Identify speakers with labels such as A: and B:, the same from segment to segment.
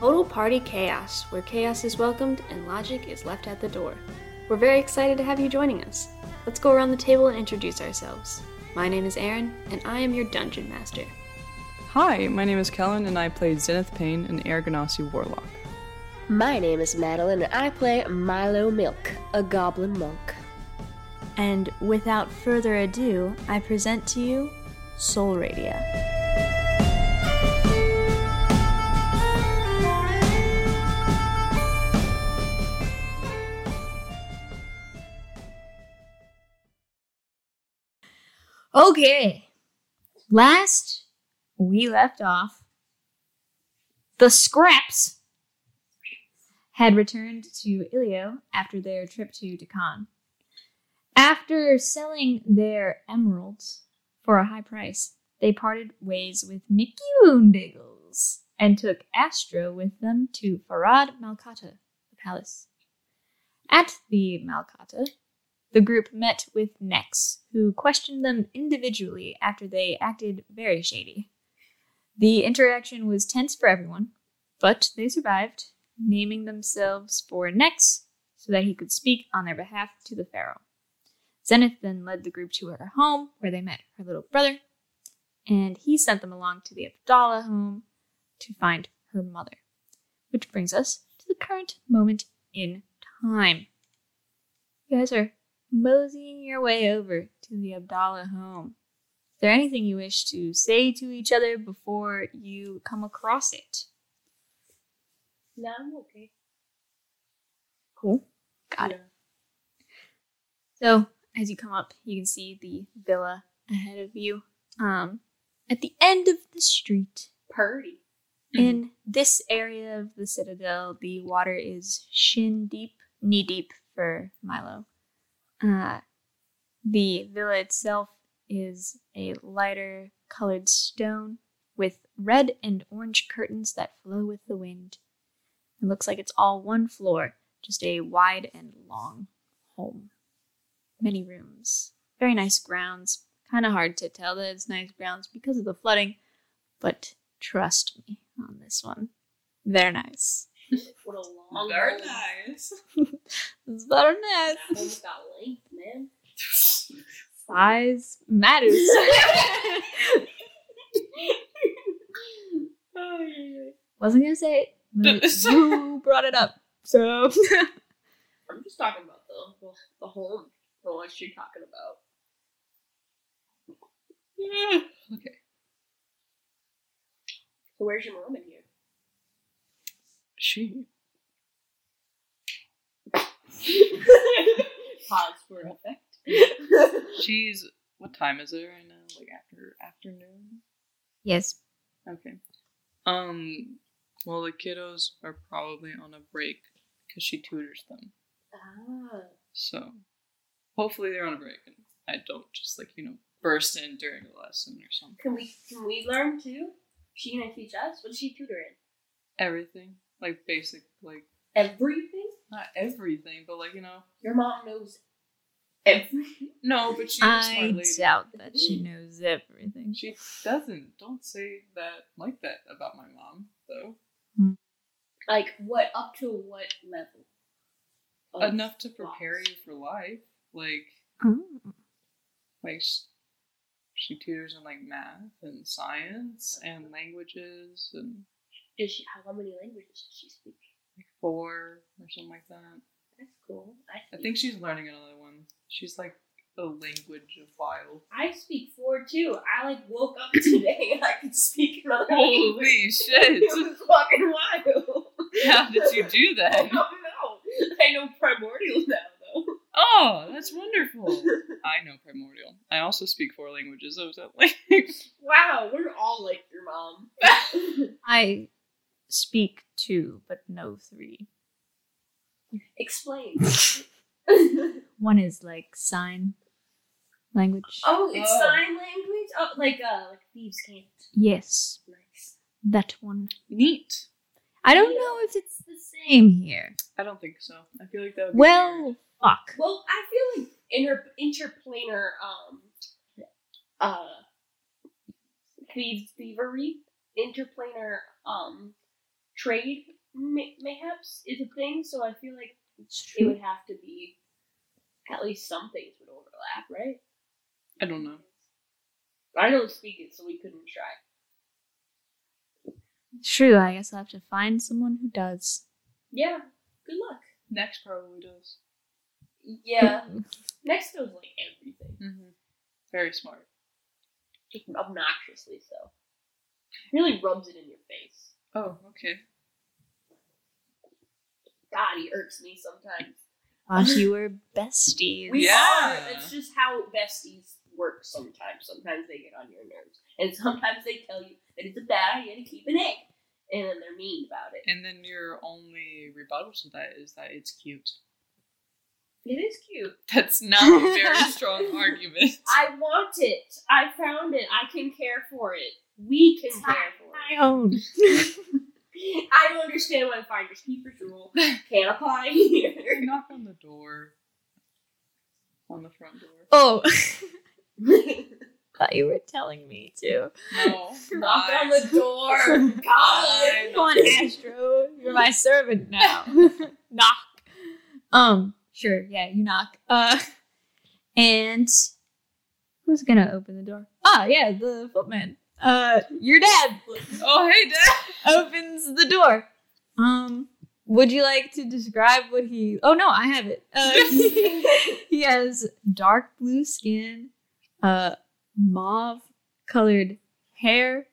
A: Total party chaos, where chaos is welcomed and logic is left at the door. We're very excited to have you joining us. Let's go around the table and introduce ourselves. My name is Aaron, and I am your dungeon master.
B: Hi, my name is Kellen, and I play Zenith Payne, an Air Ganassi warlock.
C: My name is Madeline, and I play Milo Milk, a goblin monk.
D: And without further ado, I present to you Soul Radia.
E: Okay. Last we left off, the scraps had returned to Ilio after their trip to Dakan. After selling their emeralds for a high price, they parted ways with Mickey Woondiggles and took Astro with them to Farad Malkata, the palace. At the Malkata, the group met with Nex, who questioned them individually after they acted very shady. The interaction was tense for everyone, but they survived, naming themselves for Nex so that he could speak on their behalf to the Pharaoh. Zenith then led the group to her home, where they met her little brother, and he sent them along to the Abdallah home to find her mother. Which brings us to the current moment in time. You guys are moseying your way over to the Abdallah home. Is there anything you wish to say to each other before you come across it?
F: No, I'm okay.
E: Cool. Got it. So, as you come up, you can see the villa ahead of you. Um, at the end of the street,
F: Purdy.
E: in this area of the citadel, the water is shin deep, knee deep for Milo. Uh, the villa itself is a lighter colored stone with red and orange curtains that flow with the wind. It looks like it's all one floor, just a wide and long home. Many rooms. Very nice grounds. Kind of hard to tell that it's nice grounds because of the flooding, but Trust me on this one. They're nice.
F: What a long
B: Very
F: road.
B: nice.
E: It's very
F: That
E: nice.
F: one's got length, man.
E: Size matters.
F: Oh, yeah, yeah.
E: Wasn't gonna say it. but You brought it up. So
F: I'm just talking about the the home, the one you're talking about. Yeah.
B: Okay.
F: So where's your mom in here?
B: She.
F: Pause for effect.
B: She's. What time is it right now? Like after afternoon?
E: yes,
B: Okay. Um. Well, the kiddos are probably on a break because she tutors them.
F: Ah.
B: So hopefully they're on a break and I don't just like, you know, burst in during a lesson or something.
F: Can we can we learn too? She gonna teach us? What's she tutoring?
B: Everything. Like basic like
F: Everything.
B: not everything, but like, you know
F: Your mom knows everything.
B: No, but she's a smart
E: I
B: lady.
E: doubt that she knows everything.
B: She doesn't. Don't say that like that about my mom, though.
F: Like what? Up to what level? of
B: Enough to prepare
F: thoughts?
B: you for life. Like, Mm.
E: Oh.
B: like sh- she tutors in like math and science and languages and
F: Does she? How many languages does she speak?
B: like four or something like that.
F: That's cool.
B: I think she's learning another one. She's like a language file.
F: I speak four too. I like woke up today and I could speak another language.
B: Holy shit!
F: It was fucking wild.
B: How did you do
F: I
B: that?
F: don't know. I know primordial now
B: Oh, that's wonderful.
F: though.
B: I know primordial. I also speak four languages. I was at like
F: wow, we're all like your mom.
E: I speak two, but no three.
F: Explain.
E: One is like sign language.
F: oh, it's
B: Oh.
F: sign language. Oh, like uh, like thieves can't.
E: Yes,
F: Nice.
E: that one.
B: neat.
E: I don't know if it's the same here.
B: I don't think so. I feel like that would be weird.
E: Well, fuck.
F: Well, I feel like inter interplanar um uh thieves thievery interplanar um trade, may- mayhaps, is a thing. So I feel like
D: It's
F: it would have to be at least some things would overlap, right?
B: I don't know.
F: I don't speak it, so we couldn't try.
E: True, I guess I'll have to find someone who does.
F: Yeah. Good luck.
B: Next probably does.
F: Yeah. Next goes like everything,
B: Mm-hmm. Very smart.
F: just obnoxiously so. Really rubs it in your face.
B: Oh, okay.
F: God, he irks me sometimes.
D: Gosh, you were besties.
F: We
B: Yeah.
F: are. It's just how besties work sometimes. Sometimes they get on your nerves. And sometimes they tell you that it's a bad idea to keep an egg. And then they're mean about it.
B: And then your only rebuttal to that is that it's cute.
F: It is cute.
B: That's not a very strong argument.
F: I want it. I found it. I can care for it. We can
E: It's
F: care
E: not
F: for
E: I own.
F: it. I don't understand why the finders keepers rule can't apply here.
B: Knock on the door. On the front door.
E: Oh, thought you were telling me to.
B: No.
F: Knock
B: why?
F: on the door. God.
B: Why
E: Come on, Astro. You're my servant now. knock. Um, sure, yeah, you knock. Uh and who's gonna open the door? Ah, yeah, the footman. Uh your dad
B: not? Oh, hey, Dad.
E: opens the door. Um would you like to describe what he Oh no, I have it. Uh, he has dark blue skin, uh mauve colored hair,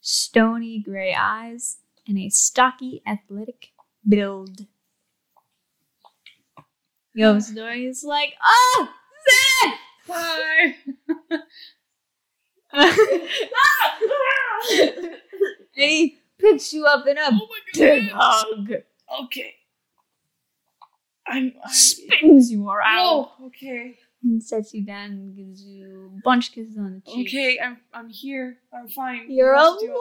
E: stony gray eyes, and a stocky athletic build. He opens the door and he's like, Oh, Zed!
B: Hi.
E: and he picks you up in
B: Oh my
E: a big
B: goodness.
E: hug,
B: Okay. I'm. I'm
E: spins you around,
B: Oh, okay.
E: and sets you down and gives you a bunch of kisses on the cheek.
B: Okay, I'm. I'm here. I'm fine.
E: You're
B: Let's
E: alive
B: do it.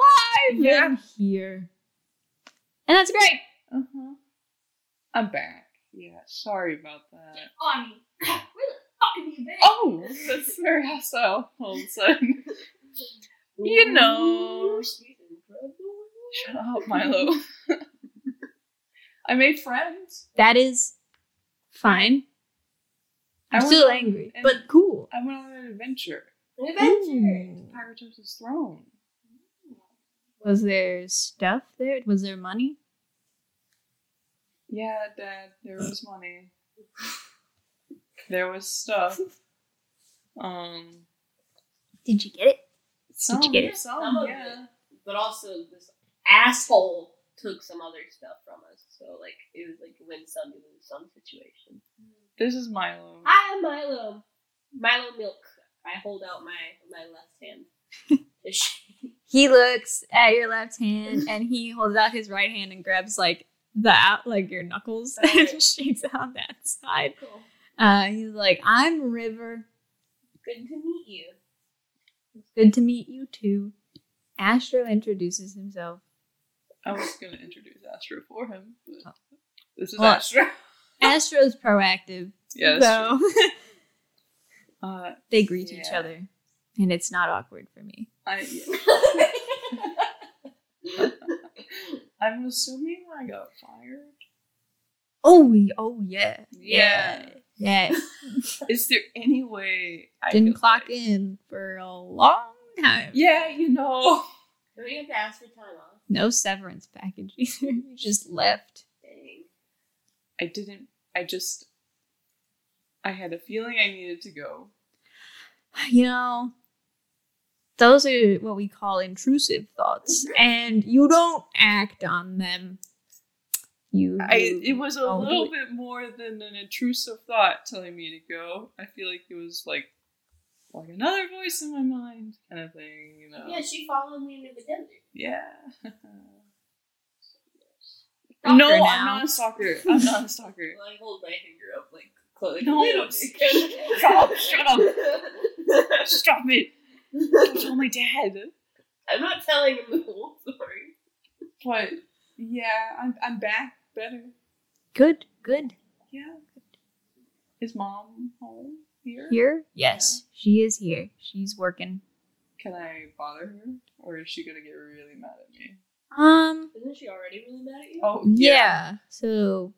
B: Yeah.
E: and here. And that's great.
B: Uh huh. I'm back. Yeah. Sorry about that.
F: on me. Where the fuck have you been?
B: Oh, that's very hostile. All of a sudden. You know. Shut up, Milo. I made friends.
E: That is fine.
B: I
E: I'm
B: went
E: still
B: on
E: angry,
B: an-
E: but cool.
B: I went on an adventure.
F: Adventure.
B: Pyrotos's throne.
E: Was there stuff there? Was there money?
B: Yeah, Dad, there was money. There was stuff. Um,
E: Did you get it?
B: some,
E: you get it?
F: Some
B: Some,
F: of
B: yeah.
F: But also, this asshole took some other stuff from us. So, like, it was like win some, you lose some situation.
B: This is Milo.
F: Hi, I'm Milo. Milo Milk. I hold out my, my left hand.
E: He looks at your left hand and he holds out his right hand and grabs like the out like your knuckles and shakes out that side.
F: cool.
E: Uh, he's like, "I'm River.
F: Good to meet you.
E: Good to meet you too." Astro introduces himself.
B: I was gonna introduce Astro for him, but
E: Oh.
B: this is
E: Well,
B: Astro.
E: Astro's proactive,
B: Yeah, that's
E: so
B: true. Uh,
E: they greet each
B: Yeah.
E: other, and it's not awkward for me.
B: I, yeah. I'm assuming I got fired.
E: Oh, y- oh yeah,
B: Yeah.
E: yeah.
B: Is there any way I
E: Didn't
B: could,
E: clock
B: like-
E: in for a long time.
B: Yeah, you know.
F: Do we have to ask for time off?
E: No severance package either. You just left.
F: Dang.
B: I didn't. I just. I had a feeling I needed to go.
E: You know, those are what we call intrusive thoughts, and you don't act on them. You.
B: I, it was a
E: Oh,
B: little
E: wait.
B: bit more than an intrusive thought telling me to go. I feel like it was like like another voice in my mind kind of thing, you know.
F: Yeah, she followed me into the desert.
B: Yeah.
E: Stalker
B: no, I'm
E: now.
B: not a stalker. I'm not a stalker.
F: Well, I hold my finger up like close.
B: No,
F: Wait a
B: sh-
F: second. Oh,
B: stop, shut up. Stop it! Don't tell my dad.
F: I'm not telling him the whole story.
B: But yeah, I'm I'm back better.
E: Good. Good.
B: Yeah. Is mom home here?
E: Here. Yes, she is here. She's working.
B: Can I bother her, or is she gonna get really mad at me?
E: Um.
F: Isn't she already really mad at you?
B: Oh
E: Yeah. So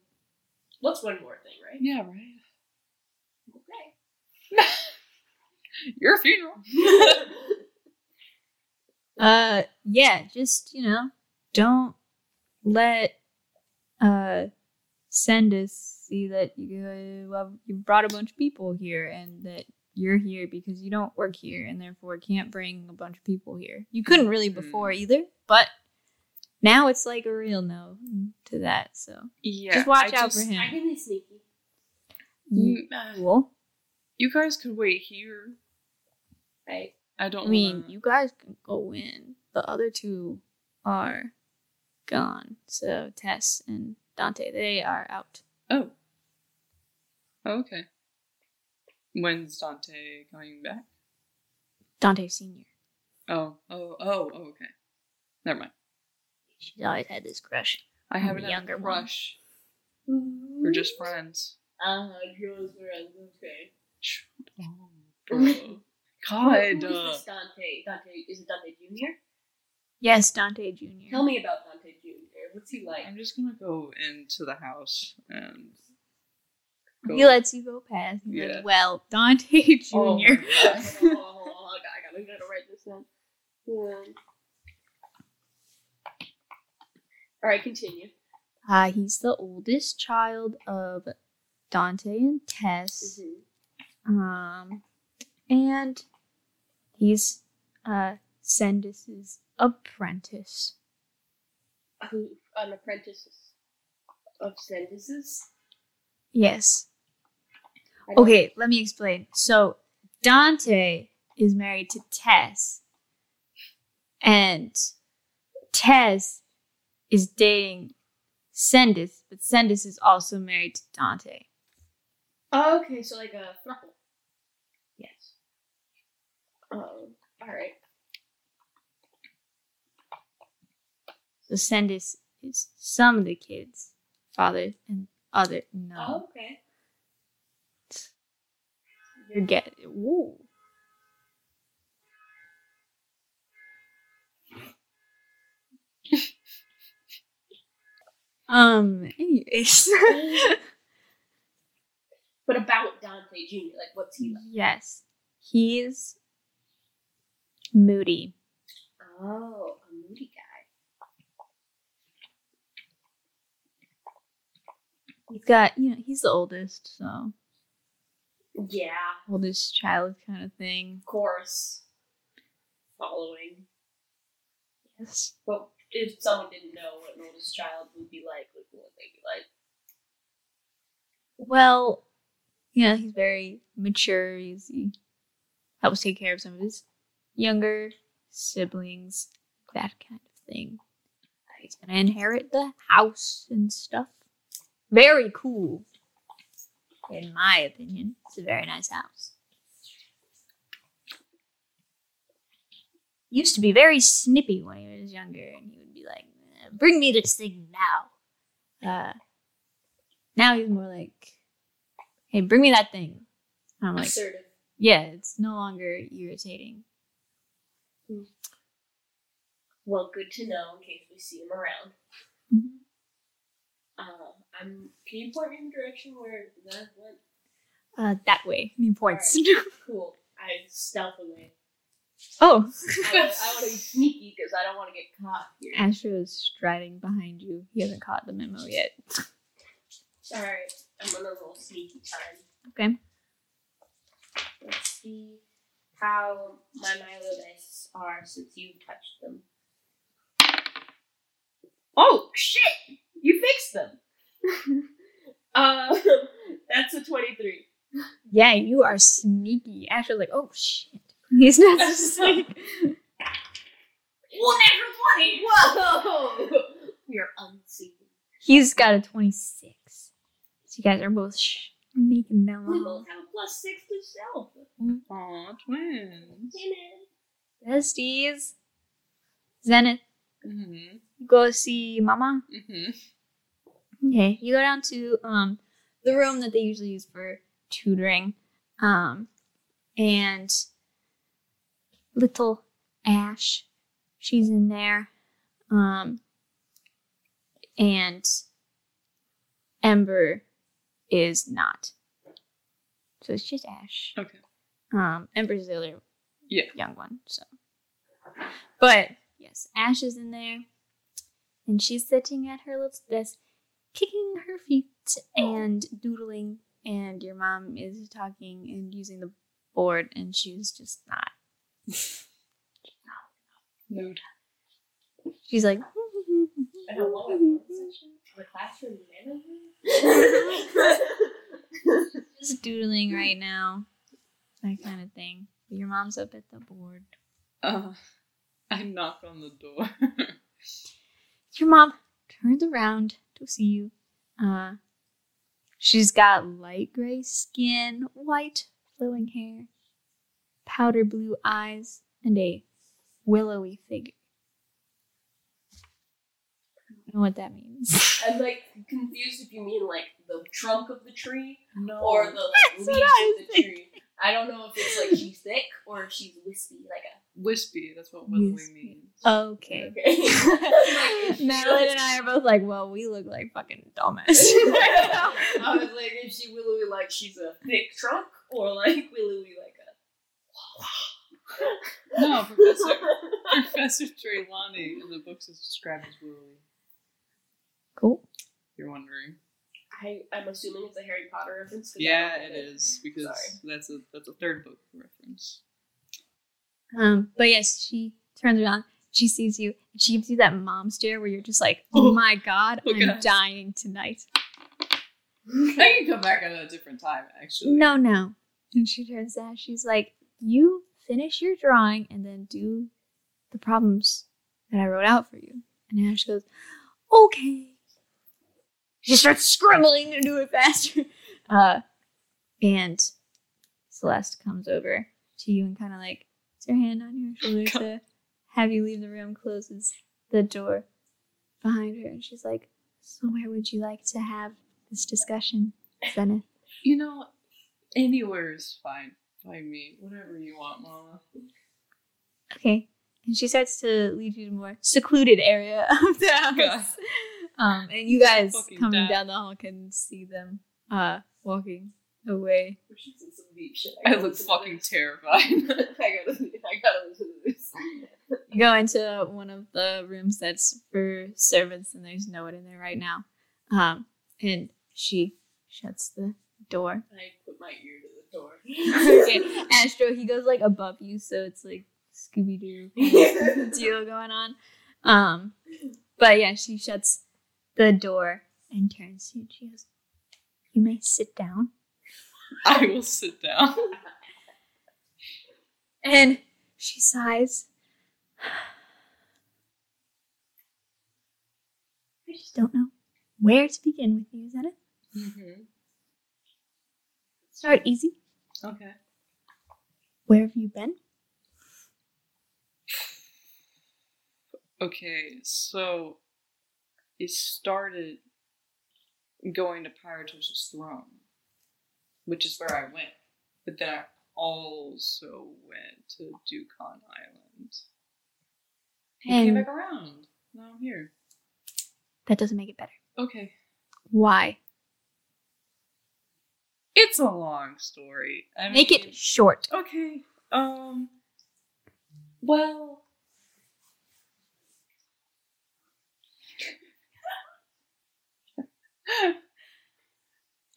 F: What's one more thing, right?
B: Yeah, right.
F: Okay.
B: Your funeral.
E: Uh, yeah, just you know, don't let uh Senda see that you uh, well, you brought a bunch of people here and that you're here because you don't work here and therefore can't bring a bunch of people here. You couldn't really before either, but now it's like a real no to that. So
B: Yeah.
E: just watch
B: I
E: out
B: just-
E: for
F: I
E: him.
F: can be sneaky.
E: You-
B: Mm, uh,
E: Well,
B: You guys could wait here.
F: Right.
B: I don't
E: I mean,
B: wanna-
E: you guys can go in. The other two are gone. So Tess and Dante, they are out.
B: Oh. Okay. When's Dante coming back?
E: Dante Senior.
B: Oh, oh, oh, oh, okay. Never mind.
E: She's always had this crush.
B: I
E: I'm a
B: haven't had
E: younger
B: a
E: one.
B: crush. We're just friends.
F: Uh, girls were okay.
B: Oh, bro. God.
F: Who is
B: uh,
F: this Dante? Dante is it Dante Junior?
E: Yes, Dante Junior.
F: Tell me about Dante Junior. What's he like?
B: Uh, I'm just gonna go into the house and.
E: He lets you go past. He's like,
B: Yeah.
E: well, Dante
B: Oh my
E: Junior.
B: God.
F: Hold on, hold on, hold on, I gotta, I gotta write this down. One. All right, continue. Oh.
E: uh, he's the oldest child of Dante and Tess.
F: Mm-hmm.
E: Um, and he's uh Sendis's apprentice.
F: Who an apprentice of Sendis's?
E: Yes.
F: I don't-
E: Okay, let me explain. So Dante is married to Tess, and Tess is dating Sendis, but Sendis is also married to Dante.
F: Oh, okay, so like a thruple.
E: Yes.
F: Oh, all right.
E: So Sendis is some of the kids' father, and other no.
F: Oh, okay.
E: you get ooh. um. Anyways.
F: But about Dante Junior, like what's he like?
E: Yes. He's moody.
F: Oh, a moody guy.
E: He's got, you know, he's the oldest, so
F: Yeah,
E: oldest child kind of thing.
F: of course. Following.
E: Yes.
F: But if someone didn't know what an oldest child would be like, like what would they be like?
E: Well, you know, he's very mature. He's, he helps take care of some of his younger siblings, that kind of thing. He's going to inherit the house and stuff. Very cool, in my opinion. It's a very nice house. Used to be very snippy when he was younger, and he would be like, "Eh, "Bring me this thing now." Uh, now he's more like, "Hey, bring me that thing." And I'm like,
F: Assertive.
E: "Yeah, it's no longer irritating."
F: Well, good to know in case we see him around.
E: Mm-hmm.
F: Um, I'm. Can you point me in the direction where that went?
E: Uh, that way, new points.
F: Cool. I stealth away.
E: oh,
F: I want to be sneaky because I don't want to get caught here.
E: Astro's striding behind you. He hasn't caught the memo yet.
F: All right, I'm gonna roll sneaky time.
E: Okay.
F: Let's see how my Milo dice are since you touched them. Oh shit! You fixed them. um, that's a twenty-three.
E: Yeah, you are sneaky. Astro's like, oh shit. He's not just like,
F: Well, natural twenty. Whoa! we are unseen.
E: he's got a 26. So you guys are both sneaking down
F: We
E: the
F: both
E: hall.
F: have a plus six to self.
B: Aw, twins.
F: Hey, man.
E: Besties. Zenith,
B: Mm-hmm.
E: you go see Mama.
B: Mm-hmm.
E: Okay, you go down to um the room that they usually use for tutoring. Um and little Ash, she's in there. Um and Ember is not. So it's just Ash.
B: Okay.
E: Um, Ember's the other
B: Yeah.
E: young one. So, but yes, Ash is in there, and she's sitting at her little desk, kicking her feet
F: Oh.
E: and doodling. And your mom is talking and using the board, and she's just not.
B: Mood.
E: She's like,
F: I don't want that section. The classroom manager.
E: just doodling right now, that kind of thing. But your mom's up at the board.
B: Uh, I knock on the door.
E: your mom turns around to see you. Uh, she's got light gray skin, white flowing hair, powder blue eyes, and a willowy figure. I don't know what that means.
F: I'm like confused if you mean like the trunk of the tree
B: no.
F: or the like,
E: Oh. That's
F: leaves
E: what
F: of
E: I
F: the tree. I don't know if it's like she's thick or if she's wispy, like a
B: wispy. That's what wispy
E: Wispy.
B: means.
E: Okay.
F: okay.
E: Madeline and I are both like, well, we look like fucking dumbass.
F: I was like, is she willowy like she's a thick trunk or like willowy like a
B: No, Professor Professor Trelawney in the books is described as willowy.
E: cool.
B: You're wondering.
F: I, I'm assuming it's a Harry Potter reference. 'cause I
B: Yeah,
F: don't
B: it
F: know
B: is because
F: Sorry.
B: that's a that's a third book reference.
E: Um, but yes, she turns around. She sees you. And she gives you that mom stare where you're just like, oh my god,
B: Oh,
E: I'm
B: God.
E: dying tonight.
B: I can come back at a different time, actually.
E: No, no. And she turns to Ash. She's like, You finish your drawing and then do the problems that I wrote out for you. And Ash goes, Okay. She starts scribbling to do it faster. Uh, and Celeste comes over to you and kind of like puts her hand on your shoulder to have you leave the room, closes the door behind her. And she's like, So, where would you like to have this discussion, Zenith?
B: You know, anywhere is fine by me. Whatever you want, Mama.
E: Okay. And she starts to lead you to more secluded area of the house. Um, and you guys
B: Fucking
E: coming
B: dad.
E: down the hall can see them uh, walking away.
F: Or she's in some deep shit.
B: I
F: gotta
B: look
F: listen to
B: fucking
F: this.
B: terrified.
F: I gotta, I gotta listen to this.
E: You go into one of the rooms that's for servants, and there's no one in there right now. Um, and she shuts the door.
F: I put my ear to the door.
E: okay. Astro, he goes like above you, so it's like Scooby Doo. deal going on. Um, but yeah, she shuts the door and turns to you. She goes, "You may sit down."
B: I will sit down.
E: And she sighs. I just don't know where to begin with you, Zenith.
B: Mm-hmm.
E: Start easy.
B: Okay.
E: Where have you been?
B: Okay, so it started going to Pyrotos' throne, which is where I went. But then I also went to Ducon Island. And I came
E: And-
B: back around. Now I'm here.
E: That doesn't make it better.
B: Okay.
E: Why?
B: It's a long story. I
E: Make
B: mean-
E: it short.
B: Okay. Um. Well.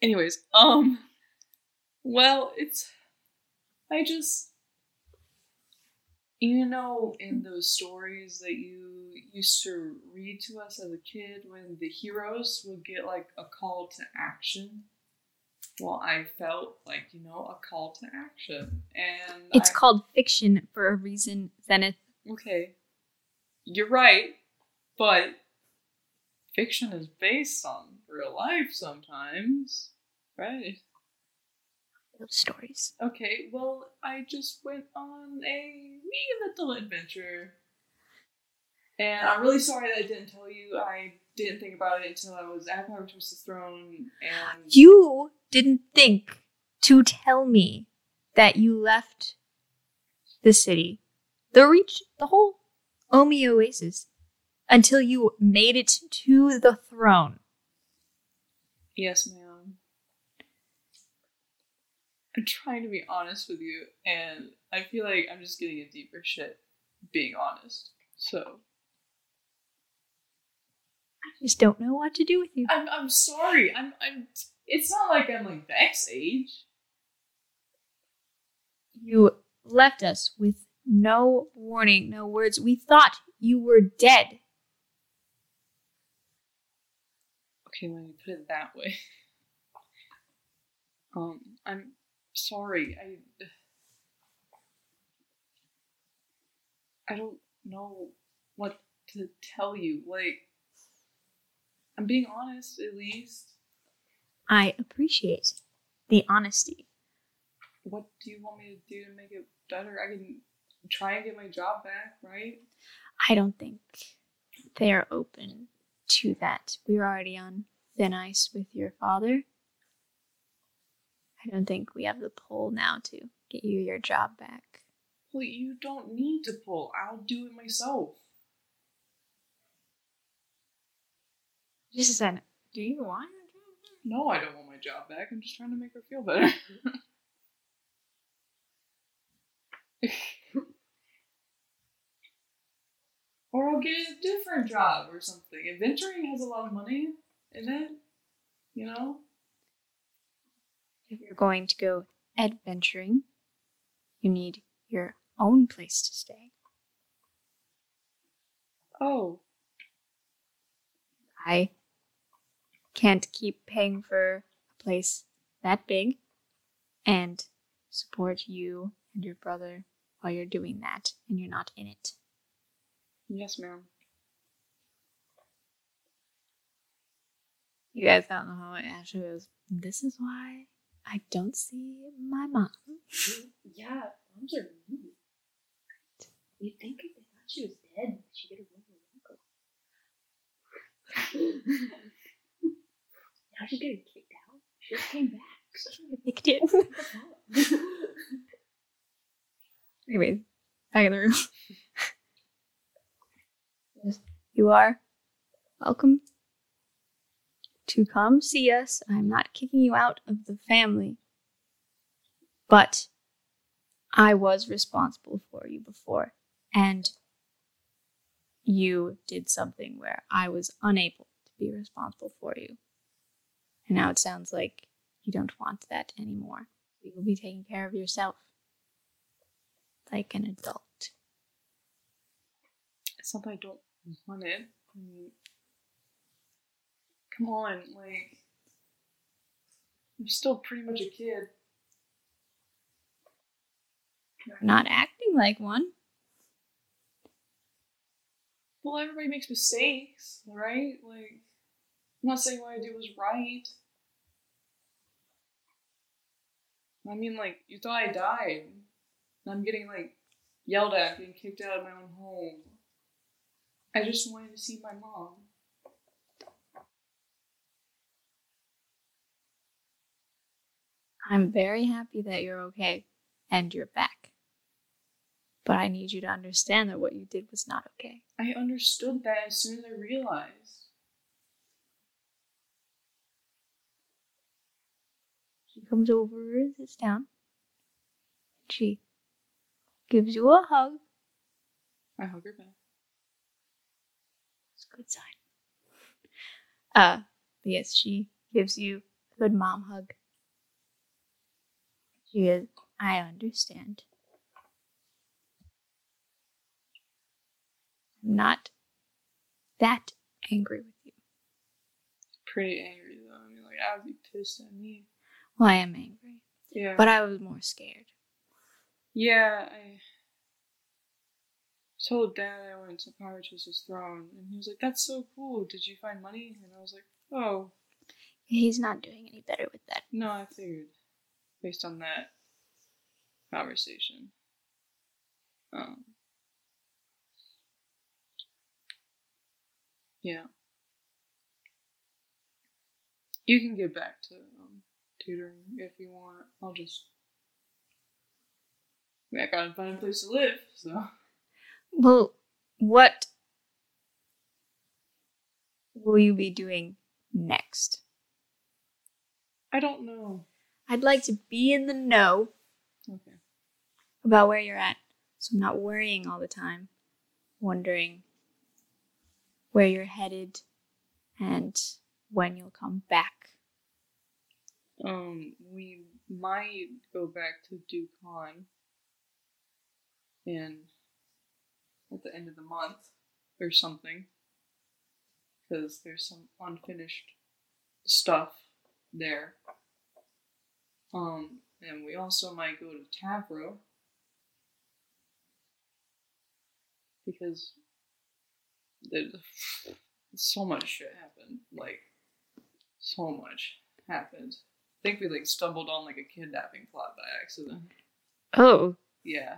B: Anyways, um. Well, it's. I just. You know, in those stories that you used to read to us as a kid, when the heroes would get like a call to action. Well, I felt like you know a call to action, and
E: It's
B: I-
E: called fiction for a reason, Zenith.
B: Okay. You're right, but fiction is based on real life sometimes, right?
E: Stories.
B: Okay, well, I just went on a wee little adventure. And I'm really sorry that I didn't tell you. I didn't think about it until I was at my Twisted Throne and
E: You didn't think to tell me that you left the city, the reach, the whole Omi Oasis until you made it to the throne.
B: Yes, ma'am. I'm trying to be honest with you, and I feel like I'm just getting a deeper shit being honest. So
E: I just don't know what to do with you.
B: I'm I'm sorry. I'm I'm. It's not like I'm like backstage.
E: You left us with no warning, no words. We thought you were dead.
B: Okay, let me put it that way. Um, I'm sorry. I I don't know what to tell you. Like, I'm being honest, at least.
E: I appreciate the honesty.
B: What do you want me to do to make it better? I can try and get my job back, right?
E: I don't think they are open to that. We were already on thin ice with your father. I don't think we have the pull now to get you your job back.
B: Well, you don't need to pull. I'll do it myself.
E: Just a second. Do you want your job back?
B: No, I don't want my job back. I'm just trying to make her feel better. or I'll get a different job or something. Adventuring has a lot of money in it, you know?
E: If you're going to go adventuring, you need your own place to stay.
B: Oh,
E: I can't keep paying for a place that big and support you and your brother while you're doing that and you're not in it.
B: yes, ma'am.
E: You guys don't know how Ashley goes, This is why I don't see my mom.
F: Yeah, moms are mean. You think if they thought she was dead, she did a little loco. now she's getting kicked out. She just came back.
E: Picked it. Anyways, back in the room. Yes, you are welcome to come see us. I'm not kicking you out of the family, but I was responsible for you before, and you did something where I was unable to be responsible for you. And now it sounds like you don't want that anymore. You will be taking care of yourself like an adult.
B: It's not that I don't want it. I mean, come on, like, I'm still pretty much a kid.
E: Not acting like one.
B: Well, everybody makes mistakes, right? Like, I'm not saying what I did was right. I mean, like, you thought I died. And I'm getting, like, yelled at, getting kicked out of my own home. I just wanted to see my mom.
E: I'm very happy that you're okay and you're back. But I need you to understand that what you did was not okay.
B: I understood that as soon as I realized.
E: She comes over, sits down. She gives you a hug.
B: I hug her back.
E: It's a good sign. Uh, but yes, she gives you a good mom hug. She goes, I understand. I'm not that angry with you.
B: Pretty angry, though. I mean, like, I would be pissed at me.
E: Well, I am angry,
B: Yeah.
E: but I was more scared.
B: Yeah, I told Dad I went to Pyrotus' throne, and he was like, "That's so cool. Did you find money?" And I was like, "Oh,
E: He's not doing any better with that.
B: no, I figured." Based on that conversation, um, yeah, you can get back to um, tutoring if you want. I'll just. I gotta find a place to live, so.
E: Well, what will you be doing next?
B: I don't know.
E: I'd like to be in the know
B: Okay.
E: about where you're at so I'm not worrying all the time, wondering where you're headed and when you'll come back.
B: Um, we might go back to Ducon in at the end of the month or something, because there's some unfinished stuff there. Um, and we also might go to Tavro because there's so much shit happened, like so much happened. I think we like stumbled on like a kidnapping plot by accident.
E: Oh,
B: Yeah.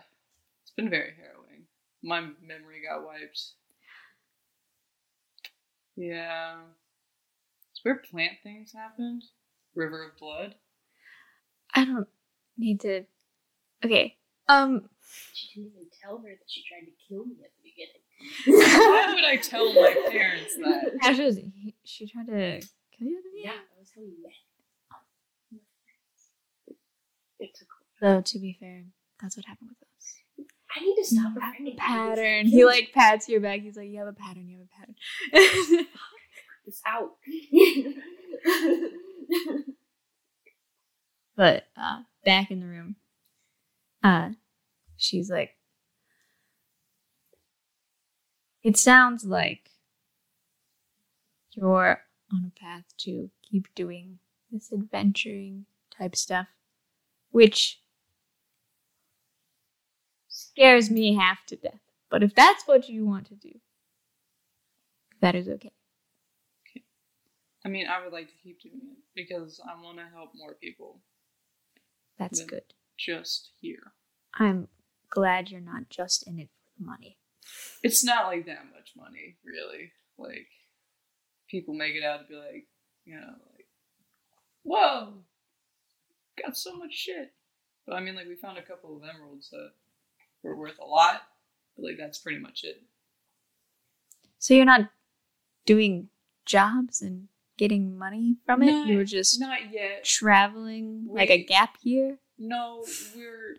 B: It's been very harrowing. My memory got wiped. Yeah. It's where plant things happened. River of Blood.
E: I don't need to. Okay. Um.
F: She didn't even tell her that she tried to kill me at the beginning.
B: Why would I tell my parents that?
E: Ashley, was- he- she tried to kill you. the other day?
F: Yeah, that was how we met. It's a cool.
E: Though to be fair, that's what happened with us.
F: I need to
E: You
F: stop
E: have
F: referring
E: a
F: to
E: pattern.
F: these-
E: He like pats your back. He's like, "You have a pattern. You have a pattern."
F: this out.
E: but uh, back in the room, uh, she's like, "It sounds like you're on a path to keep doing this adventuring type stuff, which scares me half to death. But if that's what you want to do, that is okay."
B: I mean, I would like to keep doing it because I want to help more people
E: That's
B: Yeah.
E: good.
B: just here.
E: I'm glad you're not just in it for the money.
B: It's not like that much money, really. Like, people make it out to be like, you know, like, whoa, got so much shit. But I mean, like, we found a couple of emeralds that were worth a lot, but like, that's pretty much it.
E: So you're not doing jobs and getting money from it. you were just
B: Not yet.
E: traveling like a
B: We-
E: gap year.
B: No, we're.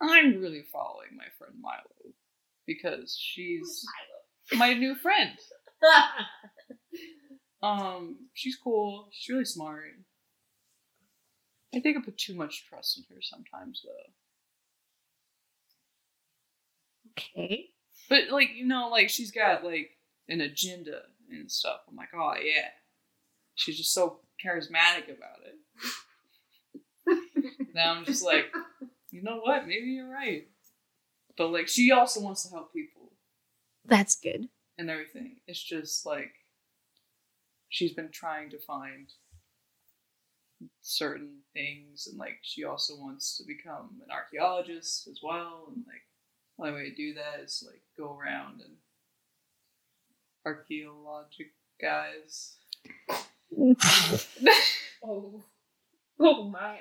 B: I'm really following my friend Milo because she's my new friend. Um, she's cool. She's really smart. I think I put too much trust in her sometimes, though.
E: Okay.
B: But like, you know, like she's got like an agenda and stuff. I'm like, oh yeah. She's just so charismatic about it. now I'm just like, you know what? Maybe you're right. But like, she also wants to help people
E: That's good.
B: and everything. It's just like she's been trying to find certain things, and like she also wants to become an archaeologist as well. And like, the only way to do that is like go around and archaeologic guys.
F: oh. oh my.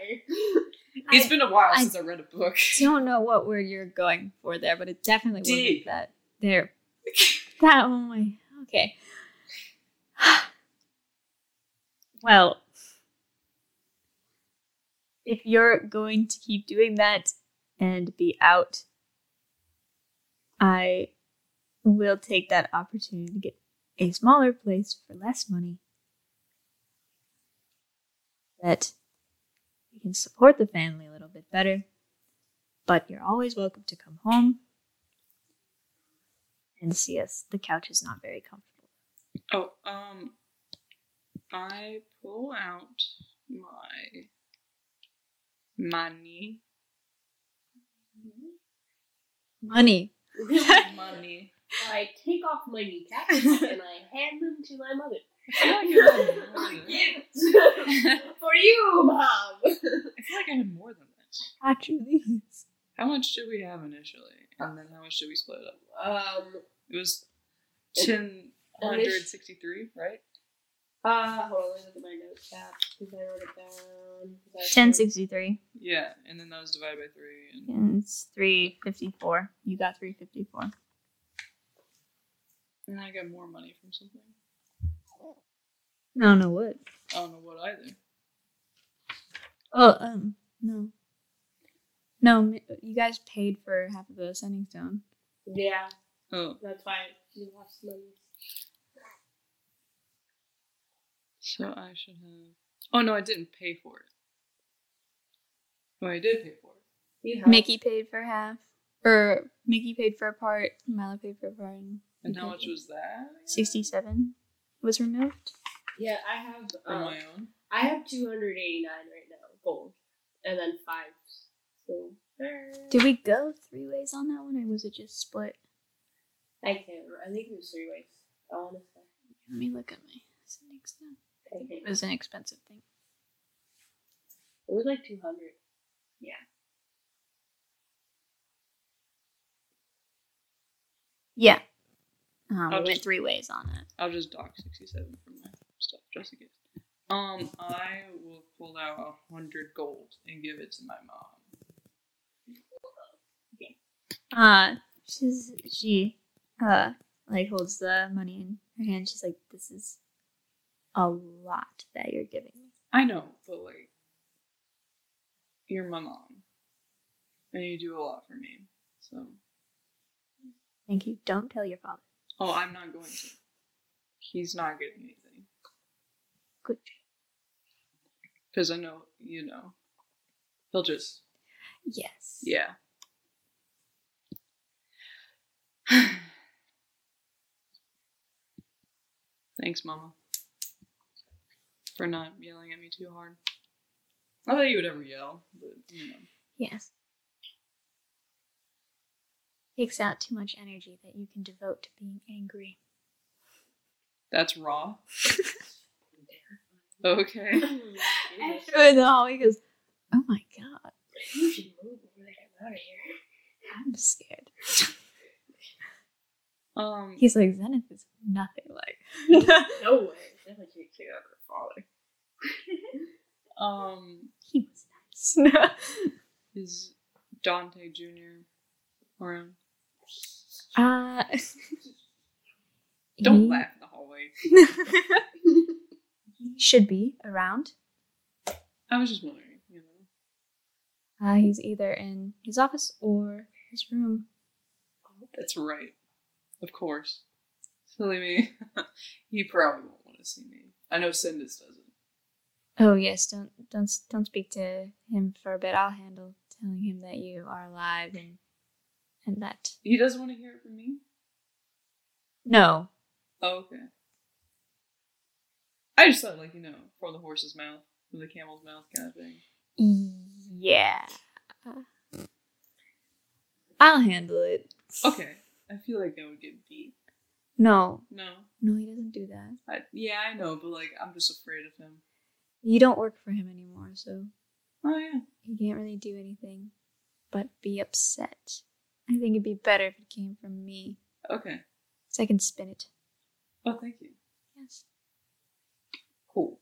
B: it's been a while
E: I-
B: since I read a book.
E: Don't know what word you're going for there, but it definitely
B: Dig.
E: wasn't that. There. that one way. Okay. well, if you're going to keep doing that and be out, I will take that opportunity to get a smaller place for less money. That you can support the family a little bit better but you're always welcome to come home and see us. The couch is not very comfortable.
B: Oh, um, I pull out my money.
E: Money.
B: Money.
F: I take off my kneecaps and I hand them to my mother.
B: I feel like I had more than that.
F: Yes. For you, mom.
B: I feel like I had more than that.
E: Got you these.
B: How much did we have initially? And then how much did we split up?
F: Um,
B: It was
F: It-
B: 1063, right?
F: uh, hold on, let me look at my notes app because I wrote it down. 'cause I-
E: 1063
B: Yeah, and then that was divided by 3. And
E: and it's 354. You got 354.
B: And I got more money from something.
E: I don't know what.
B: I don't know what either.
E: Oh, um, no. No, ma- you guys paid for half of the sending stone.
F: Yeah,
B: Oh,
F: that's why you lost money.
B: so I should have. Oh no, I didn't pay for it. No, I did pay for it.
F: You helped.
E: Mickey paid for half. Or Mickey paid for a part, Milo paid for a part. and
B: And
E: you
B: how
E: paid
B: much
E: for-
B: was that?
E: 67 was removed.
F: Yeah, I have.
B: For
F: Um,
B: my own.
F: I have two hundred eighty nine right now gold, and then five. So
E: Did we go three ways on that one, or was it just split?
F: I can't. remember. I think it was three ways. I want to say.
E: Let me look at my sending stone.
F: I think
E: It was an expensive thing.
F: It was like two hundred.
E: Yeah. Um,
B: I'll
E: we went
B: just-
E: three ways on it.
B: I'll just dock sixty-seven for my stuff, just in case. Um, I will pull out a hundred gold and give it to my mom.
E: Uh, she's she uh like holds the money in her hand. She's like, "This is a lot that you're giving me."
B: I know, but like, you're my mom, and you do a lot for me. So,
E: Thank you. Don't tell your father.
B: oh, I'm not going to. He's not getting anything
E: Good.
B: because I know you know. He'll just
E: Yes.
B: yeah. Thanks, Mama, for not yelling at me too hard. Not that you would ever yell, but you know.
E: Yes. Takes out too much energy that you can devote to being angry.
B: That's raw. okay.
F: you
E: in the hallway goes, "Oh my god,
F: should move before they come out of here.
E: I'm scared."
B: Um.
E: He's like, "Zenith is nothing like."
F: No way. Definitely can't take out her father.
B: Um.
E: he was nice.
B: Is Dante Junior around?
E: uh,
B: Don't
E: he-
B: laugh in the hallway.
E: He should be around.
B: I was just wondering. You know.
E: Uh, he's either in his office or his room.
B: That's right. Of course. Silly me. he probably won't want to see me. I know Cindus doesn't.
E: Oh yes, don't don't don't speak to him for a bit. I'll handle telling him that you are alive and and that.
B: He doesn't want to hear it from me.
E: No,
B: Oh, okay. I just thought, like you know, from the horse's mouth, from the camel's mouth, kind of thing.
E: yeah, I'll handle it.
B: Okay. I feel like I would get beat.
E: No,
B: No.
E: no, he doesn't do that.
B: I, yeah, I know, but like I'm just afraid of him.
E: You don't work for him anymore, so
B: Oh yeah.
E: he can't really do anything but be upset. I think it'd be better if it came from me,
B: Okay.
E: so I can spin it.
B: Oh, thank you.
E: Yes.
B: Cool.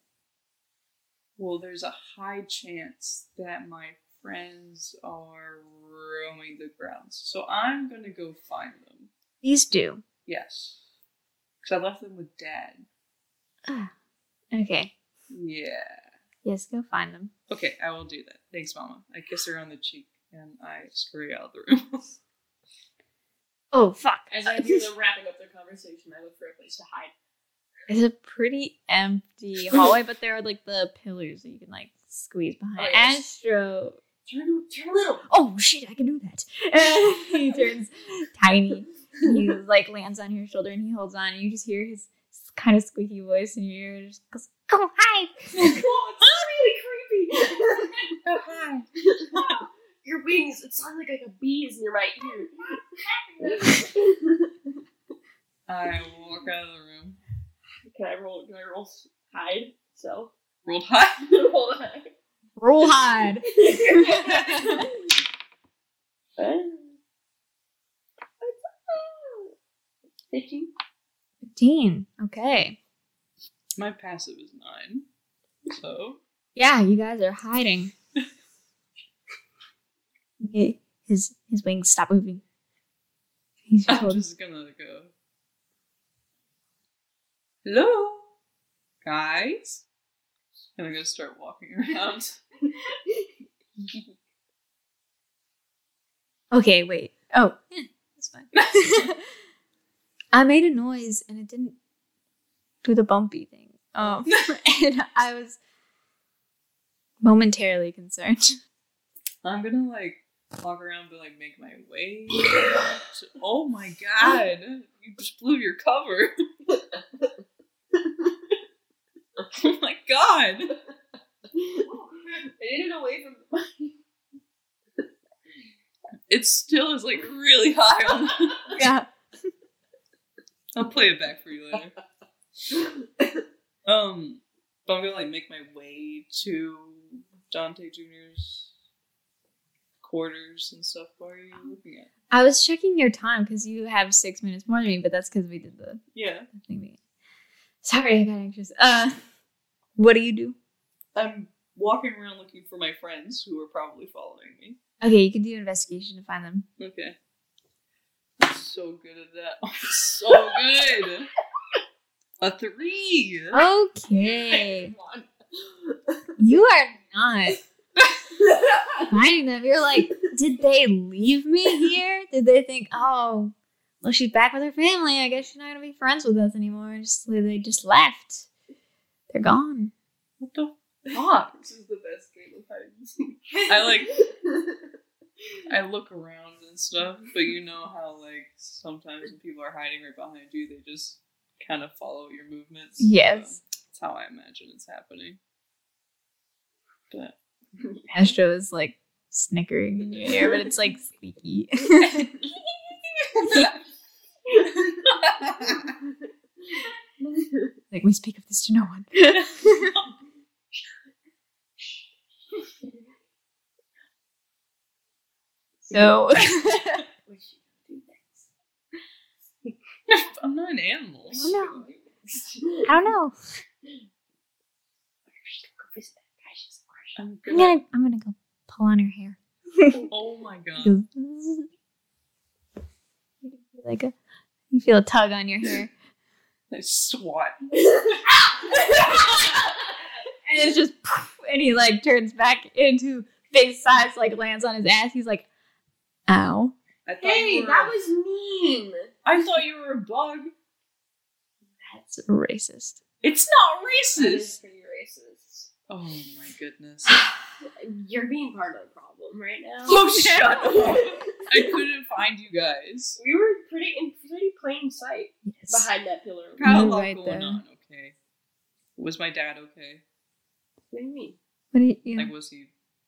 B: Well, there's a high chance that my friends are roaming the grounds, so I'm gonna go find them.
E: These do.
B: Yes. Cause I left them with Dad.
E: Okay.
B: Yeah.
E: Yes, go find them.
B: Okay, I will do that. Thanks, Mama. I kiss her on the cheek and I scurry out of the room.
E: Oh fuck.
F: As I hear them wrapping up their conversation, I look for a place to hide.
E: It's a pretty empty hallway, but there are like the pillars that you can like squeeze behind.
F: Oh, yes.
E: Astro.
F: Turn, turn little.
E: Oh shit, I can do that. And he turns tiny. and He like lands on your shoulder and he holds on and you just hear his kind of squeaky voice in your ear just goes, Go hide!
F: Oh, it's really creepy. Your wings, it sounds like, like a bee is near my ear.
B: I walk out of the room.
F: can I roll? Can I roll s- hide? So
B: Rolled high.
F: roll hide.
E: Roll hide.
F: Fifteen.
E: Fifteen. Okay.
B: My passive is nine. So
E: Yeah, you guys are hiding. Okay, his his wings stop moving. He's Oh, just
B: I'm
E: holding
B: just gonna go hello, guys. And I'm gonna start walking around.
E: Okay, wait. Oh, yeah, that's fine. I made a noise and it didn't do the bumpy thing. Oh, and I was momentarily concerned.
B: I'm gonna like walk around but like make my way. oh my god, you just blew your cover. oh my god.
F: I did it away from the
B: It still is like really high on
E: Yeah.
B: I'll play it back for you later. um but I'm gonna like make my way to Dante Jr.'s quarters and stuff. What are you looking at?
E: I was checking your time because you have six minutes more than me, but that's because we did the
B: Yeah.
E: thing. we- Sorry, I got anxious. Uh, what do you do?
B: I'm walking around looking for my friends who are probably following me.
E: Okay, you can do an investigation to find them.
B: Okay. I'm so good at that. I'm so good. A three.
E: Okay. You are not finding them. You're like, did they leave me here? Did they think, oh, well, she's back with her family. I guess she's not gonna be friends with us anymore. Just they just left. They're gone.
B: What the fuck?
F: This is the best game of times.
B: I like. I look around and stuff, but you know how like sometimes when people are hiding right behind you, they just kind of follow your movements.
E: Yes.
B: So that's how I imagine it's happening. But
E: Astro is like snickering in your ear, but it's like squeaky. like we speak of this to no one. so
F: What should we do next?
B: I'm not an animal.
E: I don't
F: know.
E: I don't know.
B: I'm
E: I'm
B: gonna-
E: gonna I'm gonna go pull on her hair.
B: oh my god.
E: Goes zzz. You feel Like a, you feel a tug on your hair,
B: I swat.
E: and it's just, poof, and he like turns back into big size, like lands on his ass. He's like, "Ow!"
B: I thought
F: Hey,
B: you were
F: that was mean.
B: I thought you were a bug.
E: That's racist.
B: It's not
F: That is
B: racist.
F: pretty racist.
B: Oh my goodness.
F: You're being part of the problem right now.
B: Oh, shut up. I couldn't find you guys.
F: We were pretty in pretty plain sight behind that pillar. over
B: Got a
E: You're
B: lot
E: right
B: going
E: there.
B: on. Okay. Was my dad okay?
F: What do you mean?
E: What do you? you
B: Like, was he?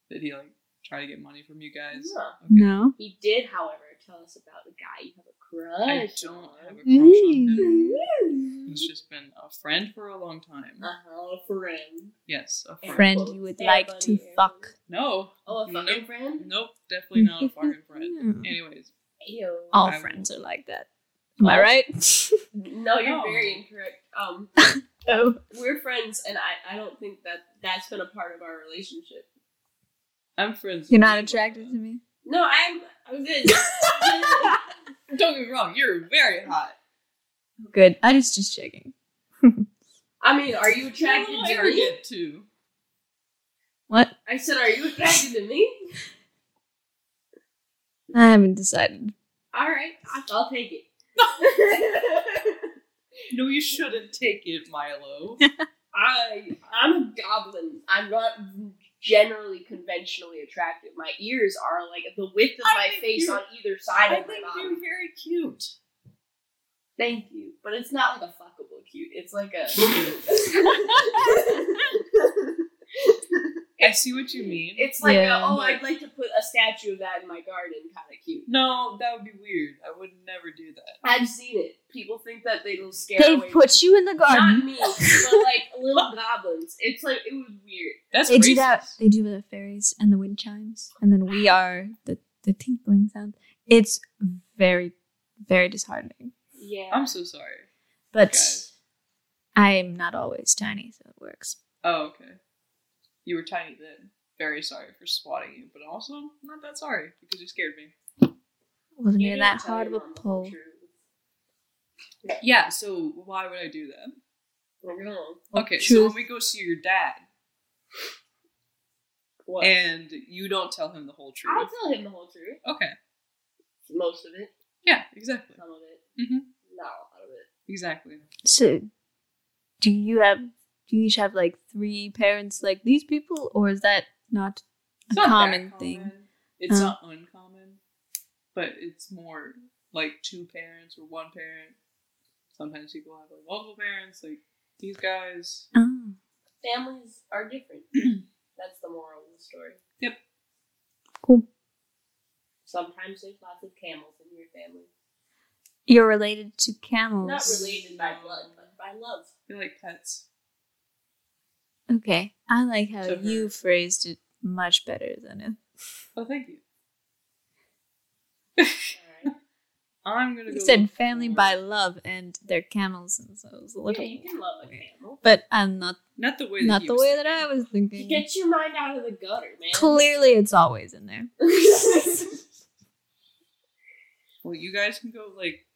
B: Did he like try to get money from you guys?
F: No.
E: no.
F: He did, however, tell us about the guy you have a crush
B: I don't have a crush on
E: Mm-hmm.
B: him.
E: Mm.
B: He's just been a friend for a long time.
F: Uh huh, a friend.
B: Yes, a friend.
E: Friend you would like to fuck.
B: No,
F: Oh, a fucking
B: Nope.
F: friend?
B: nope, definitely not a fucking friend. Anyways,
F: Ew.
E: All
B: I-
E: friends are like that. Am I right?
F: No, you're
B: No.
F: very incorrect. Um,
E: oh,
F: we're friends, and I, I don't think that that's been a part of our relationship.
B: I'm friends.
E: you're
B: with
E: not
B: people.
E: attracted to me.
F: No, I'm I'm good.
B: Don't get me wrong. You're very hot.
E: Good. I was just checking.
F: I mean, are you attracted
B: You're
F: to me?
B: arrogant, too.
E: What?
F: I said, are you attracted to me?
E: I haven't decided.
F: All right, I- I'll take it.
B: No, you shouldn't take it, Milo.
F: I I'm a goblin. I'm not generally conventionally attractive. My ears are like the width of
B: I
F: my
B: think
F: face
B: you-
F: on either side
B: I
F: of my
B: think
F: body.
B: you're very cute.
F: Thank you, but it's not like a fuckable cute. It's like a.
B: I see what you mean.
F: it's like
E: Yeah.
F: a, oh, I'd like to put a statue of that in my garden, kind of cute.
B: no, that would be weird. I would never do that.
F: I've seen it. People think that they'll scare away.
E: They've put you in the
F: not
E: garden.
F: me, but like little goblins. It's like it was weird.
B: That's
E: They
B: racist.
E: do that. They do the fairies and the wind chimes, and then we are the the tinkling sound. It's very, very disheartening.
F: Yeah.
E: Oh,
B: I'm so sorry.
E: But
B: Guys.
E: I am not always tiny, so it works.
B: Oh, okay. You were tiny then. Very sorry for swatting you, but also not that sorry because you scared me.
E: Wasn't
F: You
E: even
F: didn't
E: that
F: tell
E: hard of
F: your
E: a
F: mom the
E: pull.
F: truth.
B: Yeah, so why would I do that?
F: I don't know.
B: Okay, so
G: Choose-
B: when we go see your dad,
F: What?
B: and you don't tell him the whole
F: I'll
B: truth.
F: tell him the whole truth.
B: Okay.
F: Most of it.
B: Yeah, exactly.
F: Some of it.
B: Mhm.
F: Not a lot of it.
B: Exactly.
E: So, do you have do you each have like three parents like these people, or is that not a
B: It's not that
E: common thing?
B: common. It's
E: Uh.
B: not uncommon, but it's more like two parents or one parent. Sometimes people have like multiple parents, like these guys.
E: Oh,
F: Families are different. That's the moral of the story.
E: cool.
F: Sometimes there's lots of camels in your family.
E: You're related to camels.
F: Not related by blood, but by love.
B: They're like pets.
E: Okay, I like how
B: To her.
E: you phrased it much better than it.
B: Oh, thank you.
F: Alright.
B: I'm gonna.
E: You
B: go
E: said
B: look
E: family
B: for-
E: by love and their camels, and so it was a
F: yeah,
E: little.
F: you can love a camel.
E: But I'm not
B: Not the way.
E: not
B: he
E: the
B: was
E: way
B: thinking.
E: that I was
F: You
E: thinking.
F: Get your mind out of the gutter, man.
E: Clearly, it's always in there.
B: Well, you guys can go like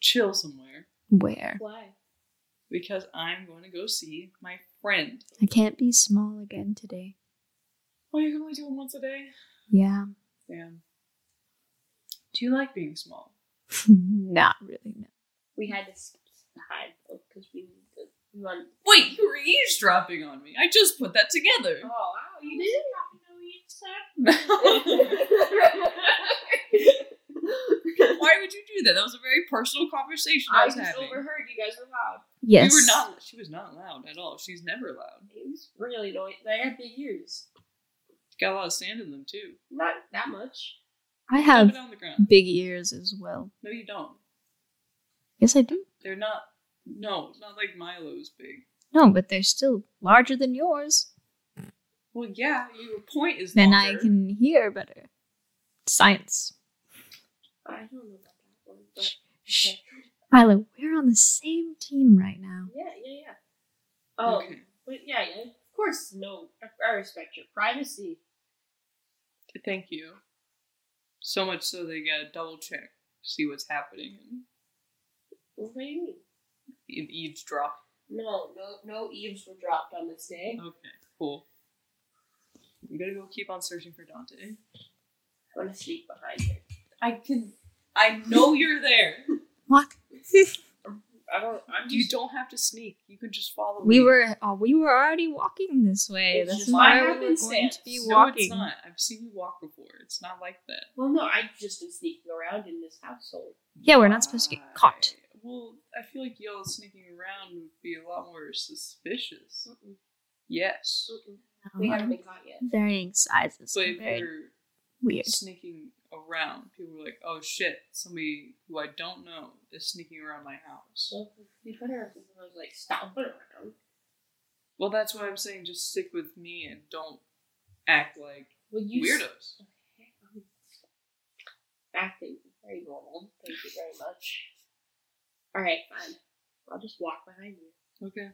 B: chill somewhere
E: Where
F: Why?
B: because I'm going to go see my friend.
E: I can't be small again today.
B: Oh, you can only do it once a day.
E: Yeah,
B: Damn. Do you like being small?
E: not really. No.
F: We had to s- hide because we need to run.
B: Wait, you were eavesdropping on me. I just put that together.
F: Oh wow, you did not know you
B: Why would you do that? That was a very personal conversation I,
F: I
B: was
F: just
B: having.
F: overheard you guys were loud.
E: Yes,
B: We were not. She was not loud at all. She's never loud.
F: It was really annoying. They had big ears.
B: Got a lot of sand in them too.
F: Not that much.
E: I
B: Have it
E: have
B: on the ground.
E: big ears as well.
B: No, you don't.
E: Yes, I do.
B: They're not. No, not like Milo's big.
E: No, but they're still larger than yours,
B: Well, yeah, your point is
E: and
B: longer.
E: I can hear better. Science.
F: I don't know about that one, but
E: Shh, Milo, we're on the same team right now.
F: yeah, yeah, yeah. Oh,
B: Okay.
F: but yeah, yeah. Of course, no. I- I respect your privacy.
B: Thank you. So much so they gotta double check, see what's happening, and e-,
F: What do you mean?
B: eavesdrop.
F: No, no, no eaves were dropped on this day.
B: Okay, cool. I'm gonna go keep on searching for Dante.
F: I'm gonna sneak behind her.
B: I can. I know you're there.
E: What?
F: I don't. I'm
B: You
F: just.
B: don't have to sneak. You can just follow.
E: We
B: me.
E: were uh, we were already walking this way.
F: It's
E: That's
F: just
E: why
F: by
E: we were going
F: happenstance.
E: to be
B: No,
E: walking.
B: it's not. I've seen you walk before. It's not like that.
F: Well, no, I just am sneaking around in this household.
E: Yeah, Oh, we're not supposed to get caught.
B: Why? Well, I feel like y'all sneaking around would be a lot more suspicious.
F: Mm-mm,
B: Yes.
F: mm-mm. We haven't been caught yet.
E: Um, varying sizes.
B: So if
E: very
B: you're
E: weird.
B: sneaking around, people are like, "Oh shit, somebody who I don't know is sneaking around my house."
F: So we put her. I was like, stop putting her around.
B: Well, that's what I'm saying. Just stick with me and don't act like
F: Well, you
B: weirdos.
F: Acting very normal. Thank you very much. All right, fine. I'll just walk behind you.
B: Okay.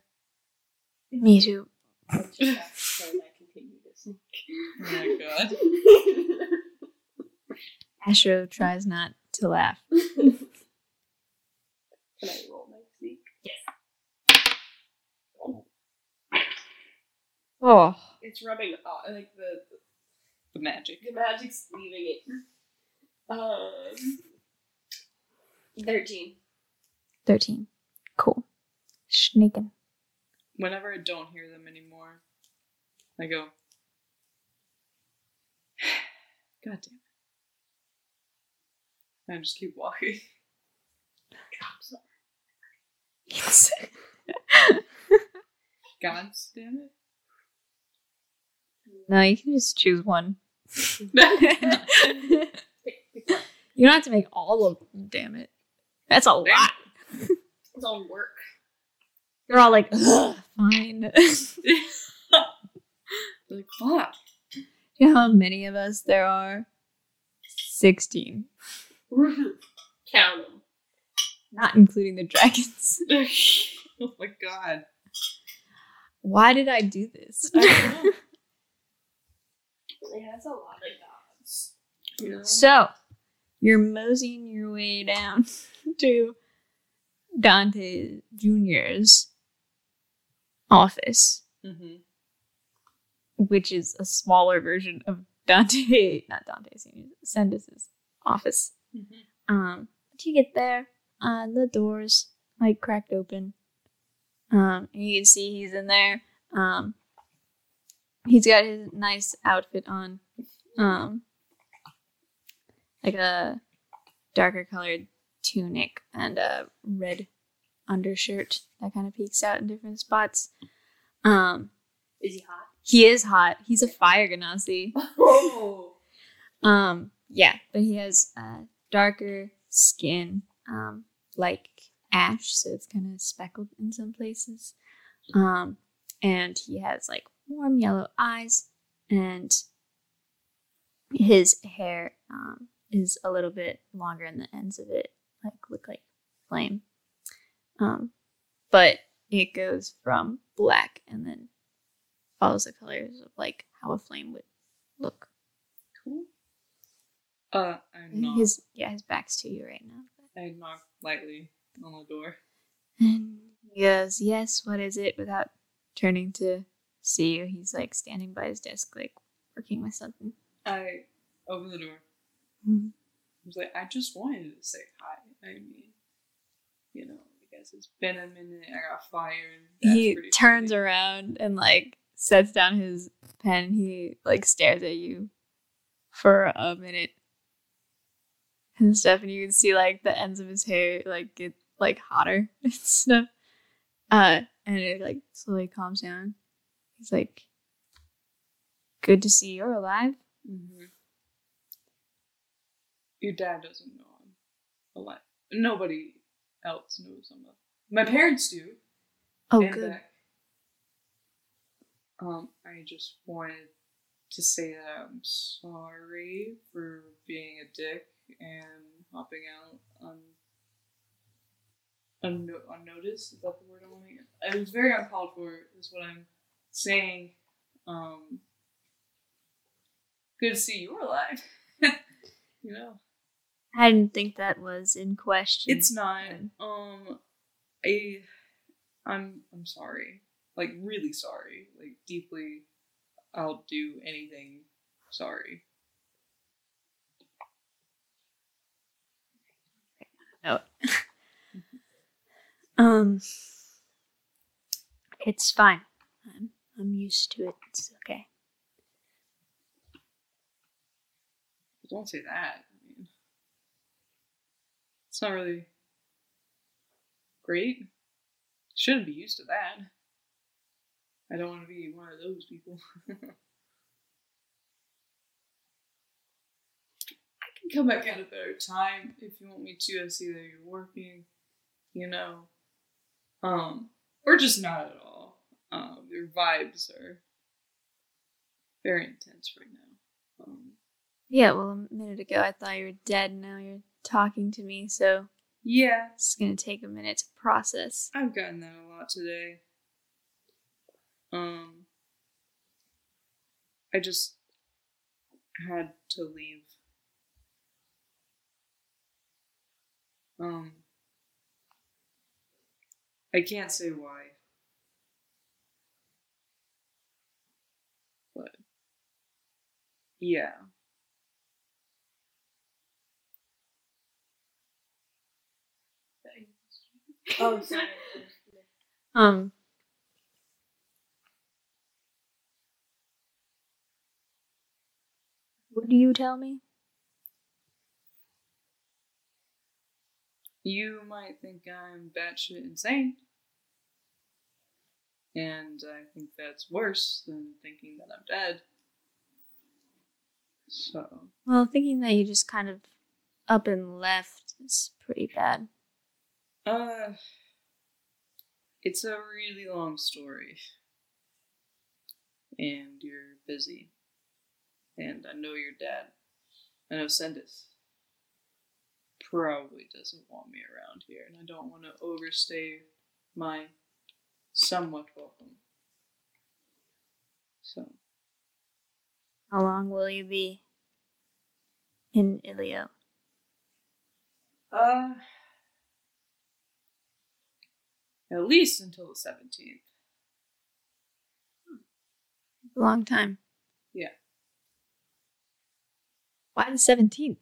E: Me too.
F: Until that time I continue this.
B: Oh my god.
E: Astro tries not to laugh.
F: Can I roll my sneak?
E: Oh,
F: It's rubbing off. Like the
B: The magic.
F: the magic's leaving it. Um, thirteen.
E: 13. Cool. Sneaking.
B: Whenever I don't hear them anymore, I go. God damn it. And I just keep walking. God damn
E: no, you can just choose one.
B: it.
F: Pick, pick one.
E: You don't have to make all of them, damn it. That's a lot.
F: It's all work.
E: They're all like, Ugh, fine. you
B: like fuck.
E: know how many of us there are? 16.
F: Mm-hmm. Count them.
E: Not including the dragons.
B: oh my god.
E: Why did I do this?
F: It has a lot of dots.
B: Mm-hmm.
E: So, you're moseying your way down to Dante Jr.'s office,
B: Mm-hmm.
E: which is a smaller version of Dante, not Dante Senior's, Sendus's office.
B: Mm-hmm.
E: Um, but you get there, uh, the doors like cracked open. Um, and you can see he's in there. Um, he's got his nice outfit on, um, like a darker colored tunic and a red undershirt that kind of peeks out in different spots. Um,
F: Is he hot?
E: he is hot. He's a fire ganassi.
F: Oh.
E: Um, yeah, but he has uh, darker skin, um, like ash, so it's kind of speckled in some places. Um, and he has like warm yellow eyes, and his hair um, is a little bit longer, and the ends of it like look like flame. Um, but it goes from black and then follows the colors of like how a flame would look.
B: Cool. Uh, I knock.
E: His yeah, his back's to you right now.
B: I knock lightly on the door.
E: And he goes, "Yes, what is it?" Without turning to see you, he's like standing by his desk, like working with something.
B: I open the door.
E: Mhm.
B: I was like, I just wanted to say hi. I mean, you know, I guess it's been a minute. I got fired. That's
E: he
B: pretty
E: turns
B: shitty.
E: around and like sets down his pen. He like stares at you for a minute and stuff, and you can see like the ends of his hair like get like hotter and stuff. Uh, and it like slowly calms down. He's like, "Good to see you're alive."
B: Mhm. Your dad doesn't know I'm alive. Nobody else knows I'm alive. My parents do.
E: Oh,
B: and uh,
E: good.
B: Beck. Um, I just wanted to say that I'm sorry for being a dick and hopping out on unno unnoticed. Is that the word I want to get? It was very uncalled for, is what I'm saying. Um, good to see you were alive. you know,
E: I didn't think that was in question.
B: it's not. Um, I, I'm, I'm sorry. Like really sorry. Like deeply, I'll do anything. Sorry.
E: um. It's fine. I'm I'm used to it. It's okay.
B: But don't say that. I mean, it's not really great. Shouldn't be used to that. I don't want to be one of those people. I can come back at a better time if you want me to. I see that you're working, you know. Um, or just not at all. Um, your vibes are very intense right now. Um,
E: Yeah. Well, a minute ago I thought you were dead. Now you're talking to me, so
B: yeah,
E: it's gonna take a minute to process.
B: I've gotten that a lot today. Um, I just had to leave. Um, I can't say why. But, yeah.
F: Oh, sorry.
E: Um. Would you tell me?
B: You might think I'm batshit insane. And I think that's worse than thinking that I'm dead. So,
E: Well, thinking that you just kind of up and left is pretty bad.
B: uh, it's a really long story. And you're busy. And I know your dad. I know Sendis probably doesn't want me around here, and I don't want to overstay my somewhat welcome. So,
E: How long will you be in Ilio?
B: uh, at least until the 17th.
E: A long time.
B: Yeah.
E: Why the 17th?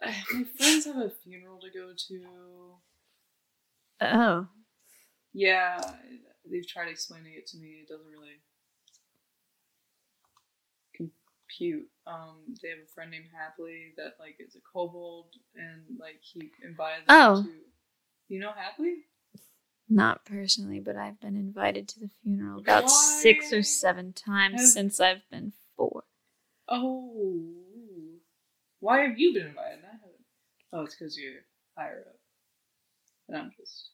B: My friends have a funeral to go to.
E: Oh.
B: Yeah, they've tried explaining it to me. It doesn't really compute. Um, they have a friend named Hapley that like is a kobold, and like he invited them
E: Oh.
B: to. You know Hapley?
E: Not personally, but I've been invited to the funeral about six
B: Why
E: or seven times
B: have-
E: since I've been four.
B: Oh, why have you been invited? and I haven't. Oh, it's because you're higher up, and I'm just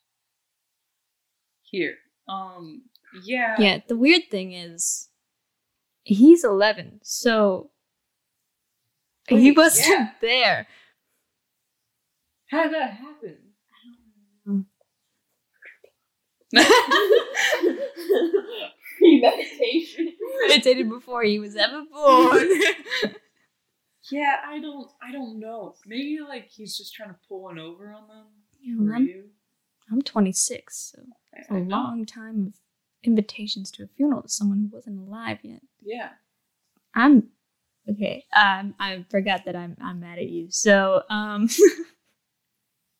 B: here. Um, yeah,
E: Yeah, the weird thing is he's 11, so he
B: Wait,
E: wasn't
B: yeah.
E: there.
B: How did that happen?
F: Premeditation.
E: Meditated before he was ever born.
B: Yeah, I don't, I don't know. Maybe like he's just trying to pull one over on them. Oh,
E: You
B: For
E: know, I'm,
B: you.
E: I'm 26, so
B: I-
E: it's a
B: I know.
E: long time of invitations to a funeral to someone who wasn't alive yet.
B: Yeah.
E: I'm okay. Um, I forgot that I'm I'm mad at you. So um,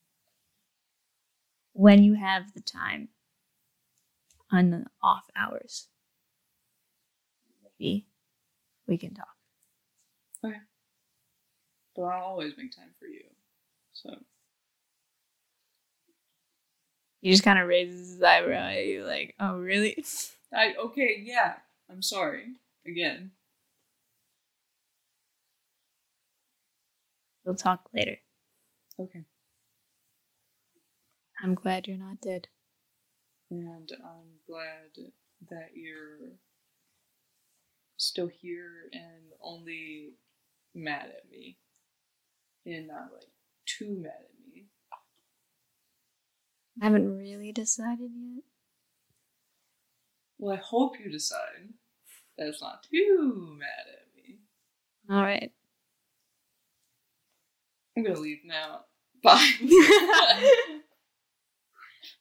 E: when you have the time on the off hours, maybe we can talk.
B: But I'll always make time for you. So
E: He just kind of raises his eyebrow at you, like, "Oh, really?"
B: I okay, yeah. I'm sorry. Again.
E: We'll talk later.
B: Okay.
E: I'm glad you're not dead.
B: And I'm glad that you're still here and only mad at me. And not like too mad at me.
E: I haven't really decided yet.
B: Well, I hope you decide that's not too mad at me.
E: All right.
B: I'm gonna leave now. Bye.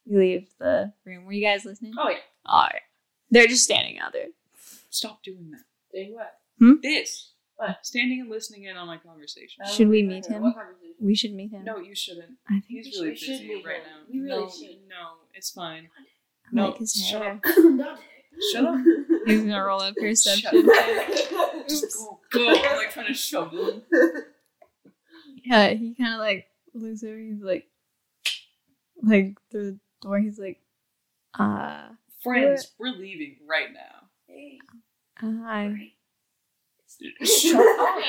E: You leave the room. Were you guys listening?
B: oh yeah.
E: All right. They're just standing out there.
B: Stop doing that.
F: Doing what?
E: Hmm?
B: This.
F: What?
B: Standing and listening in on my conversation.
F: I don't
E: Should we
F: remember.
E: meet him?
F: What conversation?
E: We should meet him.
B: No, you shouldn't.
E: Um, I think
B: He's
F: We
B: really
F: should- we should
B: busy
F: meet
B: right
F: him.
B: now.
F: We really
B: no,
F: should.
B: no, it's fine.
E: I
B: No,
E: like his
B: shut
E: hair.
B: up.
F: Not
B: Shut up.
E: He's gonna roll up
B: Shut
E: perception.
B: up. Just go, go. I'm like trying to shove him.
E: Yeah, he kind of like looks over. He's like, like through the door. He's like, uh,
B: Friends, we're leaving right now.
E: hi.
B: Shut up. Oh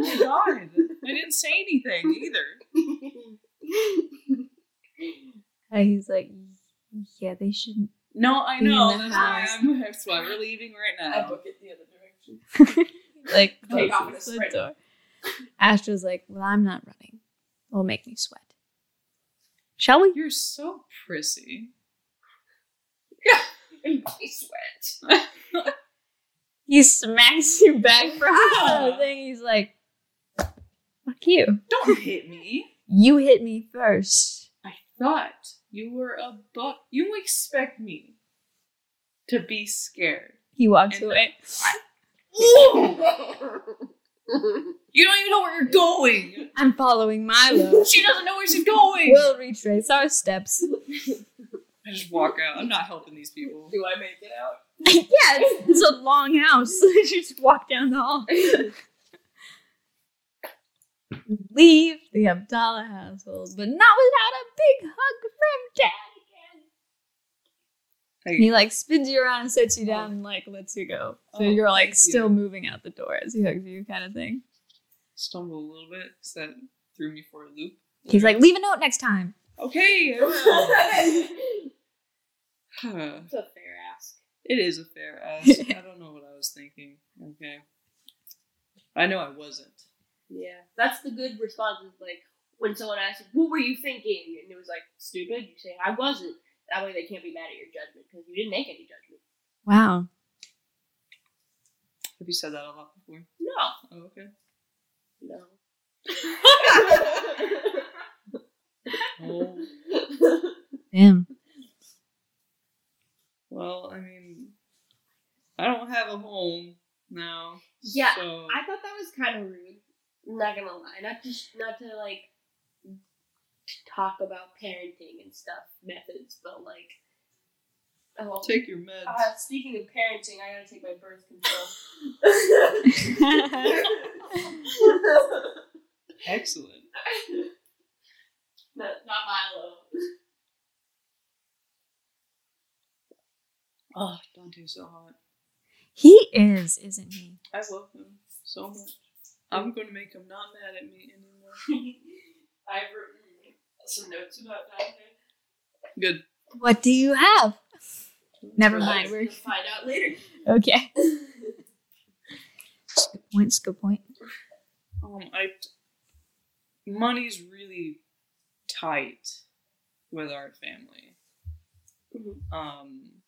B: my God. I didn't say anything either.
E: Uh, he's like, yeah, they shouldn't.
B: No, I
E: Be in
B: know.
E: the
B: That's
E: house.
B: why I'm. That's why we're leaving right
F: I
B: now.
F: book it the other direction.
E: Like,
F: Take off in a
E: closes the
F: sprint.
E: door. Astra's like, well, I'm not running. It'll make me sweat. Shall we?
B: You're so prissy.
F: And I sweat.
E: He smacks you back from the
B: Ah.
E: thing. He's like, fuck you.
B: Don't hit me.
E: You hit me first.
B: I thought you were a buck. You expect me to be scared.
E: He walks
B: And-
E: away.
B: You don't even know where you're going.
E: I'm following Milo.
B: She doesn't know where she's going.
E: we'll retrace our steps.
B: I just walk out. I'm not helping these people.
F: Do I make it out?
E: yeah, it's, it's a long house. you just walk down the hall. Leave the Abdallah household, but not without a big hug from Dad.
B: Hey,
E: And he like spins you around and sets you down and like lets you go. So
B: Oh,
E: you're like
B: thank you.
E: still moving out the door as he hugs you, kind of thing.
B: stumble a little bit because that threw me for a loop.
E: He's like, leave a note next time.
B: okay. I will.
F: it's
B: Huh.
F: a fair ask.
B: it is a fair ask. I don't know what I was thinking. Okay. I know I wasn't.
F: Yeah, that's the good response. Is like when someone asks, "What were you thinking?" and it was like, "Stupid." You say, "I wasn't." That way, they can't be mad at your judgment because you didn't make any judgment.
E: Wow.
B: Have you said that a lot before?
F: No,
B: Oh, okay. Oh.
F: no.
E: Damn.
B: Well, I mean, I don't
F: thought that was kind of rude. I'm not gonna lie, not just not to like to talk about parenting and stuff methods, but like oh,
B: Take your meds.
F: uh, speaking of parenting, I gotta take my birth control.
B: Excellent.
F: no, not Milo.
B: Oh, Dante's so hot.
E: He is, isn't he?
B: I love him so much. I'm gonna make him not mad at me anymore.
F: I've written some notes about that.
B: Good.
E: What do you have? Never mind.
F: We'll
E: We're
F: find out later.
E: okay. Good points. Good point.
B: Um, I money's really tight with our family.
F: Mhm.
B: Um,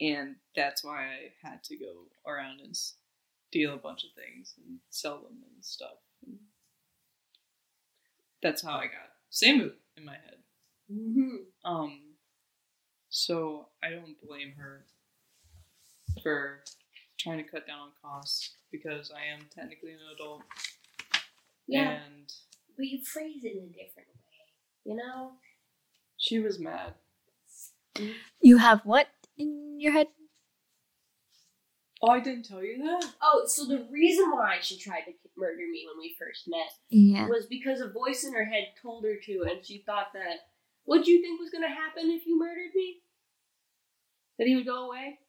B: and that's why I had to go around and steal a bunch of things and sell them and stuff. And that's how I got Samu in my head.
F: Mhm.
B: Um, so I don't blame her for trying to cut down on costs because I am technically an adult.
F: Yeah,
B: And
F: but you phrase it in a different way, you know.
B: she was mad.
E: You have what in your head?
B: Oh, I didn't tell you that?
F: Oh, so the reason why she tried to murder me when we first met
E: Yeah.
F: was because a voice in her head told her to, and she thought that. What do you think was going to happen if you murdered me? That he would go away.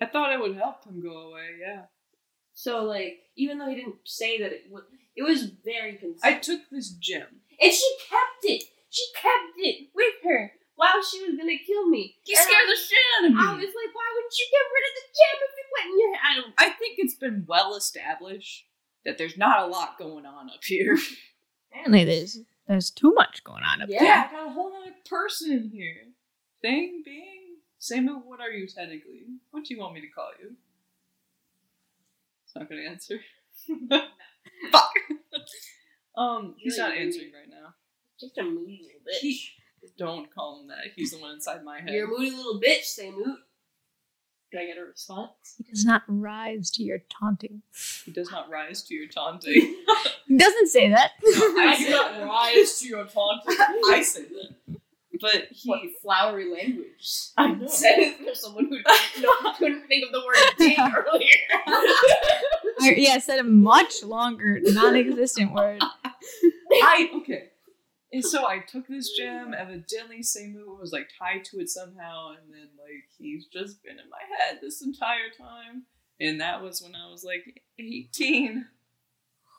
B: I thought it would help him go away, yeah.
F: So, like, even though he didn't say that it would, it was very
B: I
F: concerning.
B: took this gem.
F: and she kept it. She kept it with her while she was going to kill me.
B: He
F: And
B: scared
F: I-
B: the shit out of me.
F: I was like, why wouldn't you get rid of the gem if it went in your head? I don't
B: I think it's been well established that there's not a lot going on up here.
E: Apparently, there's there's too much going on up
F: Yeah.
E: there.
B: I got a whole other person in here. Thing, being, Samu, what are you technically? What do you want me to call you? It's not gonna answer. Fuck. um, he's not answering right now.
F: Just a moody little bitch.
B: He, don't call him that. He's the one inside my head.
F: You're a moody little bitch, say moot. Did I get a response?
E: He does not rise to your taunting.
B: He does not rise to your taunting.
E: He doesn't say that.
B: I
F: do not
B: rise to your taunting. I say that. But he
F: What flowery language.
B: I know.
F: Said for someone who didn't know- couldn't think of the word dig earlier.
E: I, yeah, I said a much longer, non-existent word.
B: I okay. And so I took this gem. Evidently, Seimu was like tied to it somehow, and then like he's just been in my head this entire time. And that was when I was like 18. And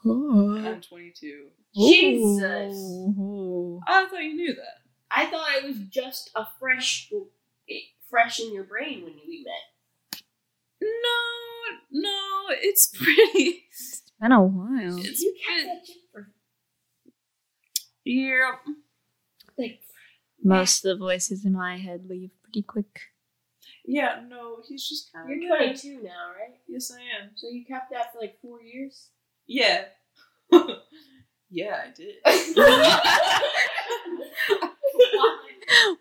E: Oh.
B: I'm 22.
F: Jesus.
E: Ooh.
B: I thought you knew that.
F: I thought it was just a fresh, it- fresh in your brain when we met.
B: No, no, it's pretty.
E: It's been a while.
B: It's
F: You kept that gem for
B: yeah.
F: like
E: Most of the voices in my head leave pretty quick.
B: Yeah, no, he's just kind
F: you're
B: of.
F: 22 now, right?
B: Yes, I am.
F: So you kept that for like four years.
B: Yeah. yeah, I did.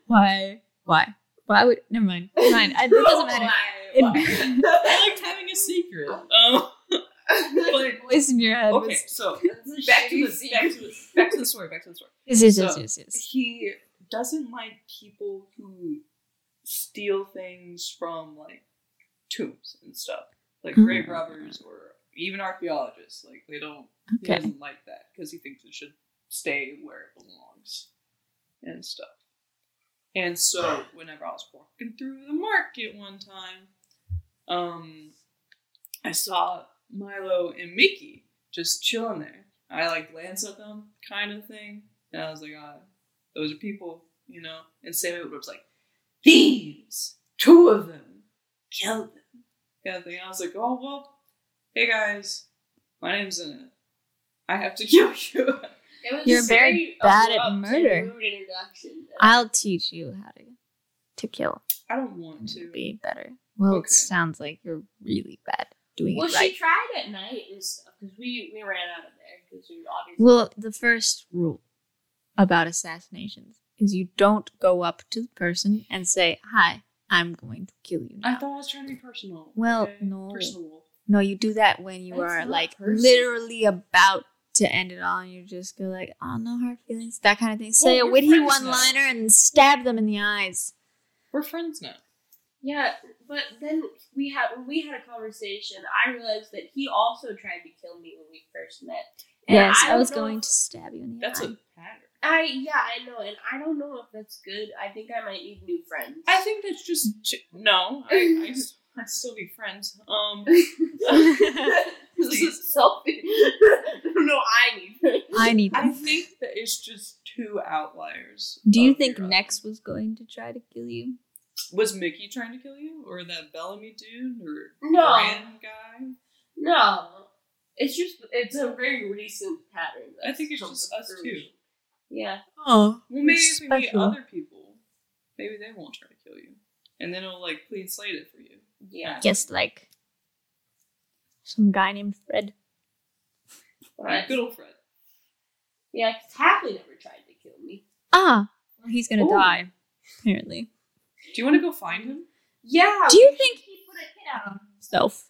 E: Why? Why? Why would? Never mind. Never mind. I, it doesn't matter. It,
B: I liked having a secret. Um, but
E: voice in your head.
B: okay,
E: Was,
B: so
F: That's a
B: back to
F: shitty
B: the
F: scene.
B: back to the back to the story. Back to the story.
E: yes, yes, yes, yes, yes.
B: He doesn't like people who steal things from like tombs and stuff, like grave
E: Hmm.
B: robbers or even archaeologists. Like they don't. He
E: Okay.
B: doesn't like that because he thinks it should stay where it belongs and stuff. And so whenever I was walking through the market one time, um, I saw Milo and Mickey just chilling there. I like glance at them, kind of thing, and I was like, ah, those are people, you know. And Sammy was like, thieves, two of them, kill them, kind of thing. And I was like, oh well, hey guys, my name's in it. I have to kill you.
F: It was
E: You're
F: a
E: very bad at
F: abrupt and
E: murder.
F: rude introduction.
E: I'll teach you how to to kill.
B: I don't want
E: To
B: to.
E: be better. Well,
B: Okay.
E: it sounds like you're really bad at doing
F: well,
E: it
F: she
E: right.
F: tried at night and stuff because we, we ran out of there because we obviously
E: Well, the first rule about assassinations is you don't go up to the person and say, "Hi, I'm going to kill you."
B: I
E: Now.
B: thought I was trying to be personal.
E: Well,
B: okay?
E: no.
B: personal.
E: No, you do that when you
F: That's
E: are
F: not
E: like
F: personal.
E: literally about to end it all, and you just go like, "Oh, no hard feelings," that kind of thing. Say
B: we're
E: a witty
B: friends now.
E: one-liner and stab them in the eyes.
B: We're friends now.
F: Yeah, but then we had when we had a conversation, I realized that he also tried to kill me when we first met. And
E: yes, I,
F: don't
E: was
F: know
E: going
F: if-
E: to stab you in the
B: That's
E: eye.
B: a pattern.
F: I yeah, I know, and I don't know if that's good. I think I might need new friends.
B: I think that's just ch- no. I, I, s- I'd still be friends. Um,
F: this is selfish. no, I need friends.
E: I need.
B: I
E: Them.
B: think Oh, that it's just two outliers.
E: Do you
B: of
E: think
B: your own.
E: Nex was going to try to kill you?
B: was Mickey trying to kill you, or that Bellamy dude, or
F: No.
B: Bran guy?
F: No, it's just it's a very recent pattern.
B: I think it's
F: that's
B: just
F: come
B: us
F: through.
B: two.
F: Yeah,
E: Oh,
B: Well, maybe if we meet
E: Special.
B: other people, maybe they won't try to kill you, and then it'll like clean slate it for you.
F: yeah.
E: just like some guy named Fred.
B: Like
F: But,
B: Good old Fred.
F: yeah, because Taffy never tried to kill me.
E: Ah, well, he's gonna
F: Ooh.
E: die apparently.
B: Do you want to go find him?
F: Yeah.
E: Do you think
F: he put a hit out on
E: himself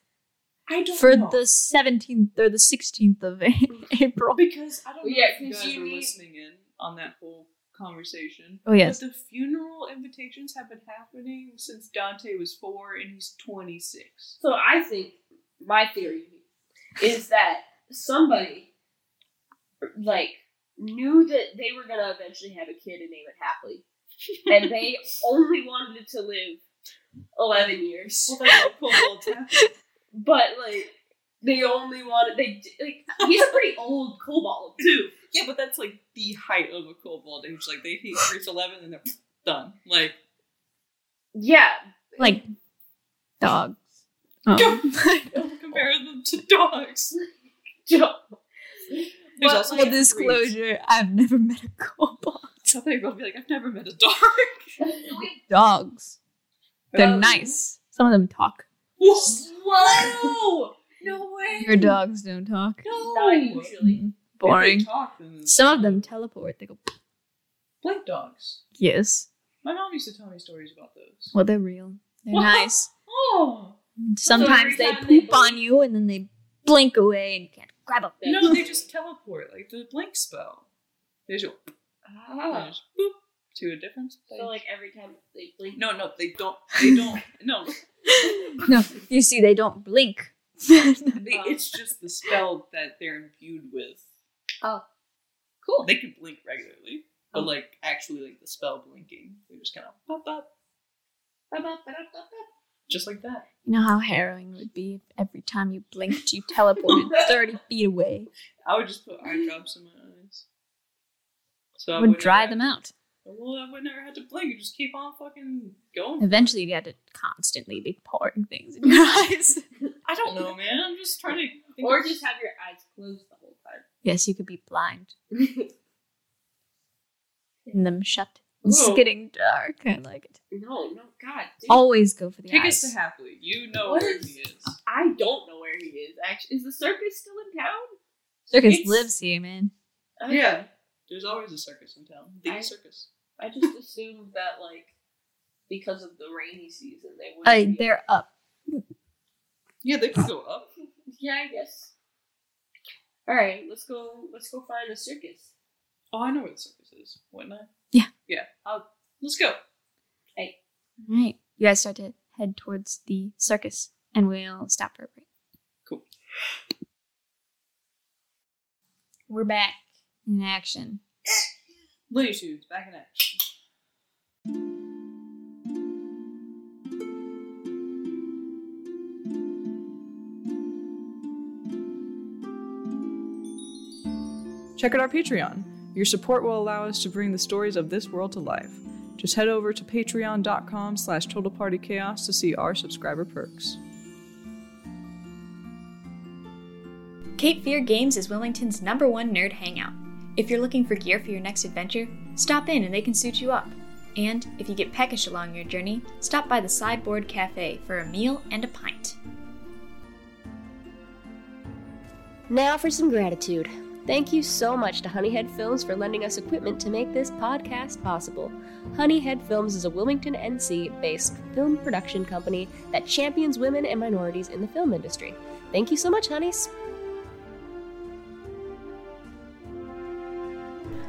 B: I don't
E: for
B: know.
E: the seventeenth or the sixteenth of April?
B: because I don't know
F: Yeah,
B: if you
F: 'cause
B: guys
F: you
B: were
F: need-
B: listening in on that whole conversation.
E: Oh yes.
B: But the funeral invitations have been happening since Dante was four and he's 26.
F: So I think my theory is that somebody like knew that they were gonna eventually have a kid and name it Happily, and they only wanted it to live eleven years.
B: Well, that's a cool little tap.
F: But like they only wanted they d- like he's a pretty old cobalt too.
B: Yeah, but that's like the height of a kobold age. Like they hit reach 11 and they're done. Like,
F: Yeah,
E: like dogs. Oh.
B: don't compare them to dogs.
F: Jo-
B: There's
F: But,
B: also
E: Full
B: like, breeds.
E: disclosure, I've never met a kobold.
B: So they'll be like, I've never met a dog.
E: Dogs. They're
F: Um,
E: nice. Some of them talk.
F: Whoa! No way!
E: Your dogs don't talk.
F: Not
E: Mm,
F: usually.
B: If they
E: Boring.
B: talk, then it's-
E: Some of them teleport. They go,
B: Like dogs.
E: yes.
B: My mom used to tell me stories about those.
E: Well, they're real. They're
B: What?
E: nice.
B: Oh!
E: Sometimes
F: So
E: they
F: every time they
E: poop on you and then they blink away and you can't grab them.
B: No, they just teleport, like the blink spell. They just, go, and
E: Oh.
F: Ah.
B: just boop to a different place.
F: So like every time they blink.
B: no, no, they don't. They don't. No,
E: No, you see, they don't blink.
B: they, it's just the spell that they're imbued with.
F: Oh. Cool.
B: They can blink regularly,
F: Oh.
B: but like actually, like the spell blinking, they just kind of pop up, pop up, pop up, pop up, just like that.
E: You know how harrowing it would be if every time you blinked, you teleported 30 feet away.
B: I would just put eye drops in my eyes. So
E: It would dry them out.
B: Well, I would never have to blink. You just keep on fucking going.
E: Eventually, you had to constantly be pouring things in your eyes.
B: I don't know, man. I'm just trying to. think
F: Or
B: of-
F: just have your eyes closed the whole time.
E: Yes, you could be blind. and them shut. It's
B: Whoa.
E: getting dark. I like it.
F: No, no, God. Dude.
E: Always go for the
B: Take
E: eyes.
B: us to Happily. You know
F: What
B: where
F: is-
B: he is.
F: I don't know where he is. Actually, is the circus still in town?
E: Circus
B: It's-
E: lives here, man.
F: Okay.
B: Yeah. There's always a circus in town. The
F: I-
B: circus.
F: I just assumed that like because of the rainy season they would.
E: Uh, they're up.
B: Yeah, they can go up.
F: Yeah, I guess. All right, let's go. Let's go find the circus.
B: Oh, I know where the circus is, wouldn't I?
E: Yeah.
B: Yeah. I'll, let's go.
E: All right. You guys start to head towards the circus, and we'll stop for a break.
B: Cool.
E: We're back in action.
B: Looney Tunes, back in action. Check out our Patreon. Your support will allow us to bring the stories of this world to life. Just head over to patreon.com slash totalpartychaos to see our subscriber perks.
H: Cape Fear Games is Wilmington's number one nerd hangout. If you're looking for gear for your next adventure, stop in and they can suit you up. And if you get peckish along your journey, stop by the Sideboard Cafe for a meal and a pint.
C: Now for some gratitude. Thank you so much to Honeyhead Films for lending us equipment to make this podcast possible. Honeyhead Films is a Wilmington, NC based film production company that champions women and minorities in the film industry. Thank you so much, honeys.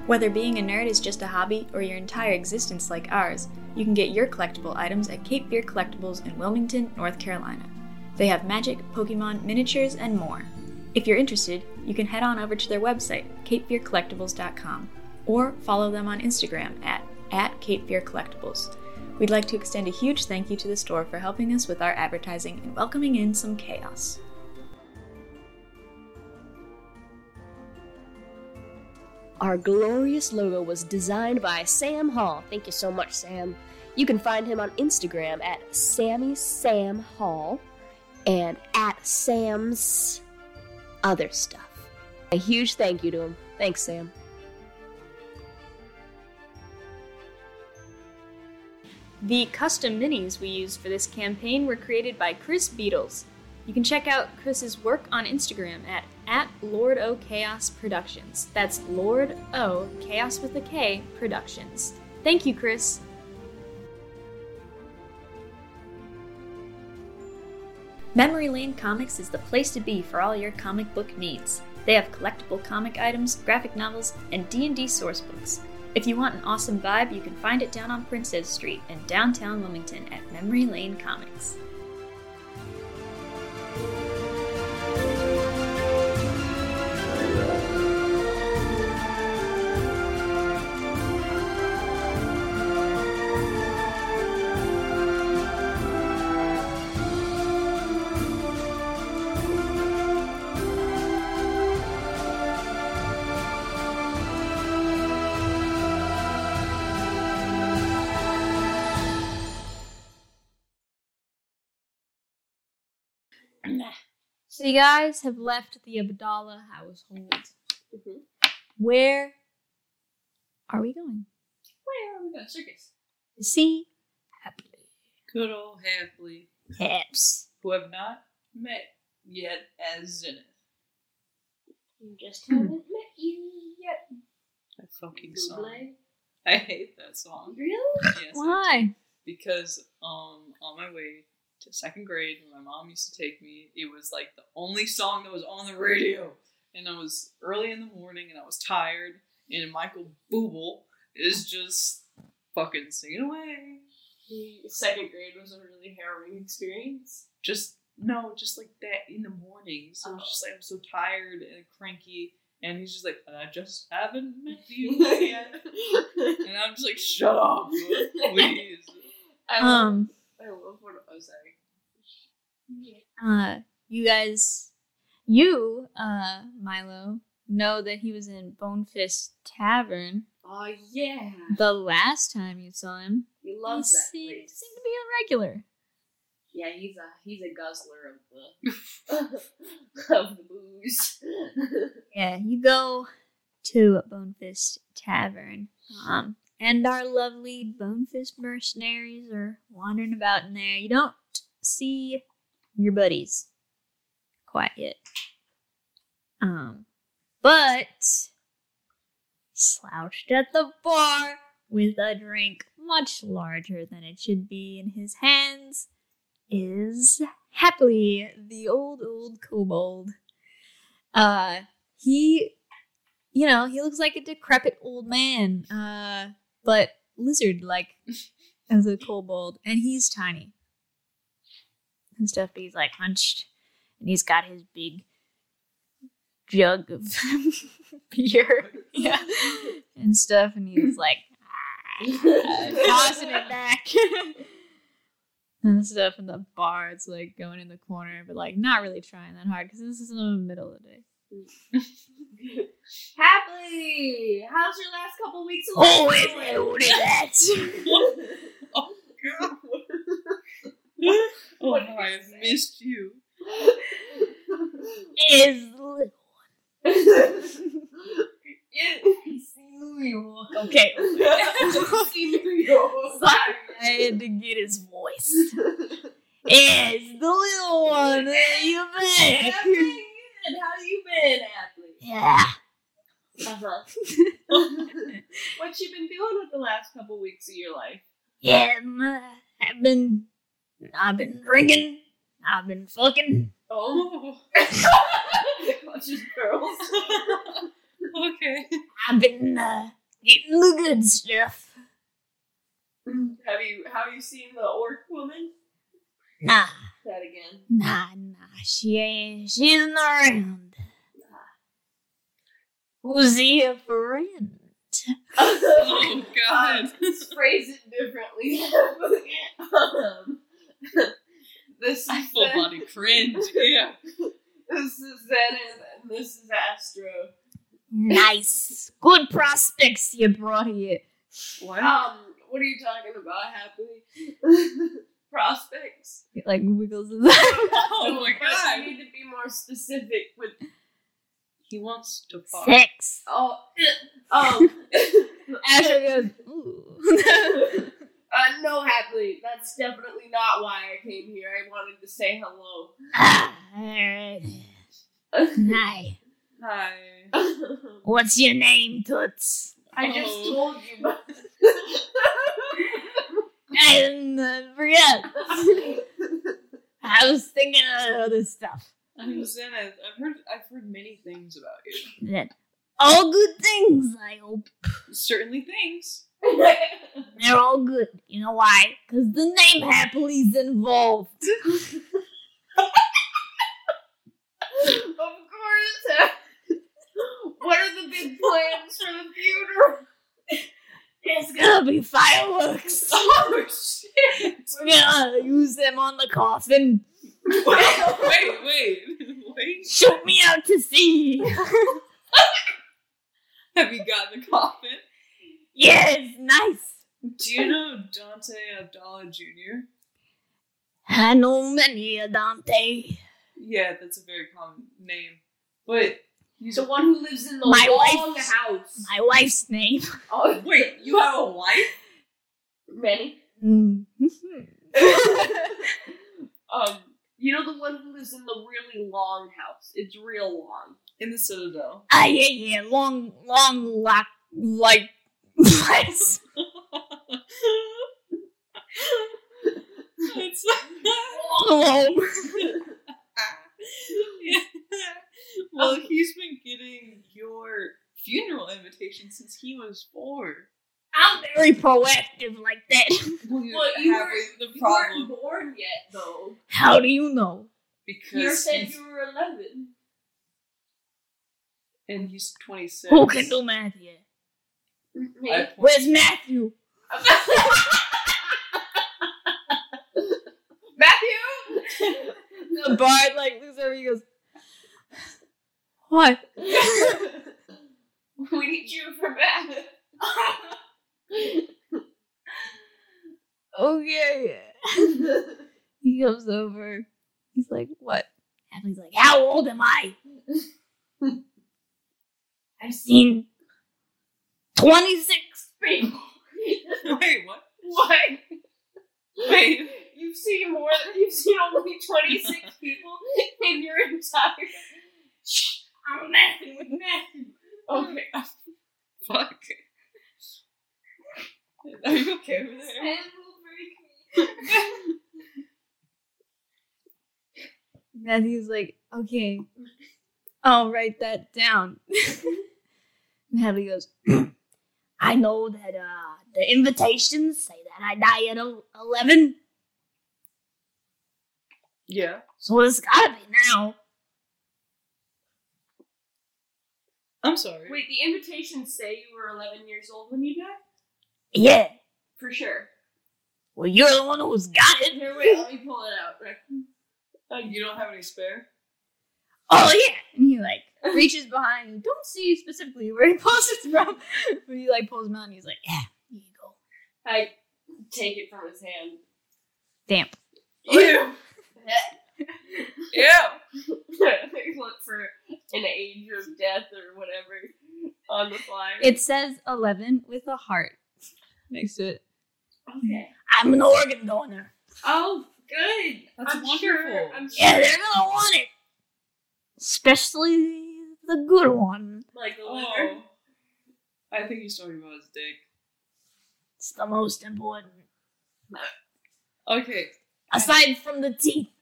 A: Whether being a nerd is just a hobby or your entire existence like ours, you can get your collectible items at Cape Fear Collectibles in Wilmington, North Carolina. They have magic, Pokemon, miniatures, and more. If you're interested, you can head on over to their website, capefearcollectibles.com, or follow them on Instagram at, at Cape Fear Collectibles. We'd like to extend a huge thank you to the store for helping us with our advertising and welcoming in some chaos.
C: Our glorious logo was designed by Sam Hall. Thank you so much, Sam. You can find him on Instagram at Sammy Sam Hall and at Sam's other stuff. A huge thank you to him. Thanks, Sam.
A: The custom minis we used for this campaign were created by Chris Beatles. You can check out Chris's work on Instagram at, at Lord O Chaos Productions. That's Lord O Chaos with a K Productions. Thank you, Chris. Memory Lane Comics is the place to be for all your comic book needs. They have collectible comic items, graphic novels, and D&D source books. If you want an awesome vibe, you can find it down on Princess Street in downtown Wilmington at Memory Lane Comics.
E: So you guys have left the Abdallah household.
F: Mm-hmm.
E: Where are we going?
F: Where are we going? Circus.
E: To see
B: Good old Hapley,
E: hips.
B: who have not met yet as Zenith.
F: You just haven't met you yet.
B: That fucking song.
F: Buble.
B: I hate that song.
F: Really?
B: Yes, I
E: Why?
B: because um on my way to second grade when my mom used to take me it was like the only song that was on the radio and i was early in the morning and i was tired and michael booble is just fucking singing away
F: Second grade was a really harrowing experience.
B: just no just like that in the morning so it's just like i'm so tired and cranky and he's just like and i just haven't met you yet and i'm just like shut up please
F: I love,
E: Um.
F: I love what oh, I was saying.
E: Uh. You guys. You. Uh. Milo. Know that he was in Bonefish Tavern
F: Oh yeah,
E: the last time you saw him.
F: he loves
E: he
F: that
E: seemed,
F: place.
E: seemed to be a regular.
F: Yeah, he's a he's a guzzler of the of the booze.
E: Yeah, you go to Bonefish Tavern. Um, and our lovely Bonefish mercenaries are wandering about in there. You don't see your buddies quite yet. Um, but slouched at the bar with a drink much larger than it should be in his hands is happily the old, old kobold. Uh, he you know he looks like a decrepit old man uh but lizard like as a kobold and he's tiny and stuff but he's like hunched and he's got his big jug of beer yeah and stuff and he's like uh, tossing it back and stuff in the bar it's like going in the corner but like not really trying that hard because this is in the middle of the day
F: Happily, how's your last couple weeks? of life going?
B: oh god oh
F: What did
B: no,
F: I
B: i've
F: say?
B: missed you
E: is okay.
B: Oh,
E: Sorry, I had to get his voice. It's the little one that you
F: Happy,
E: make.
F: good. How you been, Happily?
E: Yeah.
F: Uh-huh. what you been doing with the last couple weeks of your life?
E: Yeah, I've been, I've been drinking, I've been fucking,
B: Oh.
F: Just girls.
B: okay.
E: I've been uh, getting the good stuff.
F: have you have you seen the orc woman?
E: Nah,
F: That again.
E: nah, nah. She ain't. She isn't around. Who's here for rent?
B: Oh
F: Um,
B: God.
F: phrase it differently. um, this
B: I
F: is
B: full
F: Zen-
B: body cringe. Yeah.
F: This is Zen and this is Astro.
E: Nice, good prospects you brought here.
B: What?
F: Um, what are you talking about, Happily? Prospects.
D: It, like wiggles his eye.
B: oh my
F: But You
B: God.
F: need to be more specific with uh,
B: He wants to fuck.
E: Sex.
F: oh um
D: Asher goes, ooh.
F: uh, no happily. That's definitely not why I came here. I wanted to say hello.
E: Ah, all right. Hi.
B: Hi.
F: I
E: What's your name, Toots?
F: just
B: Oh.
F: told you but
E: I didn't uh, forget. I was thinking of other stuff.
B: I'm Zenith. I've heard. I've heard many things about you.
E: That all good things, I hope.
B: Certainly things.
E: They're all good. You know why? Because the name Happily is involved.
F: Of course. what are the big plans for the funeral?
E: It's gonna be fireworks.
B: Oh shit!
E: We're gonna use them on the coffin.
B: wait, wait, wait!
E: Shoot me out to sea.
B: Have you gotten the coffin?
E: Yes, nice.
B: Do you know Dante Abdallah Jr.?
E: I know many a Dante.
B: Yeah, that's a very common name. But
F: He's the one who lives in the
E: My
F: long
E: wife.
F: house.
E: My wife's name.
F: Oh,
B: wait, you have a wife?
F: many.
D: Mm-hmm.
F: um, you know the one who lives in the really long house. It's real long.
B: In the Citadel.
E: Ah, yeah, yeah. Long, long, lock, like place.
B: It's-
E: Long home.
B: well, he's been getting your funeral invitation since he was four.
E: I'm very proactive like that.
B: Well,
F: Well, you
B: have
F: weren't-
B: the
F: You
B: problem
F: weren't born yet, though.
E: How do you know?
B: because
F: You said
B: he's-
F: you were eleven.
B: and he's 26.
E: Who can do math here?
F: Me.
B: I-
E: Where's Matthew?
F: Matthew.
D: the bard like looks over. He goes, what?
F: we need you for math.
D: Okay. He comes over. He's like, what?
E: Apple's like, how old am I? I've seen 26.
F: People.
B: Wait, what?
F: What?
B: Wait.
F: You've seen more. You've seen only twenty six people in your entire. Shh, I'm messing with Matthew. Okay.
B: Fuck. Are you okay over there?
D: Matthew's like, okay, I'll write that down. Natalie goes,
E: I know that uh, the invitations say that I die at el- 11,
B: Yeah.
E: so it's gotta be now.
B: I'm sorry.
F: Wait, the invitations say you were eleven years old when you died.
E: Yeah.
F: For sure.
E: Well, you're the one who's got it.
F: Here, wait. Let me pull it out.
B: Uh, you don't have any spare?
E: Oh, yeah.
D: and he like reaches behind. You don't see specifically where he pulls it from, but he like pulls him out and he's like, yeah,
E: Here you go.
F: I take it from his hand.
D: damn.
B: Ew. Ew.
F: Look for an age of death or whatever on the flyer.
D: It says eleven with a heart next to it.
F: okay.
E: I'm an organ donor.
F: Oh, good.
B: That's
F: I'm Sure,
B: wonderful.
F: I'm sure.
E: Yeah, they're gonna want it. Especially the good one.
F: Like the liver.
B: Oh. I think he's talking about his dick.
E: It's the most important.
B: Okay.
E: Aside from the teeth.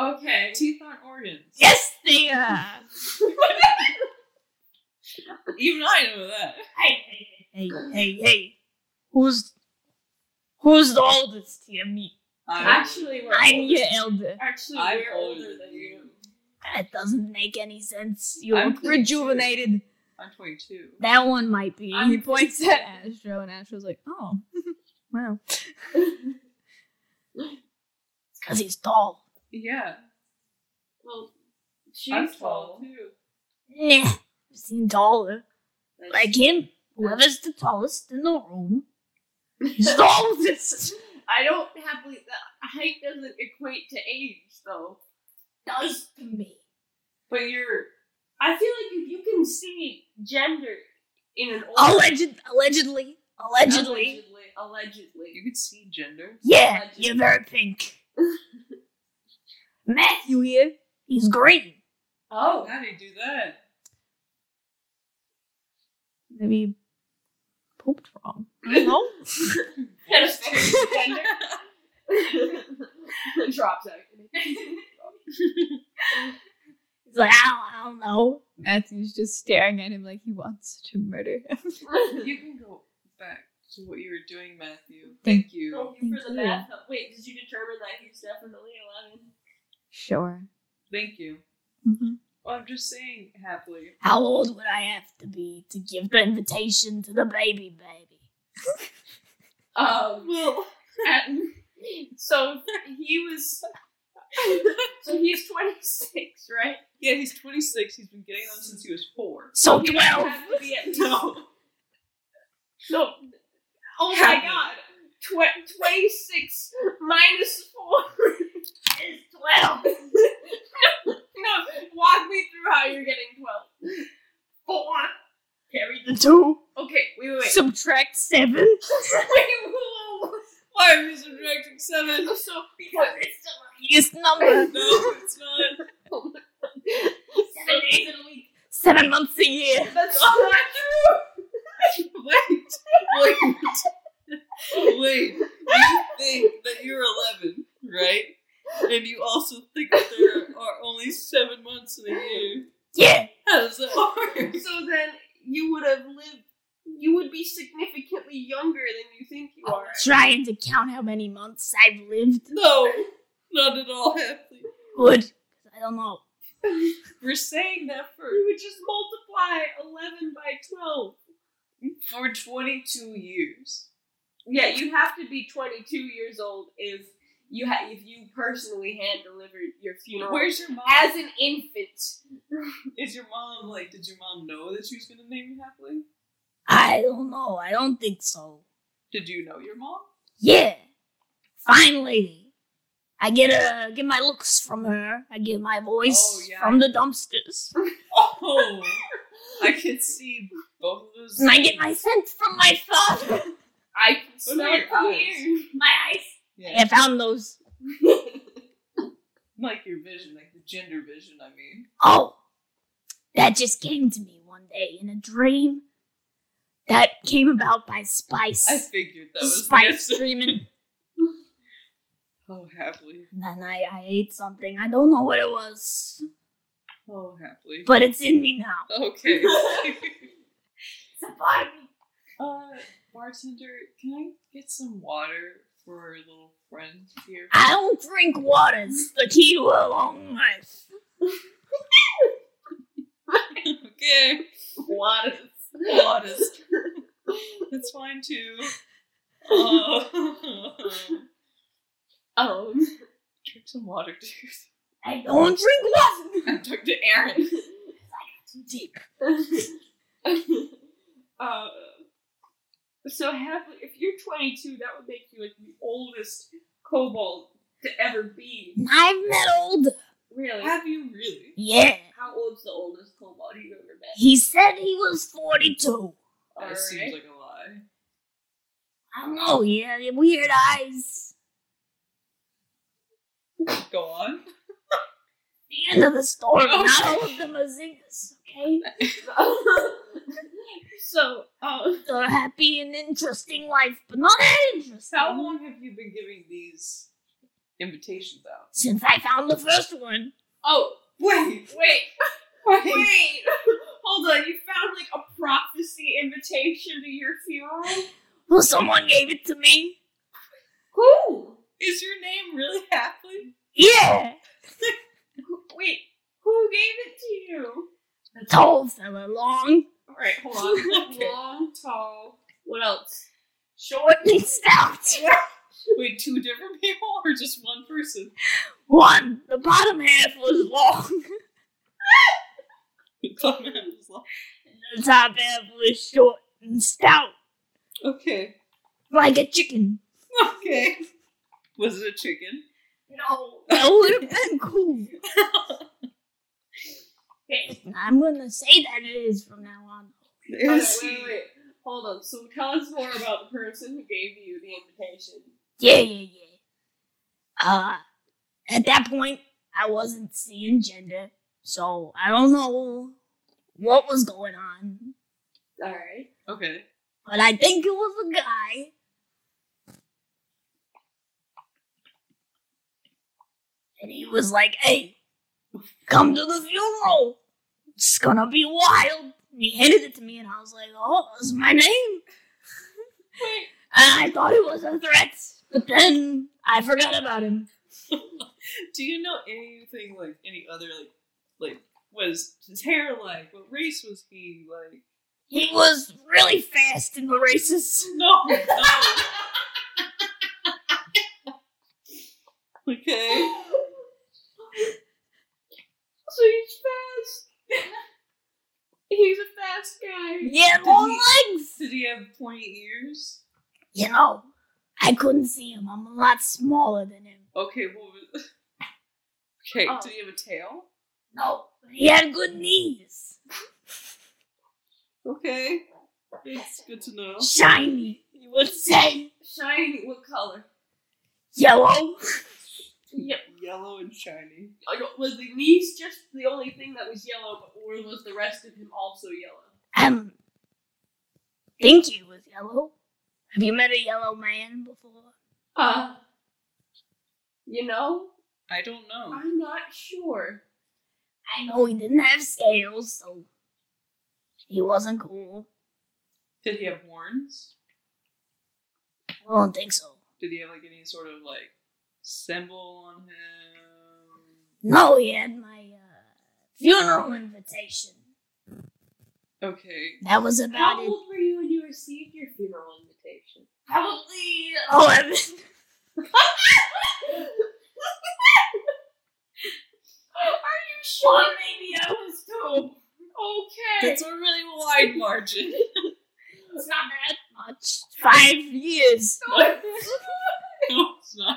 B: Okay. Teeth aren't organs.
E: Yes, they are.
B: Even I know that.
E: hey, hey, hey, hey, hey. Who's who's the oldest here? Me.
B: I'm-
F: Actually, we're
E: I'm
F: older.
E: your elder.
F: Actually,
B: I'm
F: we're
B: older
F: older than,
B: than
F: you.
B: you.
E: That doesn't make any sense. You
B: I'm
E: look
B: pretty
E: rejuvenated.
B: I'm 22.
E: That one might be.
D: he points at Astro, and Astro's like, "Oh, wow."
E: Because he's tall.
B: Yeah.
F: Well, she's
B: I'm
F: tall.
B: tall too.
E: Nah. I've seen taller.
F: That's-
E: Like him. Whoever's the tallest in the room is the oldest.
F: I don't happily. the Height doesn't equate to age, though.
E: Does to me.
B: But you're.
F: I feel like if you can see gender in an old
E: Alleged, allegedly. Allegedly.
F: allegedly, allegedly,
B: You could see gender.
E: Yeah,
F: Allegedly.
E: you're very pink. Matthew here. He's green.
F: Oh,
B: How do you do that?
D: Maybe pooped wrong.
E: No.
F: that's very gender. Drops out.
E: He's like, I don't, I don't know.
D: Matthew's just staring at him like he wants to murder him.
B: You can go back to what you were doing, Matthew. Thank you.
F: Thank you
D: Thank
F: for the
D: you.
F: math. help. Wait, did you determine that he's definitely eleven?
D: Sure.
B: Thank you.
D: Mhm.
B: Well, I'm just saying happily.
E: How old would I have to be to give the invitation to the baby baby?
F: Um, well, so he was. so he's twenty six, right?
B: Yeah, he's 26. He's been getting them since he was four.
E: So
F: he would
E: 12.
F: have to be at least-
B: No.
F: So, oh my
B: Happy.
F: god, Tw- 26 minus 4 is 12. no, no, walk me through how you're getting 12. 4 carry the
E: 2.
F: Okay, wait, wait, wait.
E: Subtract 7.
F: wait, whoa.
B: Why are you subtracting seven?
F: So, because it's still
E: Biggest
B: No,
E: number.
B: it's not.
F: Oh seven days in a week.
E: Seven months a year.
F: That's all I
B: Wait. Wait. Wait. You think that you're 11, right? And you also think that there are only seven months in a year.
E: Yeah.
B: How does that work?
F: So then you would have lived, you would be significantly younger than you think you are.
E: Trying to count how many months I've lived.
B: No, not at all, Happily.
E: Good. I don't know.
B: We're saying that for,
F: You would just multiply 11 by 12.
B: for 22 years.
F: Yeah, you have to be 22 years old if you ha- if you personally hand delivered your funeral
B: Where's your mom?
F: as an infant.
B: Is your mom like? Did your mom know that she was gonna name you Happily?
E: I don't know. I don't think so.
B: Did you know your mom?
E: Yeah. Finally. I get a get my looks from her. I get my voice
B: Oh, yeah.
E: from the dumpsters.
B: Oh, I can see both of those.
E: And I get my scent from my father.
F: I can
B: What
F: smell
B: about your
F: it from
B: eyes?
F: here.
E: My eyes.
B: Yeah,
E: I found those.
B: like your vision, like the gender vision. I mean,
E: Oh, that just came to me one day in a dream. That came about by Spice.
B: I figured that was the
E: Spice
B: answer.
E: dreaming.
B: Oh, happily.
E: And then I, I ate something. I don't know what it was,
B: Oh, happily.
E: but it's in me now.
B: Okay.
E: It's a part of me.
B: uh, bartender, can I get some water for our little friend here?
E: I don't drink water. It's the key to a long life.
B: okay.
F: Water.
B: Modest. That's fine too. Oh.
F: Um,
B: Drink some water, dude.
E: I don't drink
B: I
E: water.
B: took to Aaron.
E: Too deep.
F: uh, so have if you're 22, that would make you like the oldest kobold to ever be.
E: I've met old.
F: Really?
B: Have you really?
E: Yeah.
F: How old's the oldest kobold you've ever met?
E: He said he was 42.
B: That
F: Alright.
B: seems like a lie.
E: I don't know. He had weird eyes.
B: Go on.
E: The end of the story.
B: Okay.
E: Not all of them are zingers, okay?
F: so, um,
E: a happy and interesting life, but not that interesting.
B: How long have you been giving these invitations out.
E: since I found the first one.
F: Oh,
B: Wait,
F: wait,
B: wait.
F: wait! Hold on, you found like a prophecy invitation to your funeral?
E: Well, someone gave it to me.
F: Who?
B: Is your name really Hapley?
E: Yeah,
F: Who- Wait, who gave it to you?
E: the tall fella, long,
B: All right, hold on. Okay.
F: Long, tall. What else?
E: short, and stout.
B: Wait, two different people or just one person?
E: One, the bottom half was long, the top half was short and stout,
B: okay.
E: like a chicken.
B: Okay. Was it a chicken?
E: No, that would have been cool. I'm gonna say that it is from now on.
B: There's-
F: wait, wait, wait. Hold on. So tell us more about the person who gave you the invitation.
E: Yeah, yeah, yeah. Uh, at that point, I wasn't seeing gender, so I don't know what was going on,
F: All right.
B: Okay.
E: but I think it was a guy. And he was like, hey, come to the funeral. It's gonna be wild. And he handed it to me, and I was like, oh, that's my name. and I thought it was a threat, but then I forgot about him.
B: Do you know anything like any other like like was his hair like? What race was he like?
E: He was really fast and racist.
B: No. no. okay.
F: So he's fast. he's a fast guy.
E: Yeah,
B: Did
E: long
B: he-
E: legs.
B: Did he have pointy ears?
E: You know, I couldn't see him. I'm a lot smaller than him.
B: Okay. What was? Okay.
F: Oh.
B: Did he have a tail?
E: No, he had good knees.
B: Okay. That's good to know.
E: Shiny, you would say.
F: Shiny. What color?
E: Yellow.
F: Yeah.
B: Yellow and shiny.
F: I don't- Was the knees just the only thing that was yellow, or was the rest of him also yellow?
E: Um, think he was yellow. Have you met a yellow man before?
F: Uh, you know,
B: I don't know.
F: I'm not sure.
E: I know he didn't have scales, so he wasn't cool.
B: Did he have horns?
E: I don't think so.
B: Did he have like any sort of like symbol on him?
E: No, he had my uh, funeral invitation.
B: Okay.
E: That was about
F: How
E: it.
F: old were you when you received your funeral invitation?
E: Probably eleven.
F: Are you sure? maybe I was too. Okay.
B: That's a really wide margin.
E: It's not that much. Five years.
B: no, it's not.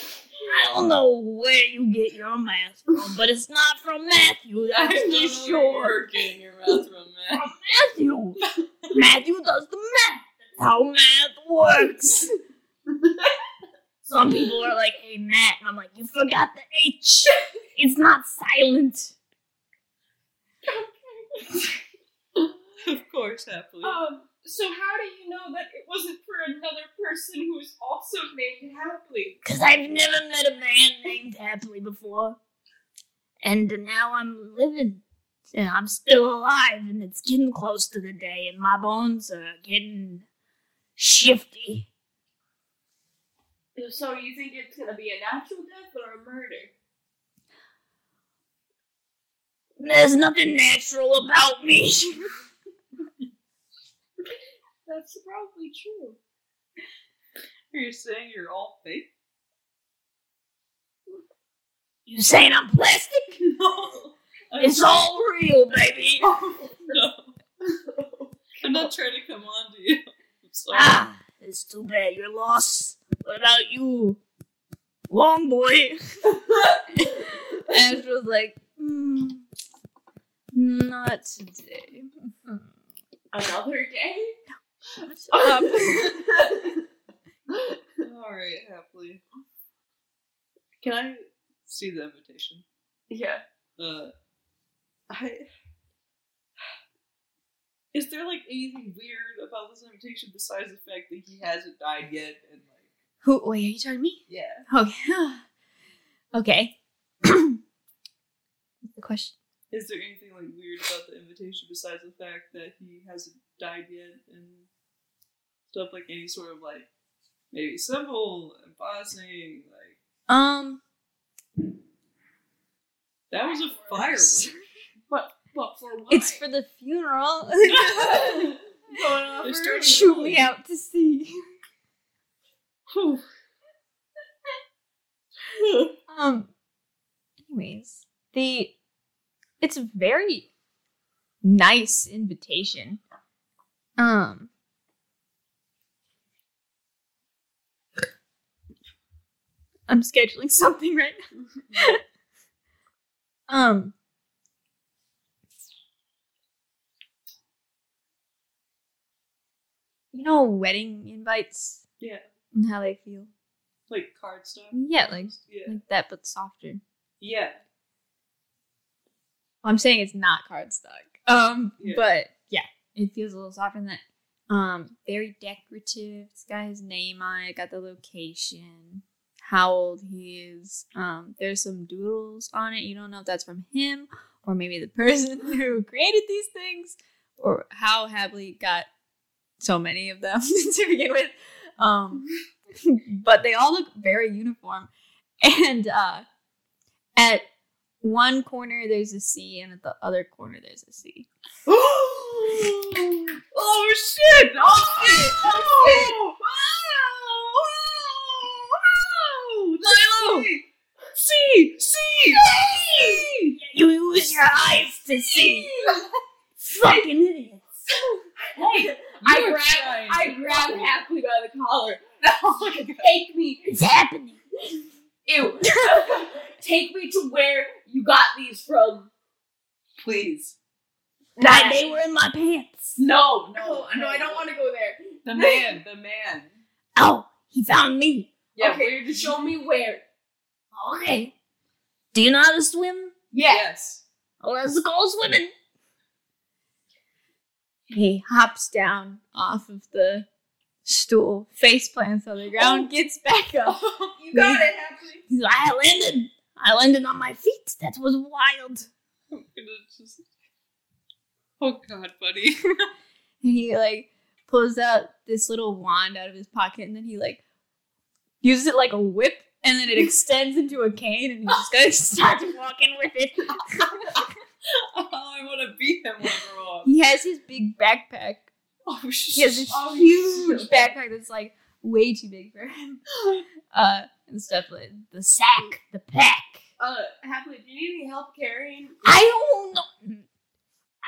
E: I don't know where you get your math from, but it's not from Matthew.
B: I
E: That's
B: don't
E: for
B: know where
E: sure.
B: You're getting your mouth from man.
E: From Matthew. Matthew does the math. That's how math works. Some people are like, "Hey, Matt," and I'm like, "You forgot the H. It's not silent."
B: Of course, happily.
F: Um, so how do you know that it wasn't for another person who is also named Happily?
E: Because I've never met a man named Hapley before. And now I'm living. And I'm still alive, and it's getting close to the day, and my bones are getting shifty.
F: So you think it's gonna be a natural death or a murder?
E: There's nothing natural about me.
F: That's probably true.
B: You're saying you're all fake?
E: you saying I'm plastic?
B: No. I'm
E: It's
B: not-
E: all real, baby.
B: No. I'm not trying to come on to you. I'm sorry.
E: Ah, it's too bad you're lost. What about you, long boy?
D: Ash was like,
E: "Hmm,
D: mm, not today.
F: Another day?
D: Up.
E: Um,
B: Um, All right, happily. Can I see the invitation?
F: Yeah.
B: Uh, I. Is there like anything weird about this invitation besides the fact that he hasn't died yet and like
E: Who? Wait, are you talking to me?
B: Yeah.
E: Okay. okay. the question.
B: Is there anything like weird about the invitation besides the fact that he hasn't died yet and stuff like any sort of like maybe symbol embossing like
E: Um.
B: that was a firework.
F: But but for what?
E: It's for the funeral.
F: going on
B: They're
F: for-
B: starting to
E: Shoot me out to sea.
B: Whew.
E: Um. Anyways, the it's a very nice invitation. Um. I'm scheduling something right now. um. You know wedding invites
B: Yeah.
E: and how they feel.
B: Like card stuff.
E: Yeah, like
B: Yeah.
E: like that, but softer.
B: Yeah.
E: Well, I'm saying it's not cardstock. Um,
B: Yeah.
E: but yeah, it feels a little softer than that. Um, very decorative. It's got his name on it. Got the location, how old he is. Um, there's some doodles on it. You don't know if that's from him or maybe the person who created these things, or how Habley got so many of them to begin with. Um, but they all look very uniform. And uh, at one corner there's a C, and at the other corner there's a C.
B: oh shit! Oh, wow! Wow! Wow!
E: Milo!
B: C! C! C! C!
E: You use your eyes to see. Fucking idiots.
F: Hey, I
B: You're
F: grab
B: trying.
F: I grab Hapley by the collar. No, take me.
E: It's happening.
F: Ew. take me to where you got these from.
B: Please.
F: Not
E: they were in my pants.
F: No, no, Oh, no, I don't want to go there.
B: The man, the man.
E: Oh, he found me.
B: Yeah,
F: okay,
B: where did you-
F: show me where.
E: Okay. Do you know how to swim?
F: Yeah.
B: Yes.
E: Oh, let's go swimming. He hops down off of the stool, face plants on the ground, gets back up.
F: Oh. You got it, Hapley.
E: He's like, I landed. I landed on my feet. That was wild.
B: I'm gonna just- Oh god, buddy.
E: And he like pulls out this little wand out of his pocket and then he like uses it like a whip and then it extends into a cane and he just goes starts walking with it.
B: oh, I want to beat him when I grow up.
E: He has his big backpack.
B: Oh
E: He has this
B: shit.
E: huge backpack that's like way too big for him. Uh and stuff like the sack, the pack.
F: Uh, Hapley, do you need any help carrying?
E: I don't know.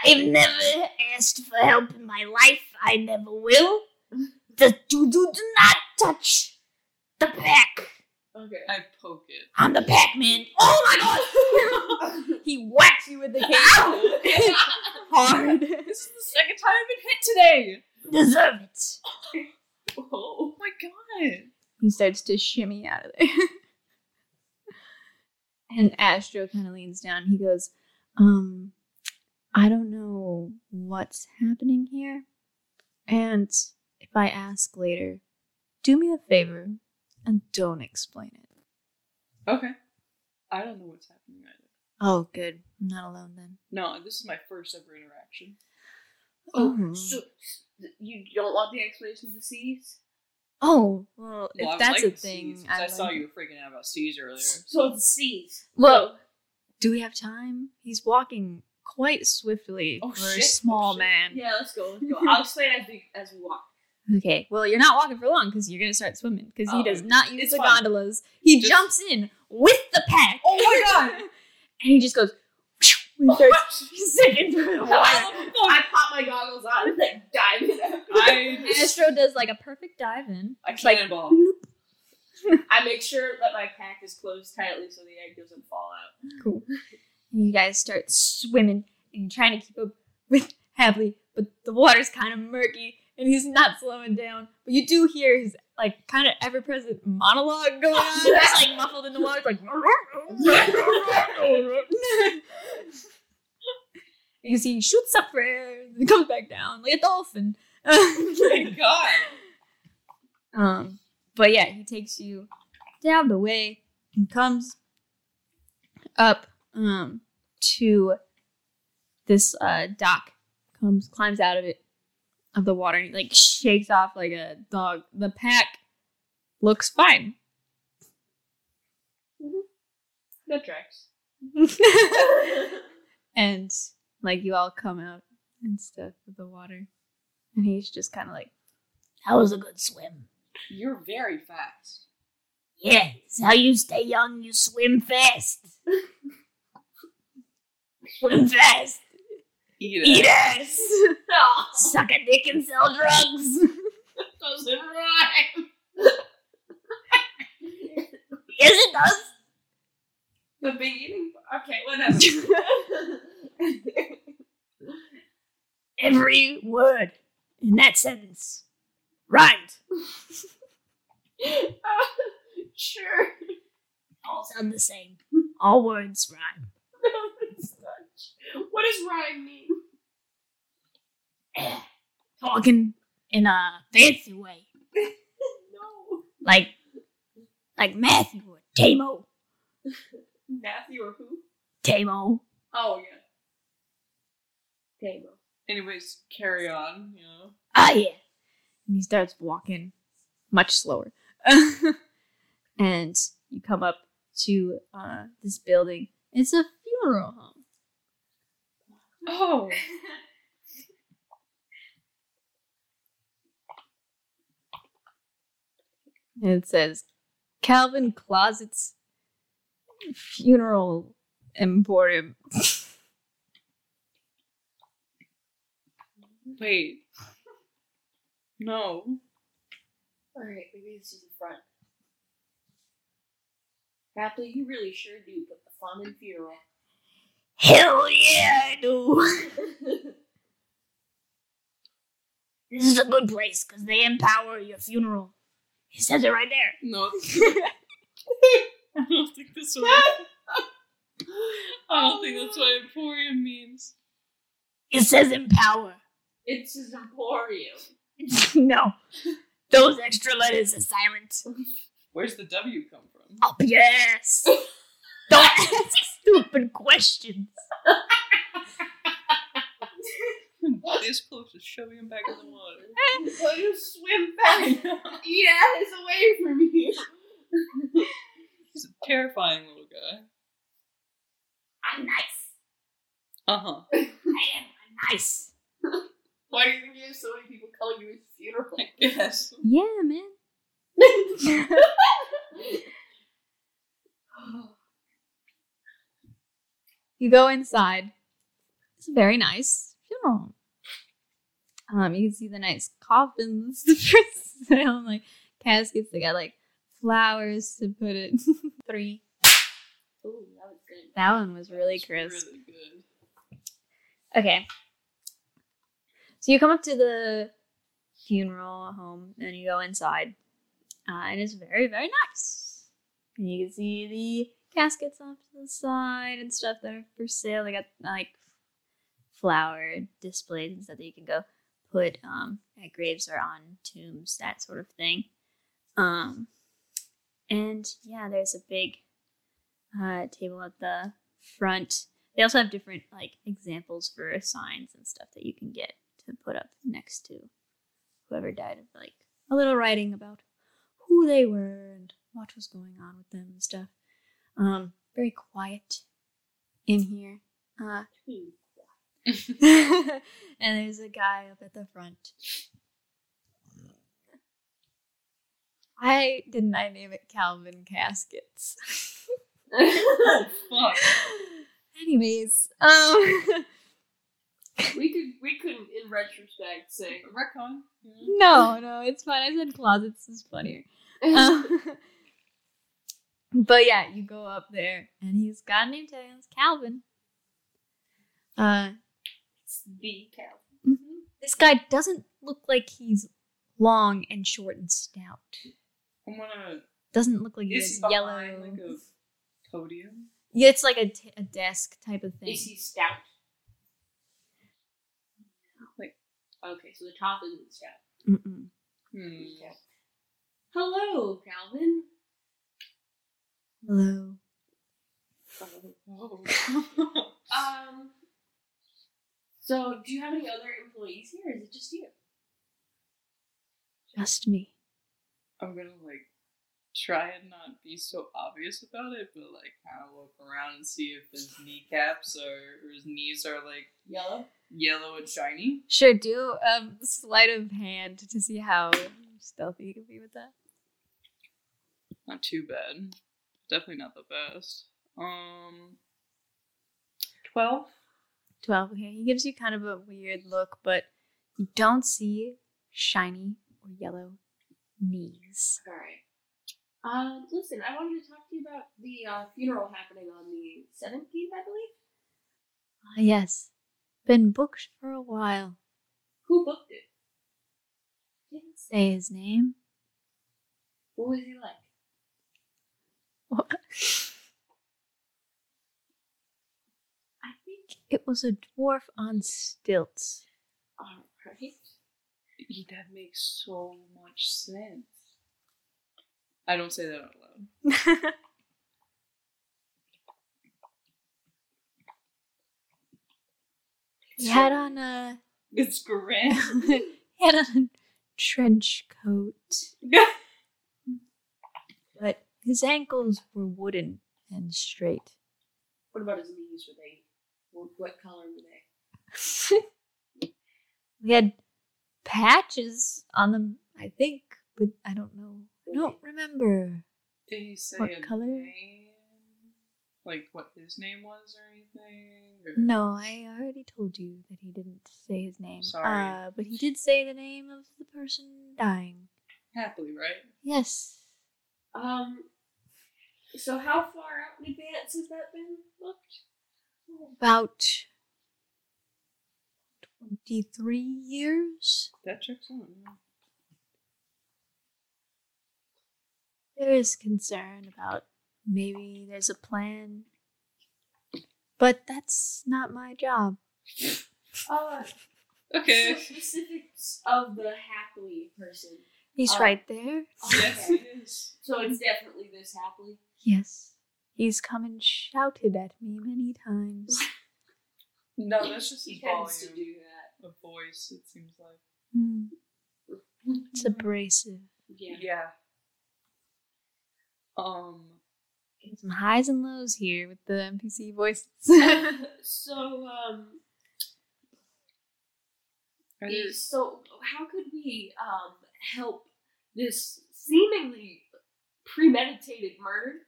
E: I've never asked for help in my life. I never will. The do do do not touch the pack.
F: Okay.
B: I poke it.
E: I'm the Pac-Man. Oh my god! he whacks you with the cane hard.
B: This is the second time I've been hit today.
E: Deserve it.
B: Oh, my god.
E: He starts to shimmy out of there. and Astro kind of leans down. He goes, um, I don't know what's happening here. And if I ask later, do me a favor and don't explain it.
B: Okay. I don't know what's happening either.
E: Oh, good. I'm not alone then.
B: No, this is my first ever interaction. Oh.
E: Mhm.
F: Oh, so you don't want the explanation to cease?
E: Oh, well, if
B: Well, I would
E: that's
B: like
E: a
B: to see
E: thing,
B: these, 'cause I,
E: I'd
B: saw
E: like-
B: you were freaking out about C's earlier.
F: So it's cease.
E: Well, do we have time? He's walking quite swiftly
B: Oh,
E: for a
B: shit.
E: small
B: Oh, shit.
E: man.
F: Yeah, let's go. Let's go. I'll explain as we as we walk.
E: Okay, well, you're not walking for long because you're gonna start swimming because
B: Oh,
E: he does not use
B: it's
E: the
B: fine.
E: gondolas. He
B: Just-
E: jumps in with the pack. Oh my god! and he just goes and starts zipping through the water.
F: I pop my goggles on and then dive in.
B: I,
E: Astro does like a perfect dive in.
B: I
E: It's like,
B: cannonball.
F: I make sure that my pack is closed tightly so the egg doesn't fall out.
E: Cool. And you guys start swimming and you're trying to keep up with Hadley, but the water's kind of murky and he's not slowing down. But you do hear his like kind of ever present monologue going on. It's like muffled in the water. It's like You see, he shoots up for air and
F: Oh
E: comes back down like a dolphin.
B: Oh my god.
E: um, but yeah, he takes you down the way and comes up um, to this uh, dock. Comes, climbs out of it, of the water, and he, like shakes off like a dog. The pack looks fine.
F: That tracks.
E: and like you all come out and stuff of the water. And he's just kind of like,
I: That was a good swim.
B: You're very fast.
I: Yeah, it's how you stay young. You swim fast. swim fast.
B: Eat it.
I: Eat ass.
F: Ah,
I: Suck a dick and sell drugs.
F: Doesn't rhyme.
I: yes, it does.
F: The beginning. Okay, whatever.
I: Every word in that sentence rhymed.
F: sure.
I: All sound the same. All words rhyme.
F: No, it's not. What does rhyme mean?
I: Talking in a fancy way,
F: No.
I: like like Matthew or Tamo.
F: Matthew or who?
I: Tamo.
F: Oh yeah. Tamo.
B: Anyways, carry on. You know.
I: Ah, yeah.
E: and he starts walking much slower. and you come up to uh, this building. It's a funeral home.
B: Oh,
E: And it says Calvin Closets Funeral Emporium.
B: wait. No.
F: All right, maybe this is the front. Rapley, you really sure do put the fun in funeral.
I: Hell yeah, I do. this is a good place because they empower your funeral. It says it right there.
B: No. I don't think that's what. I don't think that's what Emporium means.
I: It says empower.
F: It's his emporium.
I: no. Those extra letters are silent.
B: Where's the W come from?
I: Up yes. Don't ask stupid questions.
B: this close to shoving him back in the water.
F: So you swim back. Eat ass away from me.
B: He's a terrifying little guy.
I: I'm nice.
B: Uh huh.
I: I am nice.
F: Why do you think there's so many people calling you his funeral?
B: Yes.
E: Yeah, man. You go inside. It's very nice funeral home. Um, you can see the nice coffins for sale, like caskets. They got like flowers to put it. Three.
F: Ooh, that was good.
E: That one was really
B: It's
E: crisp.
B: Really good.
E: Okay. So you come up to the funeral home and you go inside. Uh, and it's very, very nice. And you can see the caskets off to the side and stuff that are for sale. They got like flower displays and stuff that you can go put um, at graves or on tombs, that sort of thing. Um, and yeah, there's a big uh, table at the front they also have different like examples for signs and stuff that you can get to put up next to whoever died of like a little writing about who they were and what was going on with them and stuff um very quiet in here uh and there's a guy up at the front i didn't i name it calvin caskets
B: Oh fuck.
E: anyways um
F: we could we couldn't in retrospect say
B: Recon. Yeah.
E: No, no, it's fine. I said closets is funnier. Um, but yeah, you go up there, and he's got a name tag. and It's Calvin. Uh,
F: it's the cow.
B: Mm-hmm.
E: this guy doesn't look like he's long and short and stout.
B: I'm gonna.
E: Doesn't look like he
B: Is
E: has
B: he behind
E: yellow.
B: like a podium?
E: yeah, it's like a, t- a desk type of thing.
F: Is he stout?
B: Wait.
F: Okay, so the top isn't stout. Mm.
E: Mm-mm.
B: Hmm.
F: Hello, Calvin.
E: Hello.
F: Um. So, do you have any other employees here? Or is it just you?
E: Just me.
B: I'm gonna like try and not be so obvious about it, but like kind of look around and see if his kneecaps are or his knees are like
F: Yellow.
B: yellow and shiny.
E: Sure, do um sleight of hand to see how stealthy you can be with that.
B: Not too bad. Definitely not the best. Um, twelve.
E: 12. Okay. He gives you kind of a weird look, but you don't see shiny or yellow knees.
F: All right. Um, listen, I wanted to talk to you about the uh, funeral happening on the 17th, I believe.
E: Ah, yes. Been booked for a while.
F: Who booked it?
E: Didn't say his name.
F: What was he like?
E: What? I think it was a dwarf on stilts.
F: All right.
B: E- That makes so much sense. I don't say that out loud.
E: He had on a
B: It's grand.
E: he had on a trench coat, but his ankles were wooden and straight.
F: What about his knees? Were they? What, what color were they?
E: we had patches on them, I think, but I don't know. I don't remember.
B: Did he say
E: What
B: a
E: color?
B: name? Like what his name was or anything? Or-
E: No, I already told you that he didn't say his name.
B: Sorry.
E: Uh, but he did say the name of the person dying.
B: Happily, right?
E: Yes.
F: Um. So how far out in advance has that been booked?
E: About 23 years.
B: That checks out. yeah.
E: There is concern about maybe there's a plan. But that's not my job.
F: Uh,
B: Okay.
F: so specifics of the happily person.
E: He's
F: Uh,
E: right there.
B: yes,
F: Okay.
B: it is.
F: So it's definitely this happily.
E: Yes. He's come and shouted at me many times.
B: No, that's just his
F: he tends to
B: volume
F: do that.
B: of voice, it seems like.
E: Hmm. It's abrasive.
F: Yeah.
B: Um,
E: Some highs and lows here with the NPC voices.
F: so um.
B: are
F: Yeah,
B: there-
F: So, how could we um, help this seemingly premeditated murder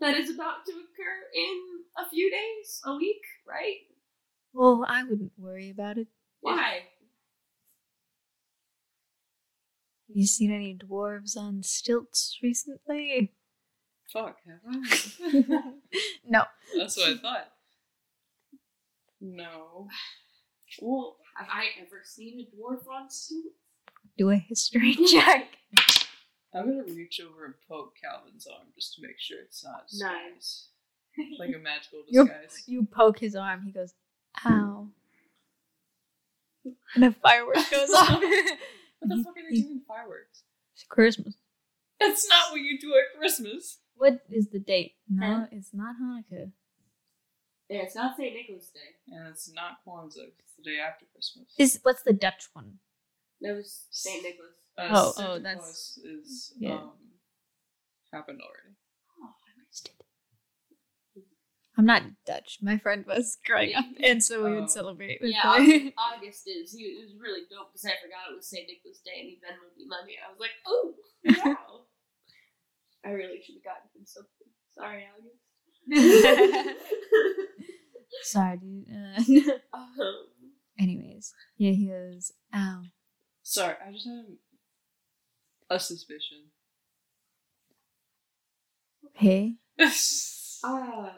F: that is about to occur in a few days, a week, right?
E: well, I wouldn't worry about it.
F: Why?
E: Have you seen any dwarves on stilts recently?
B: fuck, have I?
E: no.
B: that's what I thought. No.
F: Well, have I ever seen a dwarf on suit?
E: Do a history check.
B: I'm gonna reach over and poke Calvin's arm just to make sure it's not a
F: Nice.
B: disguise. Like a magical
E: Yep.
B: disguise.
E: You poke his arm, he goes, ow. And a firework goes off.
B: What the fuck are they doing fireworks?
E: It's Christmas.
B: That's not what you do at Christmas.
E: What is the date? No, it's not Hanukkah.
F: Yeah, it's not St. Nicholas Day.
B: And it's not Kwanzaa, 'cause it's the day after Christmas.
E: Is what's the Dutch one?
F: That was St. Nicholas.
B: Uh,
E: Oh, oh,
B: Santa
E: that's-
B: Claus is
E: yeah.
B: um, happened already.
E: I'm not Dutch. My friend was growing up, and so we
B: Oh.
E: would celebrate with
F: Yeah,
E: them.
F: August, August is. He, it was really dope because I forgot it was St. Nicholas Day and he Venmoed me money. I was like, oh, wow. I really should have gotten him something. Sorry, August.
E: Sorry, dude. Uh,
F: um,
E: anyways, yeah, he goes, ow.
B: Sorry, I just had a suspicion.
E: Okay.
F: uh,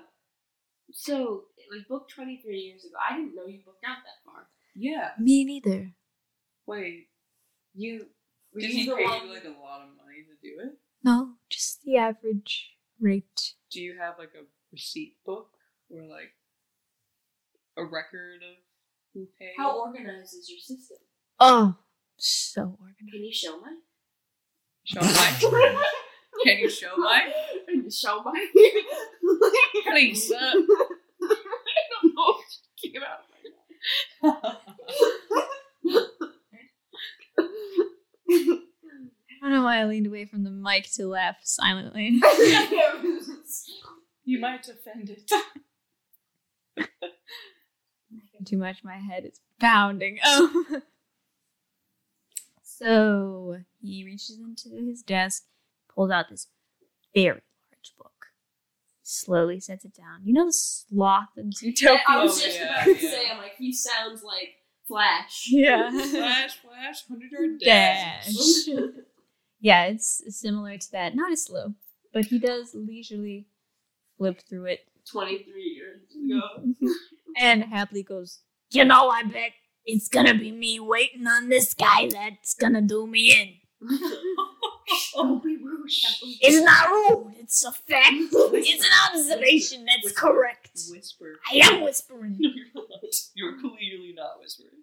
F: so, it was booked 23 years ago. I didn't know you booked out that far.
B: yeah.
E: Me neither.
B: Wait.
F: You. Were
B: Did
F: you
B: he
F: the
B: pay
F: one-
B: you like a lot of money to do it?
E: No, just the average rate.
B: Do you have like a receipt book or like a record of who paid?
F: How organized is your system?
E: Oh, so organized.
F: Can you show me?
B: Show my. Can you show my?
F: Show my.
B: Please. uh,
F: I don't know if she came out
E: I don't know why I leaned away from the mic to laugh silently.
B: You might offend it.
E: Too much, my head is pounding. Oh. so he reaches into his desk, pulls out this very large book, slowly sets it down. You know the sloth in Zootopia?
F: I was
B: Oh,
F: just
B: yeah,
F: about to
B: yeah.
F: say, I'm like, he sounds like Flash.
E: Yeah.
B: flash, flash, hundred yard dash.
E: Dash. yeah, it's similar to that. Not as slow, but he does leisurely flip through it
F: 23 years ago.
E: and happily goes,
J: You know, I bet it's gonna be me waiting on this guy that's gonna do me in.
F: oh, we were happily.
J: It's not rude, it's a fact. It's an observation that's correct.
B: Whisper.
J: I am whispering.
B: You're not. You're clearly not whispering.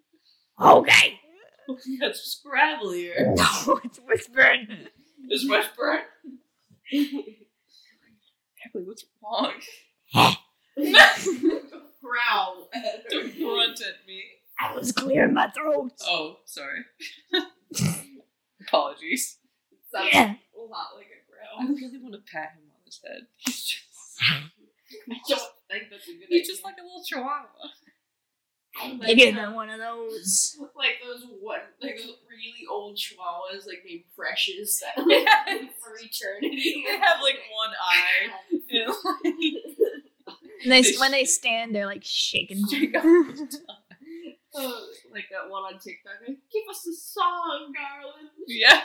J: Okay.
B: That's scrabblier.
J: No, it's whispering.
B: Is whisper? Happily, what's wrong?
F: Growl.
B: Don't grunt at me.
J: I was clearing my throat.
B: Oh, sorry. Apologies.
F: Sounds
J: Yeah.
F: a lot like a
B: I
F: growl.
B: really want to pat him on his head. He's just,
F: I don't think that's a good
B: he's just like a little chihuahua.
F: idea.
J: Bigger than one of those.
F: like those one, like those really old chihuahuas, like named Freshes that like, for eternity.
B: They have like one eye. You know?
E: and they, when they stand, they're like shaking.
F: Oh, like that one on TikTok. Like, Give us a song, darling.
B: yeah.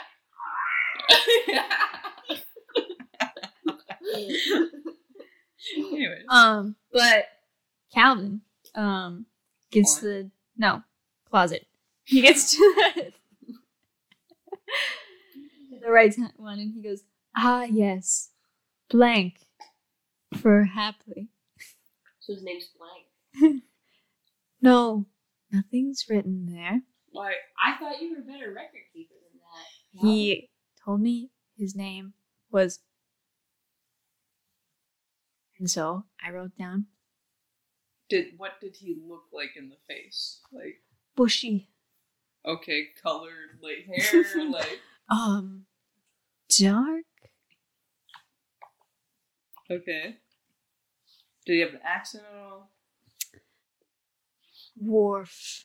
B: anyway,
E: Um, but Calvin, um, gets the no closet. He gets to the, the right hand one, and he goes, "Ah, yes, blank for happily.
F: So his name's Blank.
E: No, nothing's written there."
B: why?
F: I thought you were a better record keeper than that.
E: He told me his name was, and so I wrote down
B: Did what did he look like in the face? Like
E: bushy,
B: okay, colored, like hair, like
E: um, dark.
B: okay. Did he have an accent at all?
E: Wharf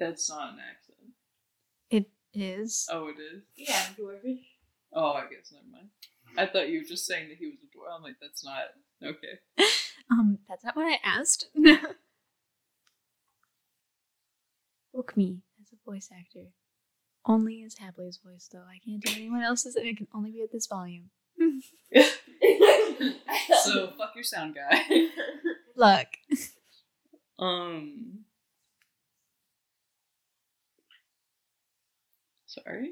B: That's not an accent.
E: It is.
B: Oh, it is.
F: yeah, dwarfish.
B: Oh, I guess never mind. I thought you were just saying that he was a dwarf. I'm like, that's not okay.
E: Um, that's not what I asked. Book me as a voice actor. Only as Hapley's voice, though. I can't do anyone else's, and it can only be at this volume.
B: So fuck your sound guy.
E: Look,
B: Um. Sorry.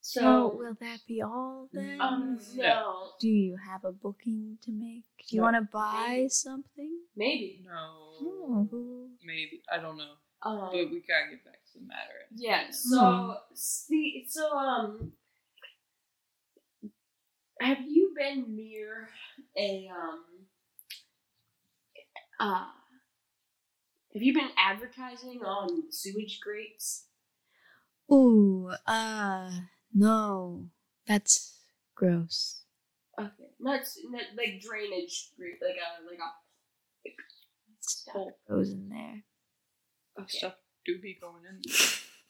F: so
E: so will that be all then?
F: um no
B: No.
E: do you have a booking to make? Do you
B: No.
E: want to buy something?
F: maybe
B: No.
F: Hmm.
E: Oh,
B: Maybe I don't know,
F: um
B: but we gotta get back to the matter.
F: yeah so see so um have you been near a um uh have you been advertising on sewage grates?
E: Ooh, uh, no. That's gross.
F: Okay, not, s- not like drainage grate, like a like a
E: Stuff goes in there.
F: okay.
B: Stuff do be going in.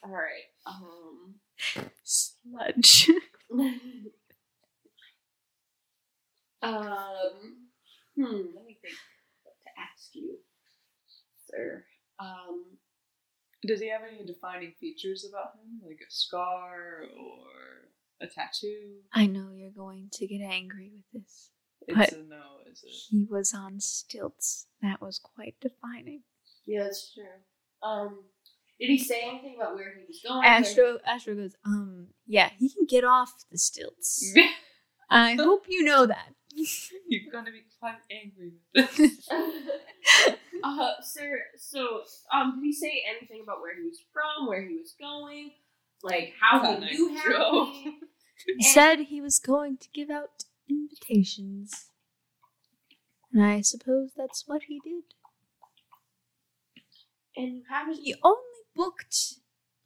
F: All right. Um.
E: Sludge.
F: um. Hmm. Let me think what to ask you, sir. Um.
B: Does he have any defining features about him, like a scar or a tattoo?
E: I know you're going to get angry with this.
B: It's
E: But-
B: a no, is it?
E: He was on stilts. That was quite defining.
F: Yeah, that's true. Um. Did he say anything about where he was going?
E: Astro Astro goes, um, yeah, he can get off the stilts. I hope you know that.
B: You're gonna be quite angry with this.
F: uh, sir. So, um, did he say anything about where he was from, where he was going, Like, how
B: That's
F: can
B: a
F: you have
B: joke.
F: me?
D: He said he was going to give out invitations. And I suppose that's what he did.
F: And you haven't.
D: He only booked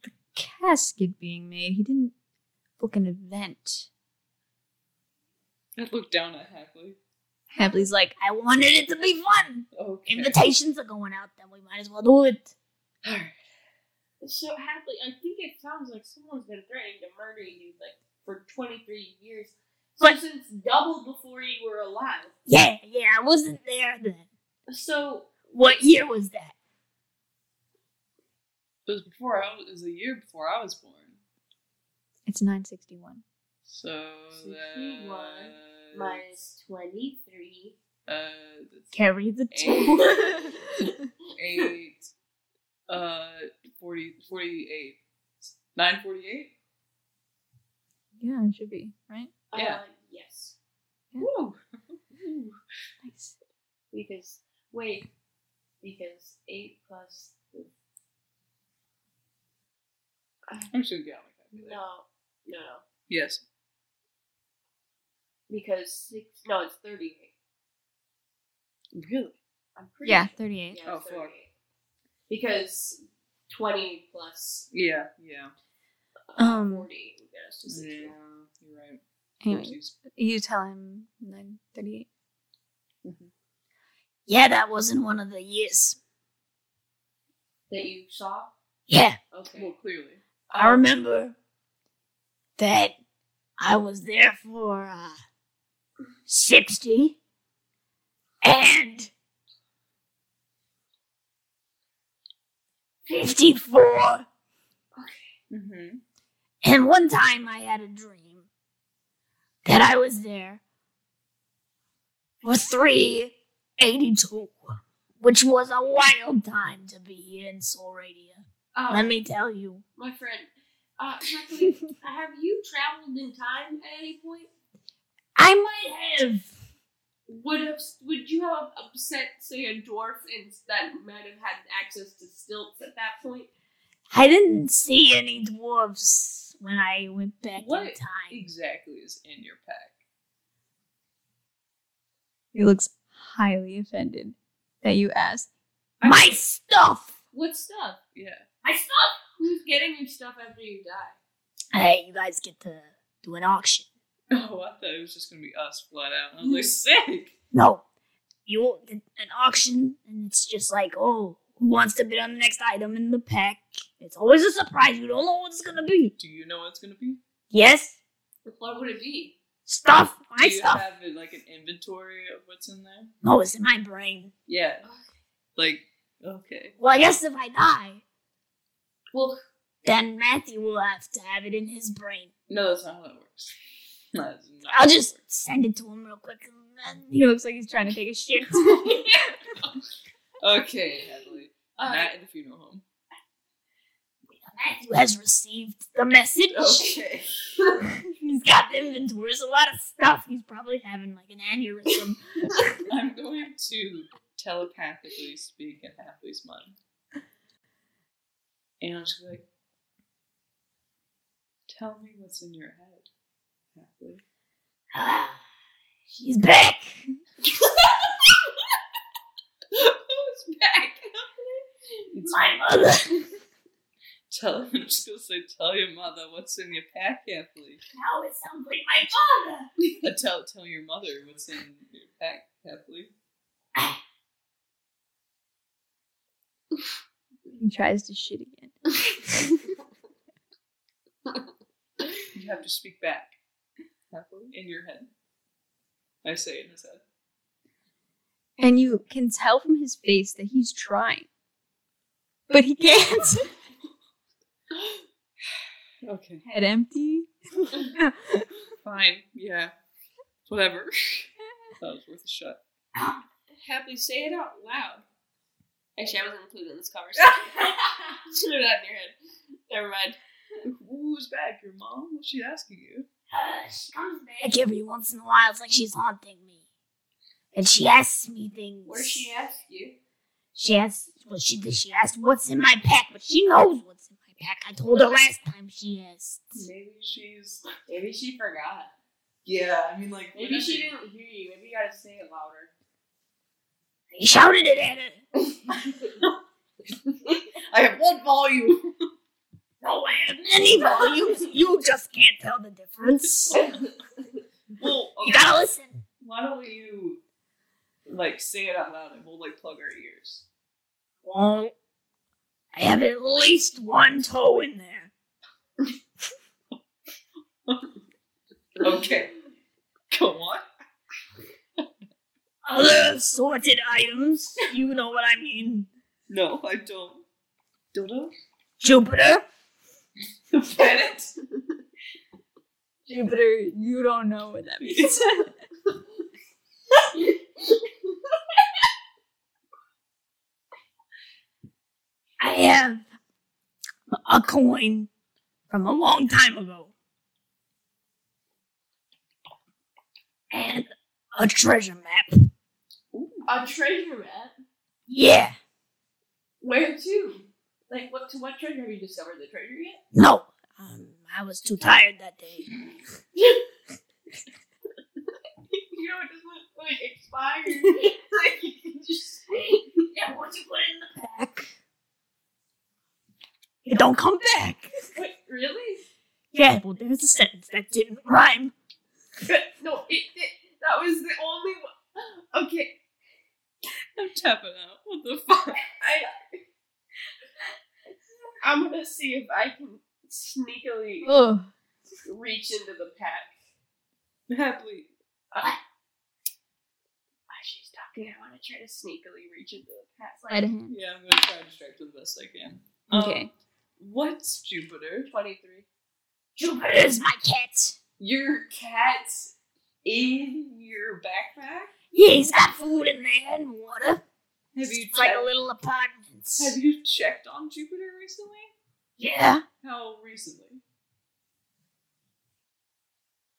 D: the casket being made. He didn't book an event.
B: I looked down at Hackley.
E: Hadley's like, I wanted it to be fun.
B: Okay.
E: Invitations are going out, then we might as well do it.
B: Alright.
F: So, Hadley, I think it sounds like someone's been threatening to murder you, like, for 23 years. So,
E: But-
F: since double before you were alive.
E: Yeah, yeah, I wasn't there then.
F: So,
E: What year was that?
B: It was before I was, it was a year before I was born.
D: It's 961.
B: So
F: So he was
B: that-
F: minus 23.
B: uh that's
E: Carry the two.
B: eight, eight uh 40, 48. 948?
D: Yeah, it should be, right?
F: Uh,
B: Yeah.
F: yes.
B: Woo.
D: Nice.
F: Because, wait. Because 8 plus.
B: I'm just gonna get out of my
F: No,
B: calculator.
F: no, no.
B: Yes.
F: Because 6. No, it's 38.
B: Really?
F: I'm pretty
D: Yeah,
F: sure.
D: 38.
F: Yeah,
B: Oh,
F: it's
B: fuck.
F: 38. Because 20 plus
B: Yeah, yeah.
F: uh,
D: Um,
F: 40, we got us to 60.
B: Yeah, you're right.
D: Anyway,
B: Oopsies.
D: you tell him 938.
E: yeah, that wasn't one of the years.
F: That you saw?
E: Yeah,
F: Okay.
B: Well, clearly.
D: Oh.
E: I remember that I was there for uh, 60 and 54.
B: Mm-hmm.
E: And one time I had a dream that I was there for 382, which was a wild time to be here in Solradia.
F: Oh,
E: Let me tell you.
F: my friend. Uh, Kathleen, have you traveled in time at any point?
E: I might have.
F: Would have would you have upset say a dwarf and that might have had access to stilts at that point?
E: I didn't see any dwarves when I went back in
B: What?
E: time.
B: Exactly is in your pack.
D: He looks highly offended that you asked.
E: My stuff!
F: What stuff?
B: Yeah.
F: My stuff. Who's getting your stuff after you die?
E: Hey, you guys get to do an auction.
B: Oh, I thought it was just gonna be us flat out. I was like, sick.
E: No. You an auction, and it's just like, oh, who wants to bid on the next item in the pack? It's always a surprise. You don't know what it's gonna be.
B: Do you know what it's gonna be?
E: Yes,
F: What would it be?
E: stuff, my
B: Do you
E: stuff.
B: have like an inventory of what's in there?
E: No, it's in my brain.
B: Yeah. Like, okay.
E: Well, I guess if I die,
F: Well,
E: then Matthew will have to have it in his brain.
B: No, that's not how that works. That's not how
E: I'll
B: that
E: just
B: works.
E: send it to him real quick. And then
D: He looks like he's trying to take a shit.
B: Okay, Hadley.
F: uh,
B: not in the funeral home.
E: Matthew has received the message.
F: Oh.
B: Okay.
E: He's got the inventory. There's a lot of stuff. He's probably having like an aneurysm.
B: I'm going to telepathically speak in Hadley's mind. And I'm just gonna be like, tell me what's in your head, Hadley.
E: Ah, She's back.
B: Who's back? It's
E: My mother.
B: Tell I'm just gonna say, tell your mother what's in your pack, Kathleen.
E: Now it sounds like my father.
B: Uh, tell tell your mother what's in your pack, Kathleen.
D: he tries to shit again.
B: You have to speak back, Kathleen, in your head. I say it in his head.
D: And you can tell from his face that he's trying. But he can't.
B: Okay,
D: Head empty.
B: fine, yeah, whatever. that was worth a shot.
F: happily say it out loud. Actually, I wasn't included in this conversation. Put it out in your head. Never mind.
B: Who's back? Your mom? What's she asking you?
E: Uh, she comes back every once in a while. It's like she's haunting me. And she asks me things.
F: Where she asked you.
E: She asks, well, she, she asked what's in my pack, but she knows what's in my back. I told her last time she asked.
B: Maybe she's.
F: Maybe she forgot.
B: Yeah, I mean, like.
F: Maybe she
B: whenever-
F: didn't hear you. Maybe you gotta say it louder.
E: I shouted it at her.
B: I have one volume.
E: No, I have any volumes. You just can't tell the difference.
B: well,
E: You gotta listen.
B: why don't you, like, say it out loud and we'll, like, plug our ears?
E: Well, I have at least one toe in there.
B: Okay. Go on.
E: Other assorted items. You know what I mean.
B: No, I don't. Dildo?
E: Jupiter.
B: Planet?
D: Jupiter, you don't know what that means.
E: I have a coin from a long time ago. And a treasure map.
F: A treasure map?
E: Yeah.
F: Where to? Like, what? To what treasure have you discovered the treasure yet?
E: No. Um, I was too tired that day.
F: you know, it doesn't like expire. like you can just yeah. Once you put it
E: Back. It don't come back.
F: in, wait, really?
E: Yeah, well, there's a sentence that didn't rhyme.
F: no, it, it. That was the only one. Okay,
B: I'm tapping out. What the fuck?
F: I. I'm gonna see if I can sneakily
D: oh,
F: reach into the pack.
B: Happily.
F: Why she's talking, I want to try to sneakily reach into the pack.
D: right
F: Like
D: hand.
B: Yeah, I'm gonna try to distract her the best I can. Um,
D: Okay.
B: What's Jupiter?
F: 23.
E: Jupiter's my cat.
B: Your cat's in your backpack?
E: Yeah, he's got food in there and water.
B: Have you
E: It's like
B: checked-
E: a little apartment.
B: Have you checked on Jupiter recently?
E: Yeah.
B: How recently?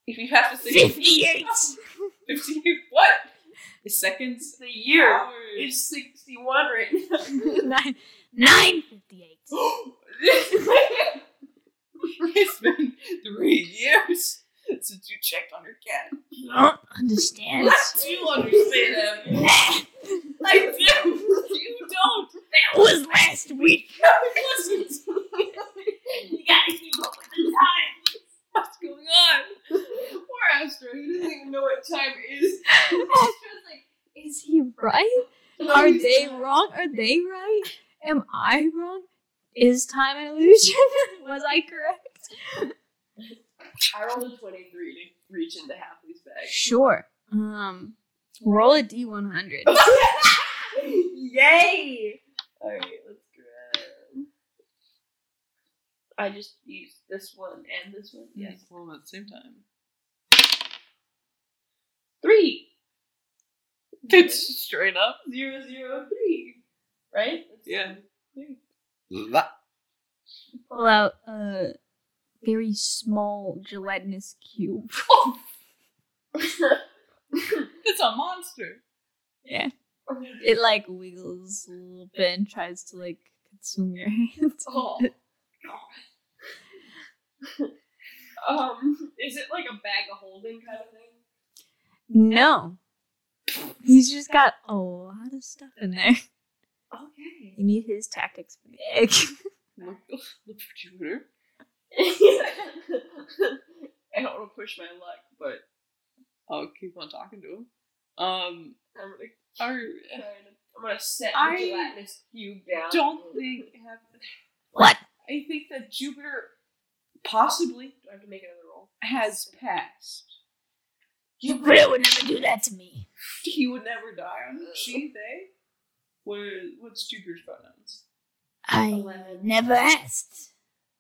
B: If you have to say
E: 58.
B: 58, what? Seconds?
F: The year
B: Hours.
F: is 61 right now.
E: Nine- 958.
B: it's been three years since you checked on her cat.
E: You don't understand.
B: Do you understand that?
E: that
B: I do. You don't.
E: was last week.
B: Listen,
E: You gotta keep up with the time.
B: what's going on? Poor Astro. He doesn't even know what time it is.
D: Is he right? Are they wrong? Are they right? Am I wrong? Is time an illusion? Was I correct?
F: I rolled a 23 to reach into Hapley's bag.
D: Sure. Um, roll a d100.
F: Yay! Alright, let's grab. I just used this one and this one. Yes.
B: Well, at the same time.
F: Three!
B: It's straight up.
F: Zero, zero, three. Right?
B: Yeah.
D: Pull out a very small gelatinous cube.
E: Oh.
B: It's a monster.
F: Oh
D: It like wiggles a little bit and tries to like consume your hands.
F: oh. um, is it like a bag of holding kind of thing?
D: No. He's just got a lot of stuff in there.
F: Okay.
D: You need his tactics for the egg.
B: Look, look for Jupiter.
F: I don't want to push my luck, but
B: I'll keep on talking to him. Um,
F: I'm gonna
B: our,
F: try to, I'm gonna set
B: I
F: the gelatinous cube down.
B: I don't think have,
E: What?
B: I think that Jupiter possibly
F: Do I have to make another roll?
B: has passed.
E: Jupiter would never do that to me.
B: He would never die. She, they. What are, what's Jupiter's pronouns?
E: I never asked.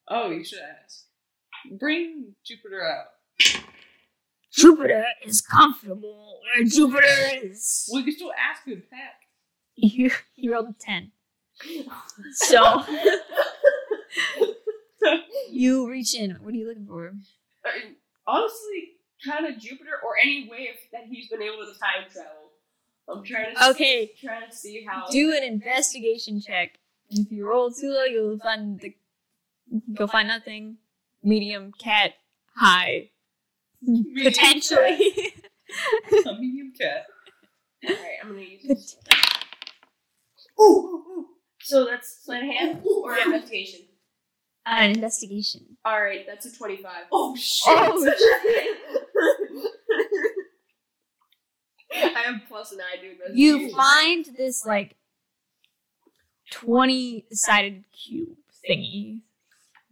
B: Oh, you should ask. Bring Jupiter out.
E: Jupiter is comfortable where Jupiter is.
B: We can still ask him, Pat.
E: You, you rolled a 10. So,
D: you reach in. What are you looking for?
F: I- honestly, kind of Jupiter or any way if- that he's been able to time travel. I'm trying to
D: Okay.
F: see, trying to see how.
D: Do an investigation check. If you roll too low, you'll find the Go find nothing. Medium cat high. Potentially.
B: A medium cat.
F: Alright, I'm gonna use this. Ooh, ooh, ooh. So that's sleight of hand or investigation.
E: An investigation.
F: Alright, that's a 25.
B: Oh shit!
F: I have plus nine doing this.
E: You find this like twenty-sided cube thingy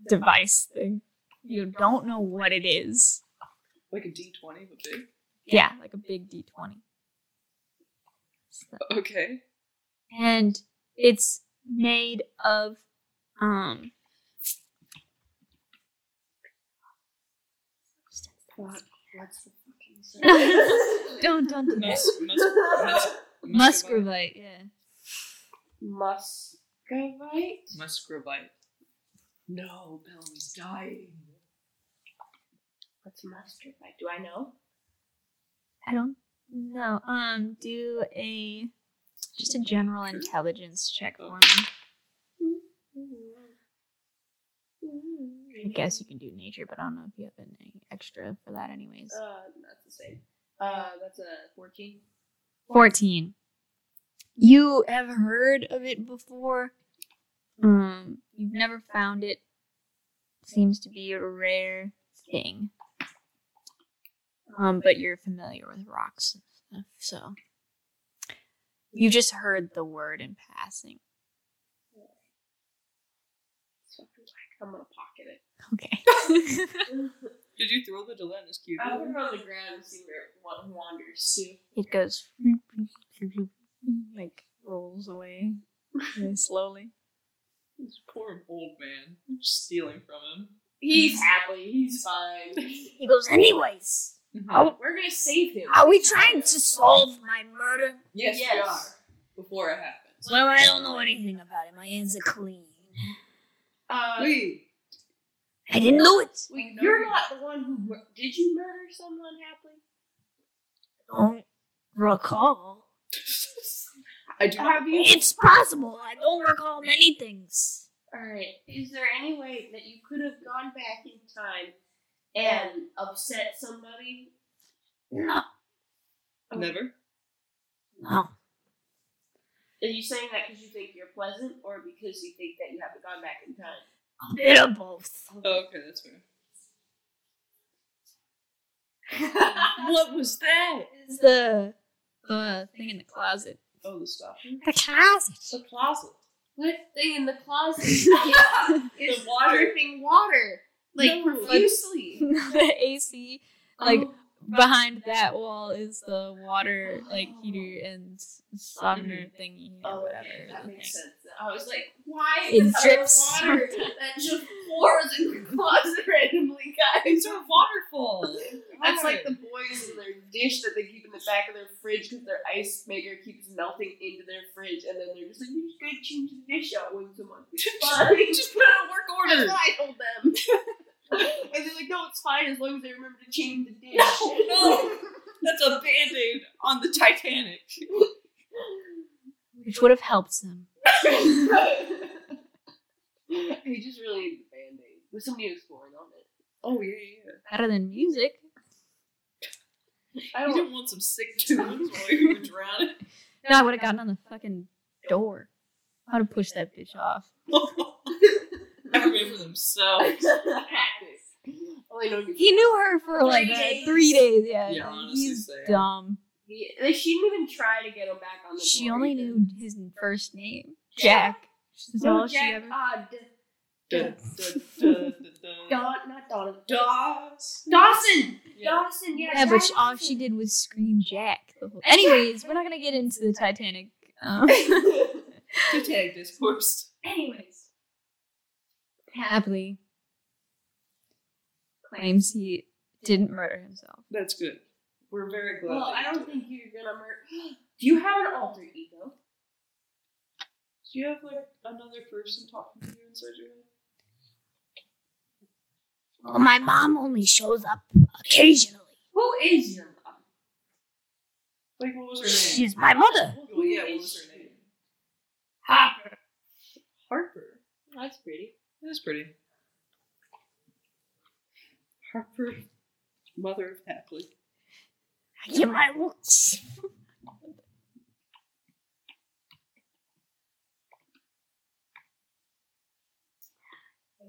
E: device thing. You don't know what it is.
B: Like a D twenty, but big.
E: Yeah, like a big D twenty.
B: Okay.
E: and it's made of um
F: What's the fucking sentence?
E: don't don't do that.
B: Mus- mus- mus- muscovite.
E: muscovite yeah
F: Muscovite?
B: Muscovite. No, Bellamy's dying.
F: What's muscovite? Do I know?
E: i don't know um do a just a general intelligence check for me i
F: Mm-hmm.
E: guess you can do nature but i don't know if you have any extra for that anyways
F: Uh, that's the same. Uh, that's a 14.
E: 14 you have heard of it before um you've never found it seems to be a rare thing um but you're familiar with rocks and stuff so you just heard the word in passing
F: So I'm gonna pocket it.
E: okay
B: Did you throw the gelatinous cube?
F: I'll put it on the ground and see where it wa- wanders to.
E: it goes like rolls away really slowly
B: This poor old man. I'm just stealing from
F: He's happy. He's fine.
E: he goes anyways
B: him.
F: We're gonna save him.
E: are we trying to solve my murder
B: Yes, we are.
F: Yes.
B: Before it happens.
E: Well, I don't know anything about it. My hands are clean.
F: Uh,
B: Wait.
E: I didn't do it.
F: wait, you're not the one who mur- did you murder someone, Happily?
E: Don't recall.
B: I do not.
F: Have you?
E: It's possible. I don't recall many things.
F: All right. Is there any way that you could have gone back in time and upset somebody?
E: No,
B: Never.
E: no.
F: Are you saying that because you think you're pleasant, or because you think that you haven't gone back in time?
E: A bit of both.
B: Oh, okay, that's fair. what was that?
E: It's the the thing in the closet.
B: Oh, the stuff.
E: The closet.
B: The closet.
F: What thing in the closet is water. dripping water like
B: No.
F: profusely? Oh,
E: the AC
F: Um,
E: Like, behind that wall is the water like heater and softener thingy or
F: Oh,
E: whatever.
F: okay,
E: the
F: that makes
E: thing.
F: sense. I was like, why
E: It
F: is
E: drips.
F: there water that just pours in the closet randomly, guys?
B: It's a waterfall.
F: That's like the boys and their dish that they keep in the back of their fridge because their ice maker keeps melting into their fridge, and then they're just like, "You just gotta change the dish out once a month." It's fine.
B: just put it on work
F: That's
B: order.
F: what I told them. and they're like, "No, it's fine as long as they remember to change the dish."
B: No, That's a band-aid on the Titanic.
E: Which would have helped them.
F: He just really needs a band aid with some music scoring on it.
B: Oh yeah, yeah.
E: Better than music.
F: I
B: You
F: don't.
B: didn't want some sick tunes while you were drowning.
E: No, I would have gotten on the fucking door. I would have pushed that bitch off.
B: Everybody for themselves.
F: Only know you-
E: He knew her for
F: Three
E: like uh,
F: days.
E: three days. Yeah,
B: Yeah, honestly,
E: he's
B: same.
E: dumb.
F: He- like, she didn't even try to get him back on the.
E: She
F: door
E: only
F: either.
E: knew his first name, Jack. That's
F: No,
E: all she
F: Jack,
E: ever.
F: uh, D-
B: Dun, dun, dun, dun, dun.
F: Don, not Donovan.
B: Doss.
F: Dawson.
B: Yeah.
F: Dawson. Yeah.
E: Yeah, but she,
F: Dawson.
E: all she did was scream Jack. The whole. Anyways, we're not gonna get into the Titanic. Um,
B: Titanic discourse.
F: Anyways,
E: happily claims he didn't murder himself.
B: That's good. We're very glad.
F: well,
B: that
F: I
B: you
F: don't
B: did.
F: think you're gonna murder. Do you have an alter ego?
B: Do you have like another person talking to you inside your head?
C: Well, my mom only shows up occasionally.
F: Who is your mom?
B: Like what was her name?
C: She's my mother.
B: Well, yeah, what was her name?
F: Harper.
B: Harper.
F: That's pretty.
B: That's pretty. Harper, mother of Hapley.
K: I get my looks.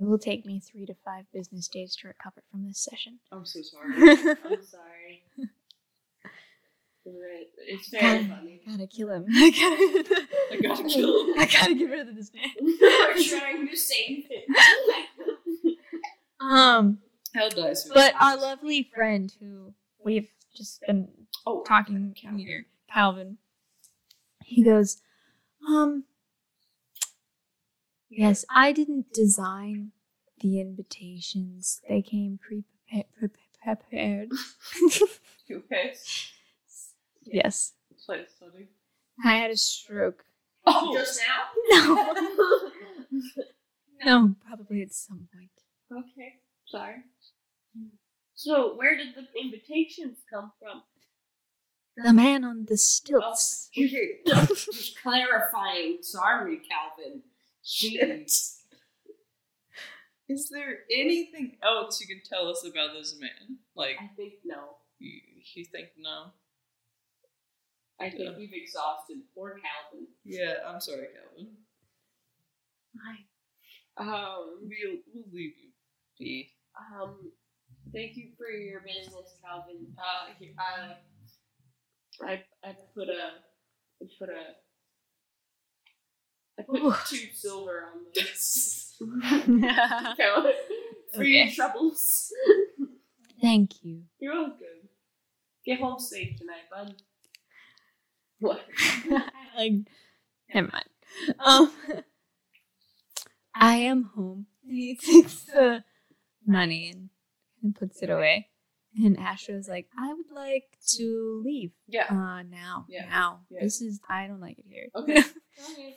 E: It will take me three to five business days to recover from this session.
B: I'm so sorry.
F: I'm sorry.
B: Right, It's very funny.
E: I gotta kill him. I gotta,
B: I gotta kill him.
E: I gotta get rid of this man.
F: We're trying to save him.
E: Um,
B: Hell dies.
E: but our lovely friend who we've just been
B: oh,
E: talking here, Calvin, he goes, um, yes, I didn't design the invitations. They came pre-prepared.
B: you okay?
E: yes,
B: Play study.
E: I had a stroke.
B: Oh,
F: Just now?
E: No, no, probably at some point.
F: okay. Sorry. So, where did the invitations come from?
E: The man on the stilts.
F: You're just clarifying. Sorry, Calvin.
B: Jeez. Is there anything else you can tell us about this man? Like,
F: I think no.
B: you, you think no?
F: I think we've exhausted poor Calvin.
B: Yeah, I'm sorry, Calvin.
F: Um,
B: We'll, we'll leave you be.
F: um, thank you for your business, Calvin. Uh, he- uh, I, I put a, I put a, I put two silver on this. So, for your troubles.
E: Thank you.
F: You're all good. Get home safe tonight, bud. What?
E: like, never mind. Um, I am home. And he takes the money and, and puts it away. And Ashra's like, I would like to leave.
B: Yeah.
E: Uh, now.
B: Yeah.
E: Now.
B: Yeah.
E: This is, I don't like it here.
B: Okay.
F: Okay.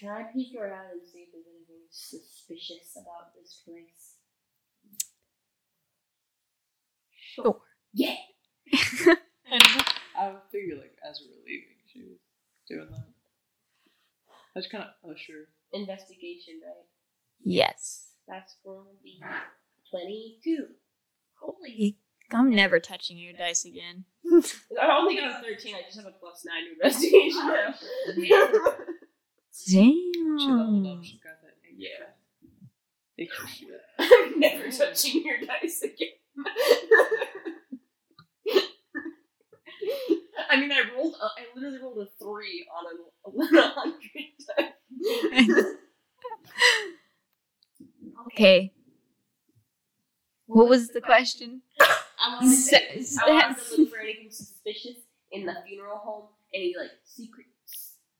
F: Can I peek around and see if there's anything suspicious about this place?
E: Sure.
F: Yeah.
B: I would figure, like, as we were leaving, she was doing that. I was kind of usher.
F: Investigation, right?
E: yes.
F: That's going to be 22.
E: Holy. I'm never touching your dice again.
F: I only got a 13. I just have a plus 9 to investigation now.
B: She leveled up.
E: Damn.
B: She got that. Yeah. yeah.
F: I'm never touching your dice again. I mean, I rolled. A, I literally rolled a three on a hundred.
E: Okay. What was the question?
F: I
E: Um,
F: wanted, to,
E: Says
F: I wanted
E: that.
F: to look for anything suspicious in the funeral home. Any like secret,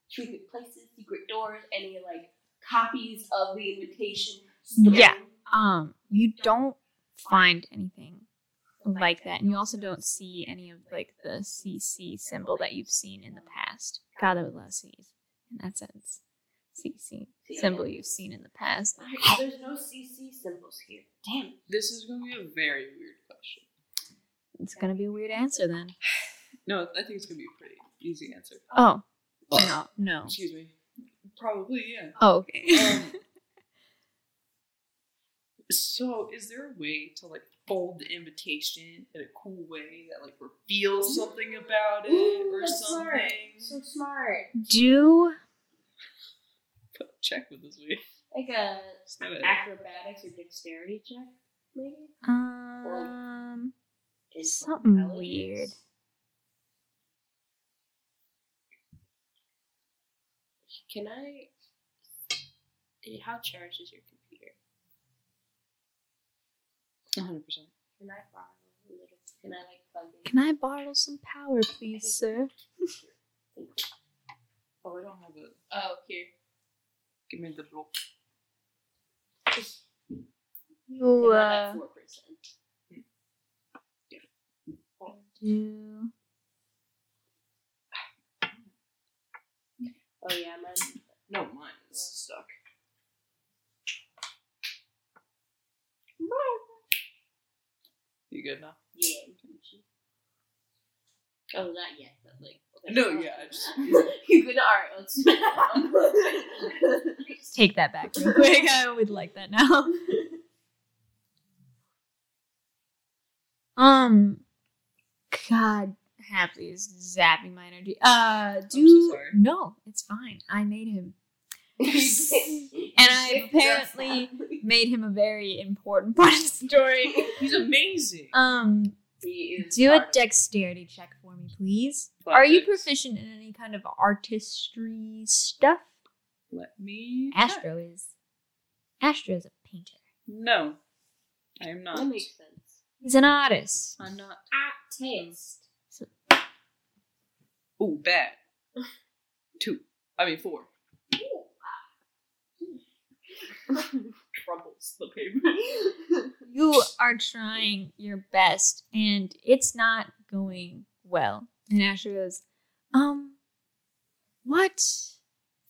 F: secret places, secret doors, any like copies of the invitation. stolen.
E: Yeah. um you don't find anything like that and you also don't see any of like the cc symbol that you've seen in the past god there was a lot of c's in that sense cc symbol you've seen in the past
F: Alright, There's no CC symbols here. Damn.
B: This is going to be a very weird question.
E: it's gonna be a weird answer then
B: No, I think it's going to be a pretty easy answer.
E: oh no no
B: Excuse me. Probably, yeah.
E: oh, okay
B: Um, so, is there a way to like fold the invitation in a cool way that like reveals something about it
F: Ooh,
B: or
F: that's
B: something?
F: smart. So smart.
E: do
B: But check with this week.
F: Like a
B: It's not a-
F: acrobatics or dexterity check, maybe.
E: um
F: Just
E: Something
F: intelligence?
E: weird.
F: Can I? How charged is your computer?
B: 100%.
F: Can I borrow a little? Can I like plug in?
E: can i borrow some power please sir
B: Oh, I don't have a.
F: Oh, here.
B: Give me the little.
E: you
F: Am I,
E: uh
F: like, 4%?
E: do
F: Oh yeah, mine.
B: No, mine is stuck. You good now?
F: Yeah. Oh, not yet, but like. okay.
B: No, yeah, I just.
F: you could. Alright, let's.
E: take that back real quick i would like that now Um, God, Hapley is zapping my energy. Uh, do
B: so sorry.
E: no, it's fine. I made him.
F: and
E: And I apparently made him a very important part of the story.
B: He's amazing.
E: Um,
F: He is
E: do a
F: fine.
E: dexterity check for me, please.
B: But
E: Are you
B: it's-
E: proficient in any kind of artistry stuff?
B: Let me. check.
E: Astro is. Astro is a painter.
B: No, I am not.
F: That makes sense.
E: He's an artist.
B: I'm not.
F: At taste.
B: Oh, bad. Two. I mean four.
E: ah.
F: Crumbles the paper.
E: You are trying your best, and it's not going well. And Astro goes, um, what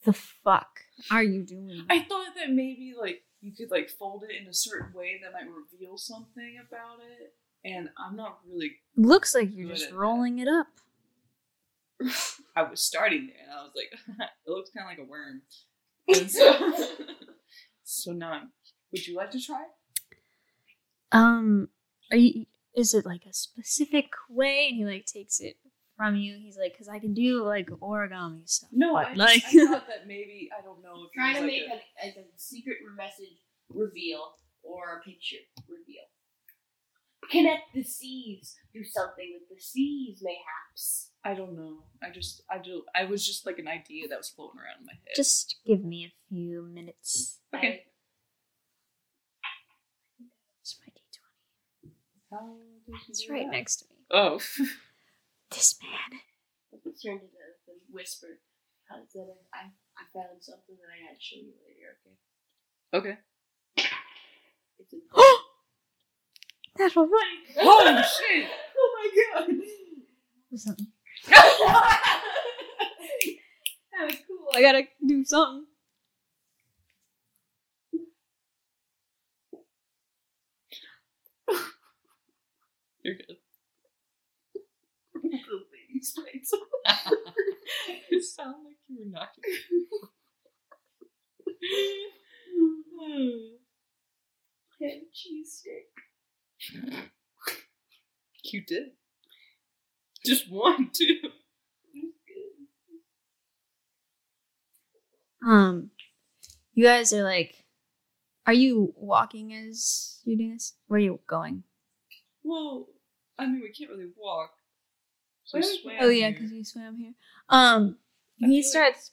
E: the fuck are you doing?
B: I thought that maybe like you could like fold it in a certain way that might reveal something about it. And I'm not really.
E: Looks like you're
B: Good
E: just
B: at that.
E: rolling it up.
B: I was starting there, and I was like, it looks kind of like a worm. And so, so now, I'm- would you like to try? it?
E: Um, are you? Is it like a specific way? And he like takes it from you. He's like, because I can do like origami stuff.
B: No,
E: but,
B: I,
E: like,
B: I thought that maybe I don't know if
F: Try
B: it
F: to
B: was
F: make
B: like
F: a, like a secret message reveal or a picture reveal. Connect the seas. Do something with the seas, mayhaps.
B: a, I don't know. I just I do I was just like an idea that was floating around in my head.
E: just give me a few minutes.
B: okay.
E: It's my D20.
B: How did you
E: It's
B: do
E: right
B: that?
E: next to me.
B: Oh,
E: This man.
F: I turned to the, the whisper. I said, I, I found something that I gotta show you later, okay?
B: okay.
F: It's important.
E: That's what
B: Oh shit!
F: oh my god!
E: Something.
F: that was cool.
E: I gotta do something.
B: You're good. you sound like you were not.
F: Ham cheese stick.
B: You did. Just one, two.
E: Um, you guys are like, are you walking as you do this? Where are you going?
B: Well, I mean, we can't really walk. So
F: Why
B: I
F: don't we-
B: swam
E: Oh yeah,
B: here.
E: because you swam here. Um,
B: I feel
E: he
B: like
E: starts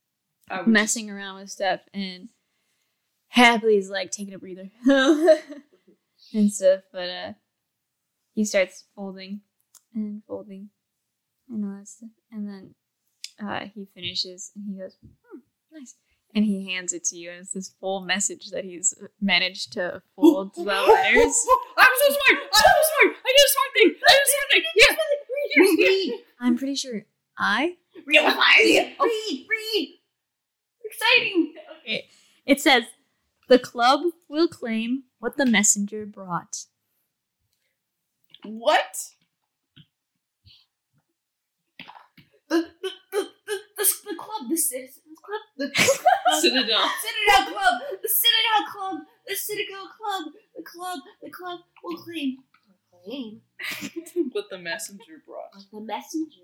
B: I was
E: messing around with stuff and Happy's like taking a breather and stuff, but uh he starts folding and folding and all that stuff. And then uh he finishes and he goes, hmm, nice. And he hands it to you and it's this full message that he's managed to fold twelve letters.
B: I'm so smart. I'm so smart. I did a smart thing. I did a smart thing. Yeah.
F: Read,
E: I'm pretty sure I
F: read, read, read. Exciting.
E: Okay. It says, the club will claim what the messenger brought.
B: What?
F: The, the, the, the, the, the club, the citizens club, the
B: Citadel.
F: Citadel Club, the Citadel Club, the Citadel Club, the club, the club will claim. Will claim
B: what the messenger brought.
F: of the messenger.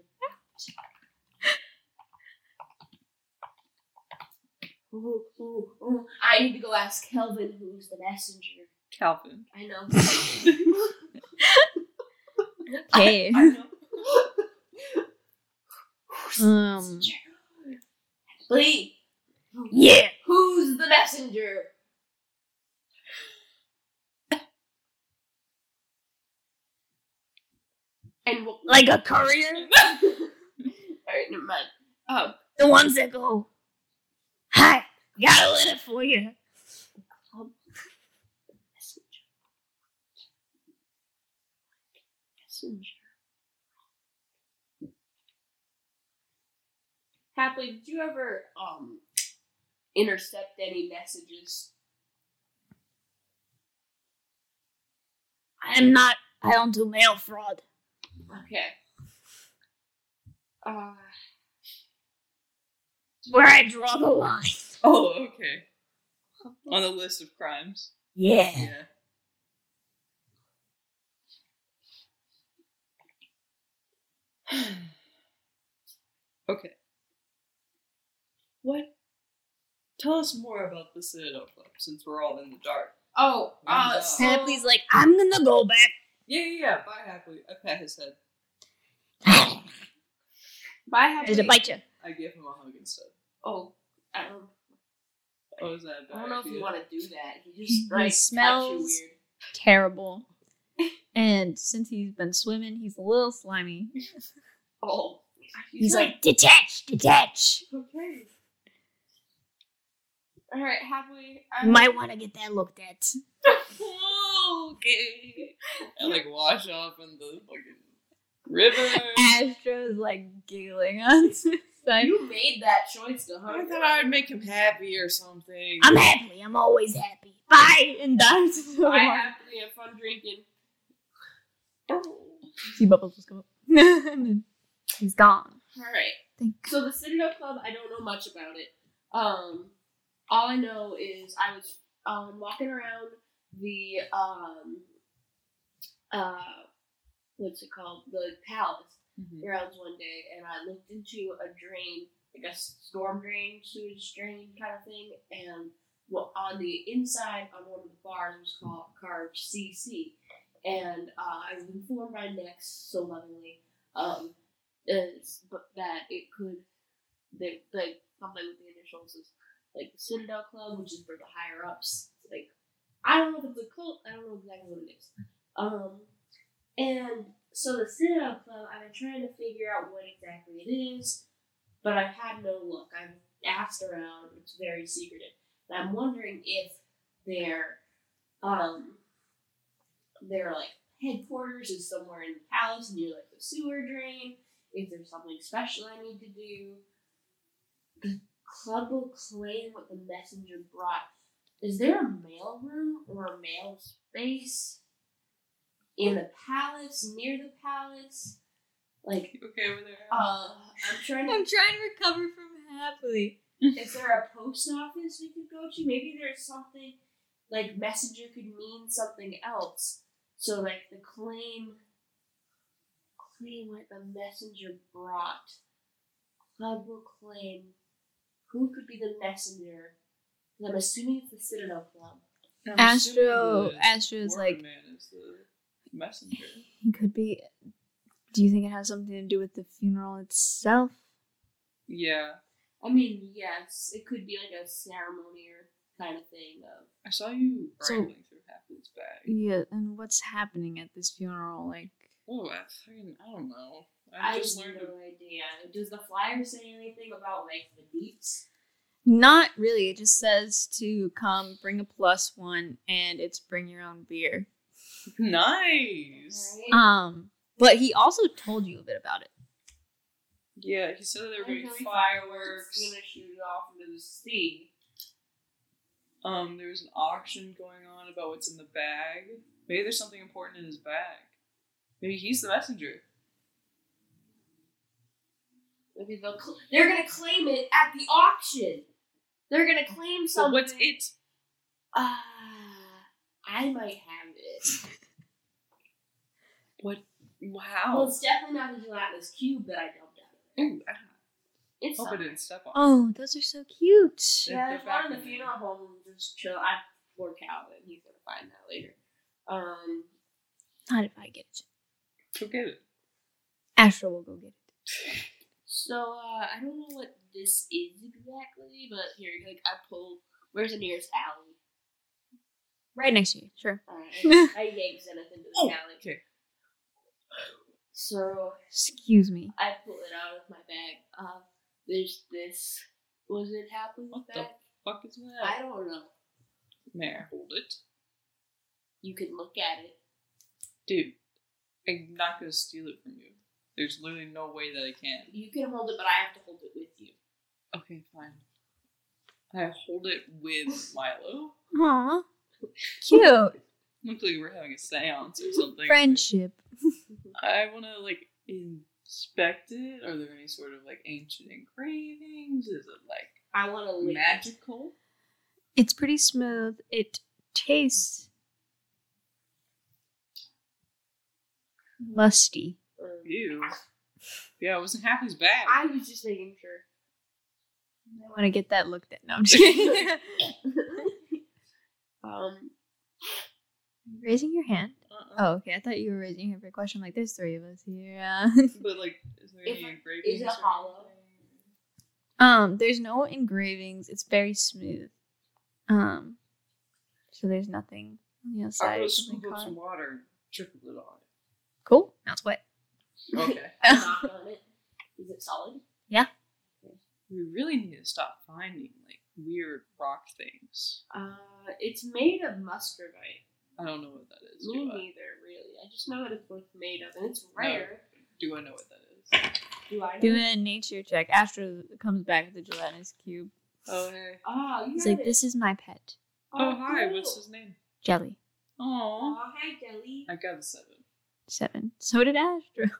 F: Ooh, ooh, ooh. I need to go ask Kelvin who's the messenger.
B: Calvin.
F: I know.
E: Okay.
F: I know.
E: Um,
F: Lee,
E: yeah.
F: who's the messenger? And what,
E: Like a courier?
F: Alright, never mind. Um,
E: The ones that go, hi, got a letter for you.
F: Um, messenger. Messenger. Happily, did you ever um intercept any messages?
E: I am not, I don't do mail fraud.
F: Okay. Uh,
E: Where I draw the line.
B: Oh, okay. On the list of crimes.
E: Yeah.
B: Yeah. okay. What? Tell us more about the Citadel Club, since we're all in the dark.
F: Oh, uh,
B: Wow.
F: so-
E: Happy's like, I'm gonna go back.
B: Yeah, yeah, yeah. Bye, Happily. I pat his head.
F: my happy.
E: Did it bite you?
B: I give him a hug instead.
F: Oh, I don't,
B: Oh, is that a bad
F: I don't know if
B: idea?
F: you want to do that. He just
D: He
F: like,
D: smells-
F: touched you
D: Terrible. And since he's been swimming, he's a little slimy.
F: weird. Oh,
E: He's like, detach, detach.
F: okay. All right, um, happily. I'm
E: Might want to get that looked at.
B: okay. And like wash off in the fucking river.
D: Astro's like giggling on the side.
F: You made that choice to
B: I
F: hunt.
B: thought I would make him happy or something.
E: I'm happy. I'm always happy. Bye.
D: And dives into the
F: I
D: water.
F: happily have fun drinking.
D: See bubbles just come up. And then he's gone.
F: All right.
D: Thank
F: So the Citadel Club, I don't know much about it. Um, all I know is I was um, walking around the um, uh, what's it called? The palace
D: Mm-hmm.
B: Mhm.
F: grounds one day, and I looked into a drain, like a s- storm drain, sewage drain kind of thing, and well, on the inside on one of the bars was called carved CC, and uh, I was informed by Nex so lovingly. Um, is but that it could that like something with the initials is like the Citadel Club, which is for the higher ups. Like I don't know if it's a cult, I don't know exactly what it is. Um and so the Citadel Club, I've been trying to figure out what exactly it is, but I've had no luck. I've asked around, it's very secretive. And I'm wondering if their um their like headquarters is somewhere in the palace near like the sewer drain if there's something special I need to do. The club will claim what the messenger brought. Is there a mail room or a mail space in the palace, near the palace? Like,
B: You okay over there?
F: uh, I'm trying to.
D: I'm trying to recover from happily.
F: is there a post office we could go to? Maybe there's something like messenger could mean something else. So, like, the claim. Claim what the messenger brought. Club will claim who could be the messenger. 'Cause I'm assuming it's the Citadel Club.
B: I'm
D: Astro
B: assuming the
D: Astro's
B: Warren
D: like
B: man is the messenger.
D: he could be do you think it has something to do with the funeral itself?
B: Yeah.
F: I mean, yes, it could be like a ceremony or kind of thing of
B: I saw you
D: So-
B: rambling through Happy's bag.
D: Yeah, and what's happening at this funeral? Like
B: Oh, I fucking, I don't know. I,
F: I
B: just
F: have
B: learned
F: no idea. Does the flyer say anything about like the beats?
D: not really. It just says to come bring a plus one and it's bring your own beer.
B: Nice.
F: Right?
D: Um but he also told you a bit about it.
B: Yeah, he said that there were going to
F: There's
B: be
F: no
B: fireworks.
F: Gonna shoot it off into the sea.
B: Um, there was an auction going on about what's in the bag. Maybe there's something important in his bag. Maybe he's the messenger.
F: Maybe they'll cl- they're gonna claim it at the auction. They're gonna claim
B: So
F: something.
B: what's it?
F: Ah, I might have it.
B: What?
F: Well,
B: Wow.
F: it's definitely not the gelatinous cube that I dumped out of.
B: Ooh, I
F: It's
B: hope I
F: not.
B: didn't step on.
D: Oh, those are so cute.
F: Yeah,
B: They're
F: there's one
B: back
F: in the
B: in
F: funeral home. Just chill. I poor Calvin. He's gonna find that later. Um,
D: Not if I get it.
B: Go get it.
D: Astro will go get it.
F: so uh, I don't know what this is exactly, but here, like, I pull. Where's the nearest alley?
D: Right next to you, sure.
F: All right, I yank Zenith into the
B: Oh,
F: alley.
B: okay.
F: So
D: Excuse me.
F: I pull it out of my bag. Um, there's this. Was it happening with
B: What the
F: that?
B: fuck is
F: I
B: that?
F: don't know.
B: There, hold it,
F: You can look at it.
B: dude. I'm not gonna steal it from you. There's literally no way that I can.
F: You can hold it, but I have to hold it with you.
B: Okay, fine. I hold it with Milo.
D: Aw. Cute.
B: Looks like we're having a seance or something.
D: Friendship.
B: I want to like inspect it. Are there any sort of like ancient engravings? Is it like
F: I want to lick. it.
B: magical?
D: It's pretty smooth. It tastes musty.
F: Um,
B: Ew. Yeah, it wasn't half as bad.
F: I was just making sure.
E: I want to get that looked at. No, I'm just kidding.
F: Um,
E: raising your hand.
B: Uh-uh.
E: Oh, okay. I thought you were raising your hand for a question. I'm like, there's three of us here. Uh,
B: But like, is there
F: Is
B: any
F: it-
B: engravings?
F: is it
B: or anything?
F: hollow?
E: Um, there's no engravings. It's very smooth. Um, so there's nothing on the
B: I
E: outside.
B: will
E: of my
B: sprinkle
E: car.
B: some water, and trickle it on.
E: Cool. Now it's wet.
B: it. Okay.
F: I knocked on it. Is it solid?
B: we really need to stop finding like weird rock things.
F: Uh, it's made of muscovite.
B: I don't know what that is.
F: Me
B: Do I,
F: neither, really. I just know what it's like made of, and it's rare.
B: do I know what that is?
F: Do I know?
E: Do a nature check. Astro comes back with a gelatinous cube.
B: Oh hey.
F: Oh, you
E: He's
F: got
E: like,
F: it.
E: this is my pet,
B: Oh hi.
F: cool.
B: What's his name?
E: Jelly.
B: Oh.
F: Aw, hi, Deli.
B: I got a seven.
E: Seven. So did Astro.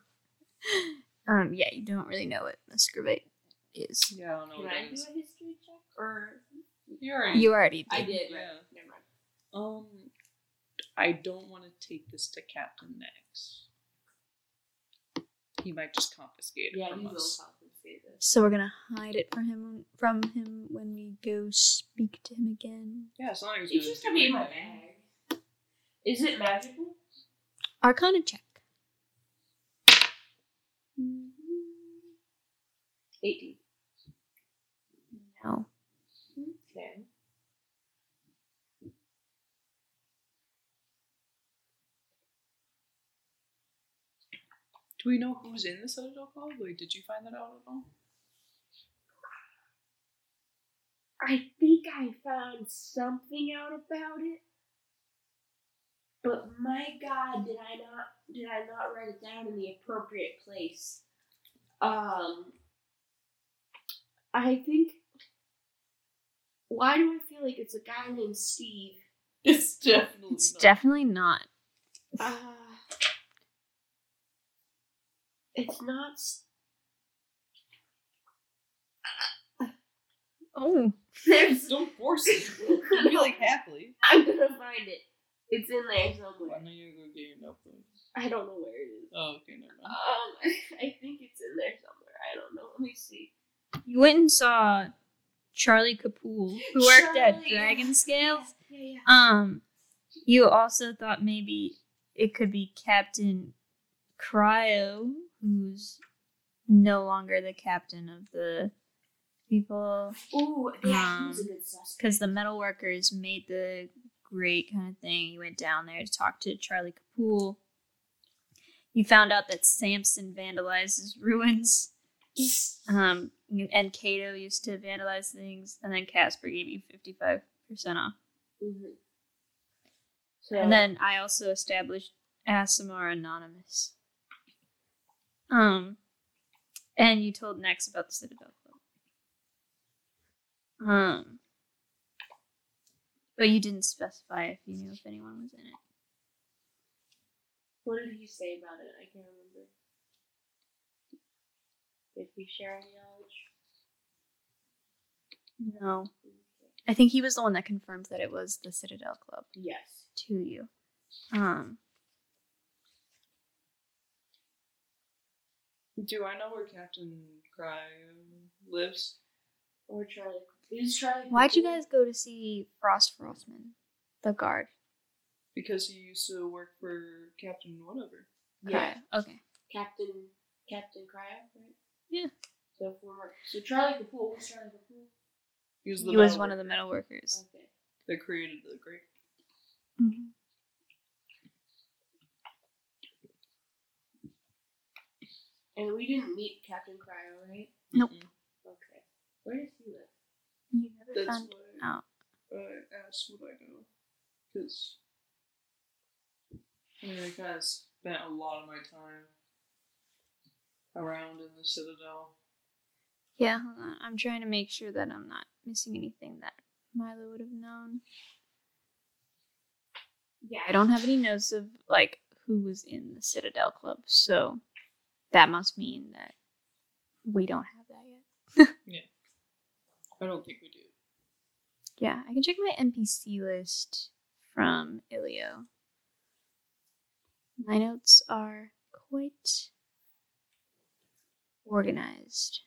E: um, yeah, you don't really know what muscovite is.
B: Yeah, I don't know
F: Can
B: what
F: I
B: that
F: do
B: is.
F: a history check? Or
B: You're right.
E: You already
F: I
E: did.
F: did. Right.
B: Yeah.
F: Never mind.
B: Um, I don't want to take this to Captain Nex. He might just confiscate it
F: Yeah,
B: from
F: you will
B: us.
F: compensate this.
E: So we're gonna hide it from him from him when we go speak to him again.
B: Yeah, as long as
F: It's just gonna be in my bag. Is it magical?
E: Arcana check.
F: 18.
E: No.
F: Okay.
B: Do we know who's in the Citadel Club? Like, did you find that out at all?
F: I think I found something out about it. But my god, did I not did I not write it down in the appropriate place? Um I think why do I feel like it's a guy named Steve?
B: It's definitely.
E: It's definitely not.
F: Uh, it's not S-
E: Oh.
F: there's
B: Don't force it. really happily.
F: I'm gonna find it. It's in there
B: I
F: somewhere.
B: know you're gonna get your notebooks.
F: I don't know where it is.
B: Oh, okay, never mind.
F: Um, I think it's in there somewhere. I don't know. Let me see.
E: You went and saw Charlie Kapoor, who worked at
F: Charlie.
E: Dragon Scales.
F: Yeah, yeah.
E: Um, you also thought maybe it could be Captain Cryo, who's no longer the captain of the people,
F: Ooh, yeah, he was a
E: Um,
F: good suspect.
E: because the metal workers made the great kind of thing. You went down there to talk to Charlie Kapoor. You found out that Samson vandalizes ruins. Um, you- and Cato used to vandalize things, and then Casper gave you fifty five percent off.
F: Mhm. So,
E: And then I also established Asimar Anonymous. Um, and you told Nex about the Citadel Club. Um, but you didn't specify if you knew if anyone was in it.
F: what did he say about it? I can't remember. Did we share any knowledge?
E: No, I think he was the one that confirmed that it was the Citadel Club
F: Yes.
E: to you. Um,
B: Uh, Do I know where Captain Cryo lives?
F: Or Charlie. Is Charlie?
E: why'd you
F: Cooper-
E: guys go to see Frost Frostman, the guard?
B: Because he used to work for Captain whatever.
F: Yeah,
E: Cryo. Okay.
F: Captain Captain Cryo, right?
E: Yeah.
F: So former. So Charlie Kapoor. Who's Charlie Kapoor?
B: He was, the
E: He was
B: metal
E: one of
B: worker
E: the metal workers.
F: Okay.
B: that created the great.
F: And we didn't meet Captain Cryo, right?
E: Nope.
B: Mm-mm.
F: Okay. Where does he live?
E: You never
B: That's
E: found
B: why
E: out.
B: I asked what I know. Because. I mean, I kind of spent a lot of my time around in the Citadel.
E: Yeah, hold on. I'm trying to make sure that I'm not missing anything that Milo would have known.
F: Yeah,
E: I don't have any notes of like who was in the Citadel Club, so that must mean that we don't have that yet.
B: I don't think we do.
E: Yeah, I can check my NPC list from Ilio. My notes are quite organized,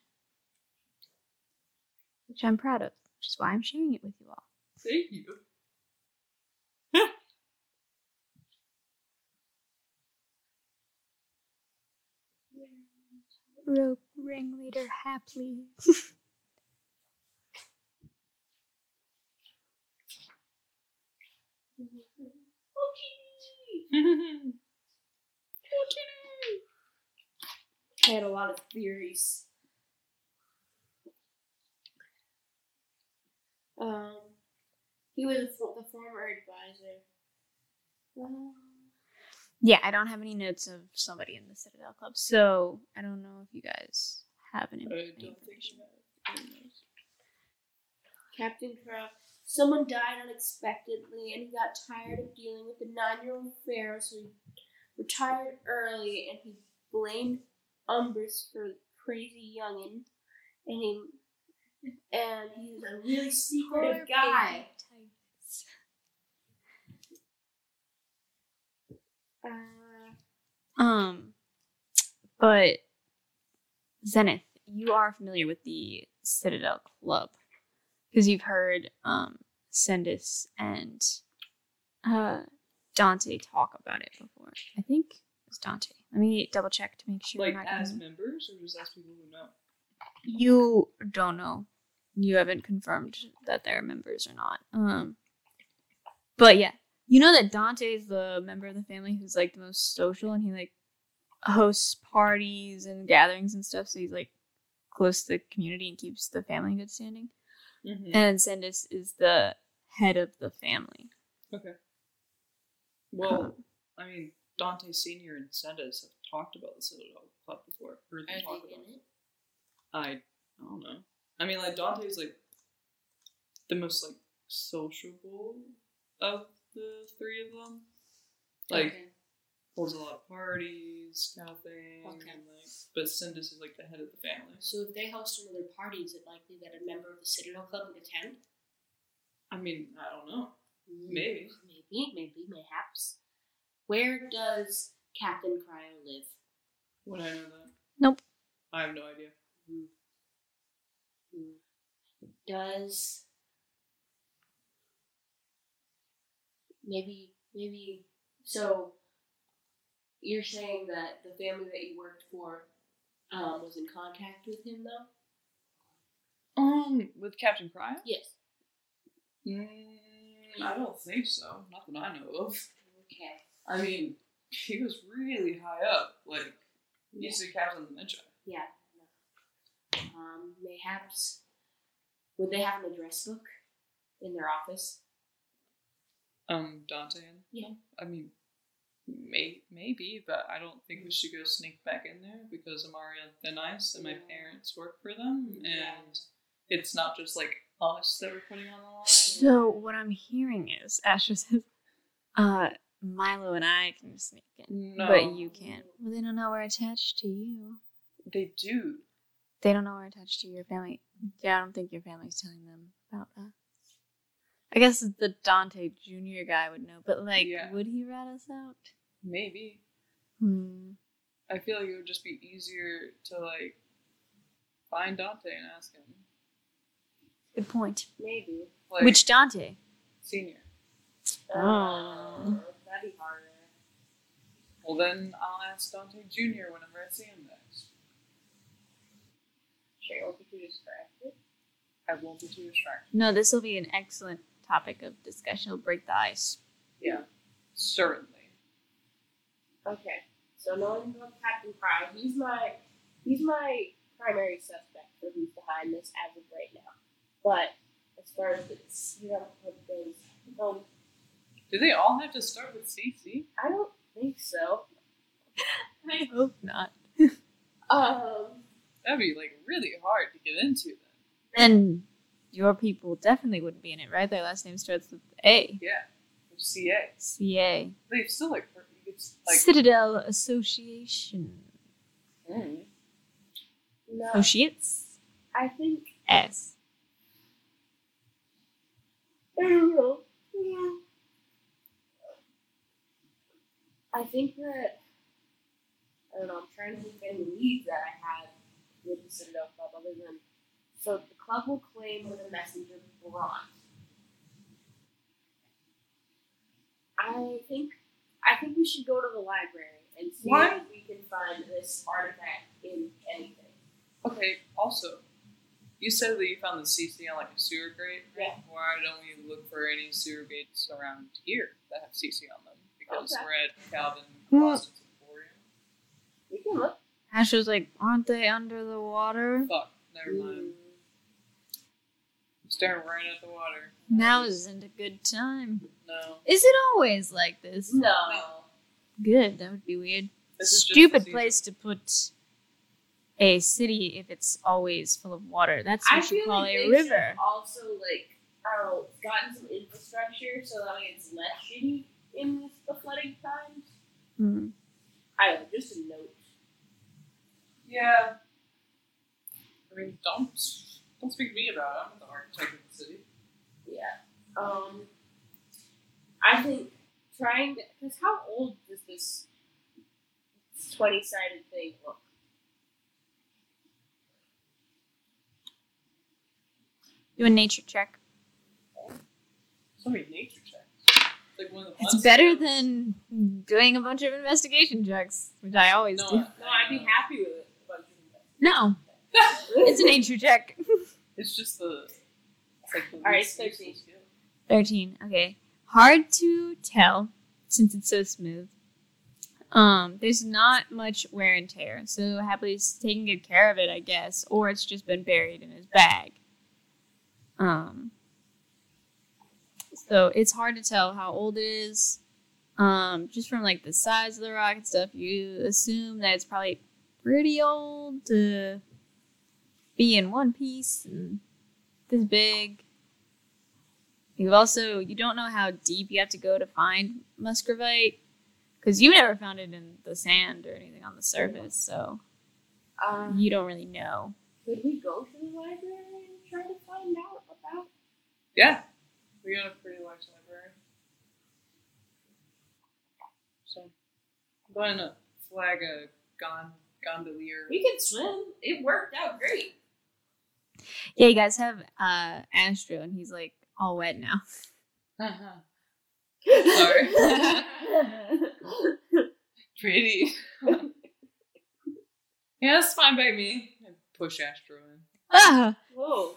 E: which I'm proud of, which is why I'm sharing it with you all.
B: Thank you.
E: Rope ringleader Hapley.
L: I had a lot of theories. Um, he was a fo- the former advisor. Um,
E: Yeah, I don't have any notes of somebody in the Citadel Club, so I don't know if you guys have any.
B: I
E: any
B: don't think
E: information.
L: Captain Crow. Someone died unexpectedly, and he got tired of dealing with the nine-year-old Pharaoh, so he retired early, and he blamed Umbris for the crazy youngin, and he and he was a really secretive guy. Uh,
E: Um, but Zenith, you are familiar with the Citadel Club because you've heard um Sendus and uh Dante talk about it before. I think it was Dante. Let me double check to make sure. I'm
B: Like
E: not
B: as
E: getting-
B: members, or just as people who know?
E: You don't know. You haven't confirmed that they're members or not. Um, but yeah, you know that Dante's the member of the family who's like the most social, and he like hosts parties and gatherings and stuff. So he's like close to the community and keeps the family in good standing.
B: Mm-hmm.
E: And Sendus is the head of the family.
B: Well, I mean, Dante Senior and Sendas have talked about the Citadel Club before. Heard them talk about it. I don't know. I mean, like Dante's like the most like sociable of the three of them. Like holds a lot of parties, kind of thing.
F: Okay.
B: And, like, but Sendus is like the head of the family.
F: So if they host another party, is it likely that a member of the Citadel Club would attend?
B: I mean, I don't know. Maybe.
F: Maybe, maybe, mayhaps. Where does Captain Cryo live?
B: Would I know that?
E: Nope.
B: I have no idea.
F: Does maybe maybe so you're saying that the family that you worked for um, was in contact with him though?
B: Um, with Captain Cryo?
F: Yes.
B: Mm, I don't think so. Not that I know of.
F: Okay.
B: I mean, he was really high up. Like, he used to be captain of the Mentor.
F: Yeah. no. Um, mayhaps would they have an address book in their office?
B: Um, Dante. and-
F: Yeah.
B: I mean, may- maybe, but I don't think we should go sneak back in there because Amaria the Nice and my
F: Yeah.
B: parents work for them, and
F: Yeah.
B: it's not just like us that we're putting on the line.
E: So what I'm hearing is Asher says, uh, Milo and I can sneak in,
B: No,
E: but you can't. Well, they don't know we're attached to you.
B: they do.
E: They don't know we're attached to your family. Yeah, I don't think your family's telling them about us. I guess the Dante Junior guy would know, but like,
B: Yeah.
E: would he rat us out?
B: Maybe.
E: Hmm.
B: I feel like it would just be easier to like find Dante and ask him.
E: Good point.
F: Maybe.
B: Like,
E: Which Dante?
B: senior?
E: Oh.
F: that'd be harder.
B: Well, then I'll ask Dante Junior whenever I see him next.
F: Sure, we'll get you distracted.
B: I won't be too distracted.
E: No, this will be an excellent topic of discussion. It'll break the ice.
B: Certainly.
F: Okay. So knowing about Captain Pride, he's my he's my primary suspect for who's behind this as of right now. But as far as the Seattle Club goes, um,
B: Do they all have to start with CC?
F: I don't think so.
E: I hope not.
F: Um,
B: That'd be like really hard to get into. Then
E: Then your people definitely wouldn't be in it, right? Their last name starts with A.
B: Or CA,
E: C A.
B: they still like per- you could, like.
E: Citadel Association.
B: mm.
F: no,
E: Oh. Associates.
F: I think
E: S.
F: I don't know. Yeah. I think that I don't know. I'm trying to think of any leads that I had with the Citadel Club other than. So the club will claim with a messenger Bront. I think I think we should go to the library and see
B: What?
F: if we can find this artifact in anything.
B: Okay, also, you said that you found the CC on like a sewer grate.
F: Yeah.
B: Why don't we look for any sewer gates around here that have CC on them? Because
F: Okay.
B: we're at Calvin
E: Hmm.
B: Boston's Emporium.
F: We can look.
E: Ash was like, aren't they under the water?
B: Fuck, never
F: Hmm.
B: mind. I'm staring right at the water.
E: Now isn't a good time.
B: No.
E: Is it always like this?
F: No.
E: Good, that would be weird.
B: This is just the
E: Stupid
B: season.
E: place to put a city if it's always full of water. That's
F: I
E: what you
F: feel
E: call
F: like
E: a
F: they
E: river.
F: should also like I don't know, gotten some infrastructure so that way it's less shitty in the flooding times.
E: Hmm.
F: I don't know, just a note.
B: Yeah. I mean, don't don't speak to me about it. I'm not the architect of the city.
F: Yeah. Um. I think trying to because how old does this twenty sided thing look?
E: Do a nature check.
B: So many nature checks. It's like one of the
E: It's
B: ones-
E: better than doing a bunch of investigation checks, which I always
B: No,
E: do.
B: I-
F: No, I'd be happy with it. if I was doing that.
E: No, it's a nature check.
B: It's just the. It's like the
F: All right,
B: least
F: it's 13.
B: useful skill.
E: 13. Okay. Hard to tell since it's so smooth. Um, there's not much wear and tear, so Happy's taking good care of it, I guess, or it's just been buried in his bag. Um, so it's hard to tell how old it is. Um, just from like the size of the rock and stuff, you assume that it's probably pretty old to be in one piece and this big. You've also you don't know how deep you have to go to find muscovite because you never found it in the sand or anything on the surface, so
F: Um,
E: you don't really know.
F: could we go to the library and try to find out about?
B: Yeah. We got a pretty large library. So I'm going to flag a gon- gondolier.
F: We can swim. It worked out great.
E: Yeah, you guys have uh Astro, and he's like all wet now.
B: Sorry. pretty. yeah, it's fine by me. I push Astro in.
E: Ah,
F: Whoa.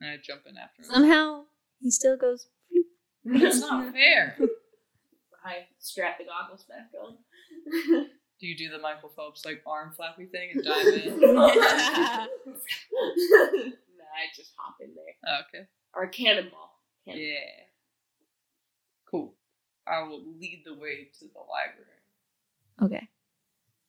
B: And I jump in after him.
E: somehow he still goes.
B: That's not fair.
F: I strap the goggles back on.
B: Do you do the Michael Phelps like arm flappy thing and dive in?
F: nah, I just hop in there.
B: Oh, Okay.
F: Or a cannonball. Cannonball.
B: Yeah. Cool. I will lead the way to the library.
E: Okay,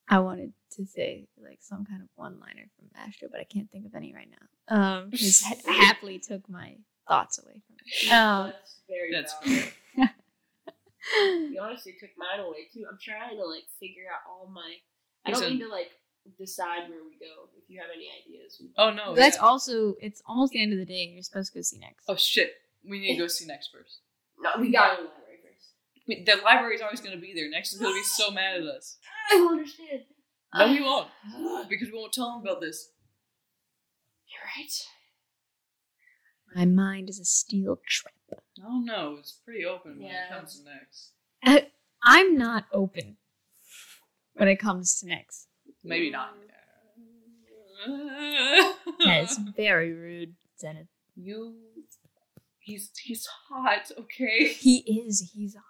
E: I wanted to say like some kind of one-liner from Astro, but I can't think of any right now. Um, he's happily took my thoughts away from me.
B: Oh.
E: Um,
F: That's very
B: That's
F: valid.
B: fair.
F: You honestly took mine away too. I'm trying to like figure out all my. I
B: It's
F: don't
B: a-
F: mean to like decide where we go. If you have any ideas, we-
B: Oh no.
E: that's
B: yeah.
E: also it's almost the end of the day, and you're supposed to go see next.
B: Oh shit. We need to go see next first.
F: no, we got to the library first.
B: We, the library's always going to be there. Next is going to be so mad at us.
F: I don't understand.
B: No, he won't. Because we won't tell him about this.
F: You're right.
E: My mind is a steel trap.
B: I don't know. Oh, It's pretty open when
F: Yeah.
B: it comes to next.
E: Uh, I'm not open when it comes to next.
B: Maybe not.
E: That is very rude, Zenith.
B: You. He's he's hot. Okay.
E: He is. He's hot.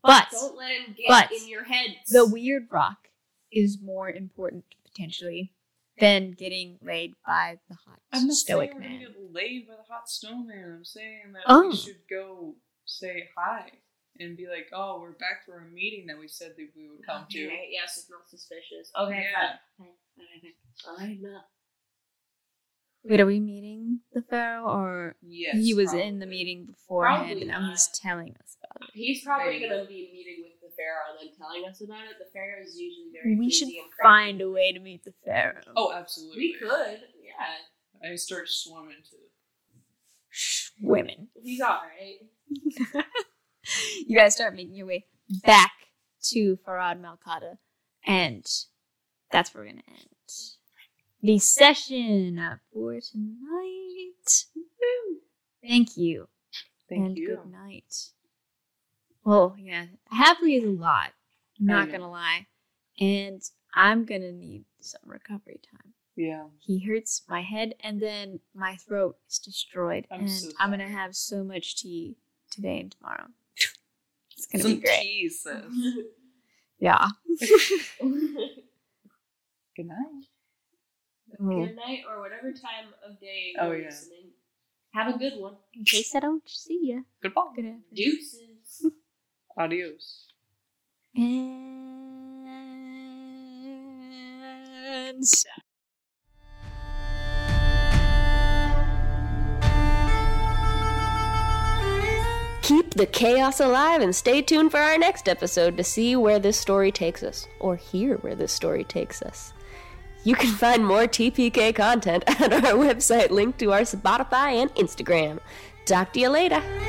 E: But
F: Don't let him get
E: But-
F: in your head.
E: the weird rock is more important potentially than getting laid by the hot
B: I'm not
E: stoic
B: saying we're
E: man.
B: gonna get laid by the hot snowman. I'm saying that
E: Oh.
B: we should go say hi and be like, "Oh, we're back for a meeting that we said that we would come to."
F: Okay, Um, yes, it's not suspicious. Okay,
B: Yeah.
F: fine. Fine, fine, fine. I'm not.
E: Wait, are we meeting the pharaoh, or
B: Yes.
E: he was in
B: probably.
E: the meeting beforehand
F: Probably
E: and now
F: not.
E: he's telling us about it?
F: He's probably
B: Maybe.
F: going to be meeting with the pharaoh and then telling us about it. The pharaoh is usually very.
E: We
F: busy
E: should
F: and crazy.
E: find a way to meet the pharaoh.
B: Oh, absolutely.
F: We could, yeah.
B: I start swimming to.
E: women.
F: He's all right.
E: you guys start making your way back to Farad Malkata, and that's where we're gonna end. the session for tonight. Thank you.
B: Thank
E: and
B: you.
E: good night. Well, yeah, happily is a lot. I'm not
B: know.
E: gonna lie, and I'm gonna need some recovery time.
B: Yeah.
E: He hurts my head, and then my throat is destroyed,
B: I'm
E: and
B: so
E: I'm gonna
B: sorry.
E: have so much tea today and tomorrow. It's gonna
B: Some
E: be great. Mm-hmm.
B: tea, sis.
E: Yeah.
B: Good night.
E: Mm.
M: Good night or whatever time of day
B: Oh,
M: you're
B: yeah.
M: listening. Have a good one.
E: In case I don't see you.
B: Goodbye.
E: Good afternoon.
M: Deuces.
B: Adios.
E: And
C: Keep the chaos alive and stay tuned for our next episode to see where this story takes us, or hear where this story takes us. You can find more TPK content at our website linked to our Spotify and Instagram. Talk to you later.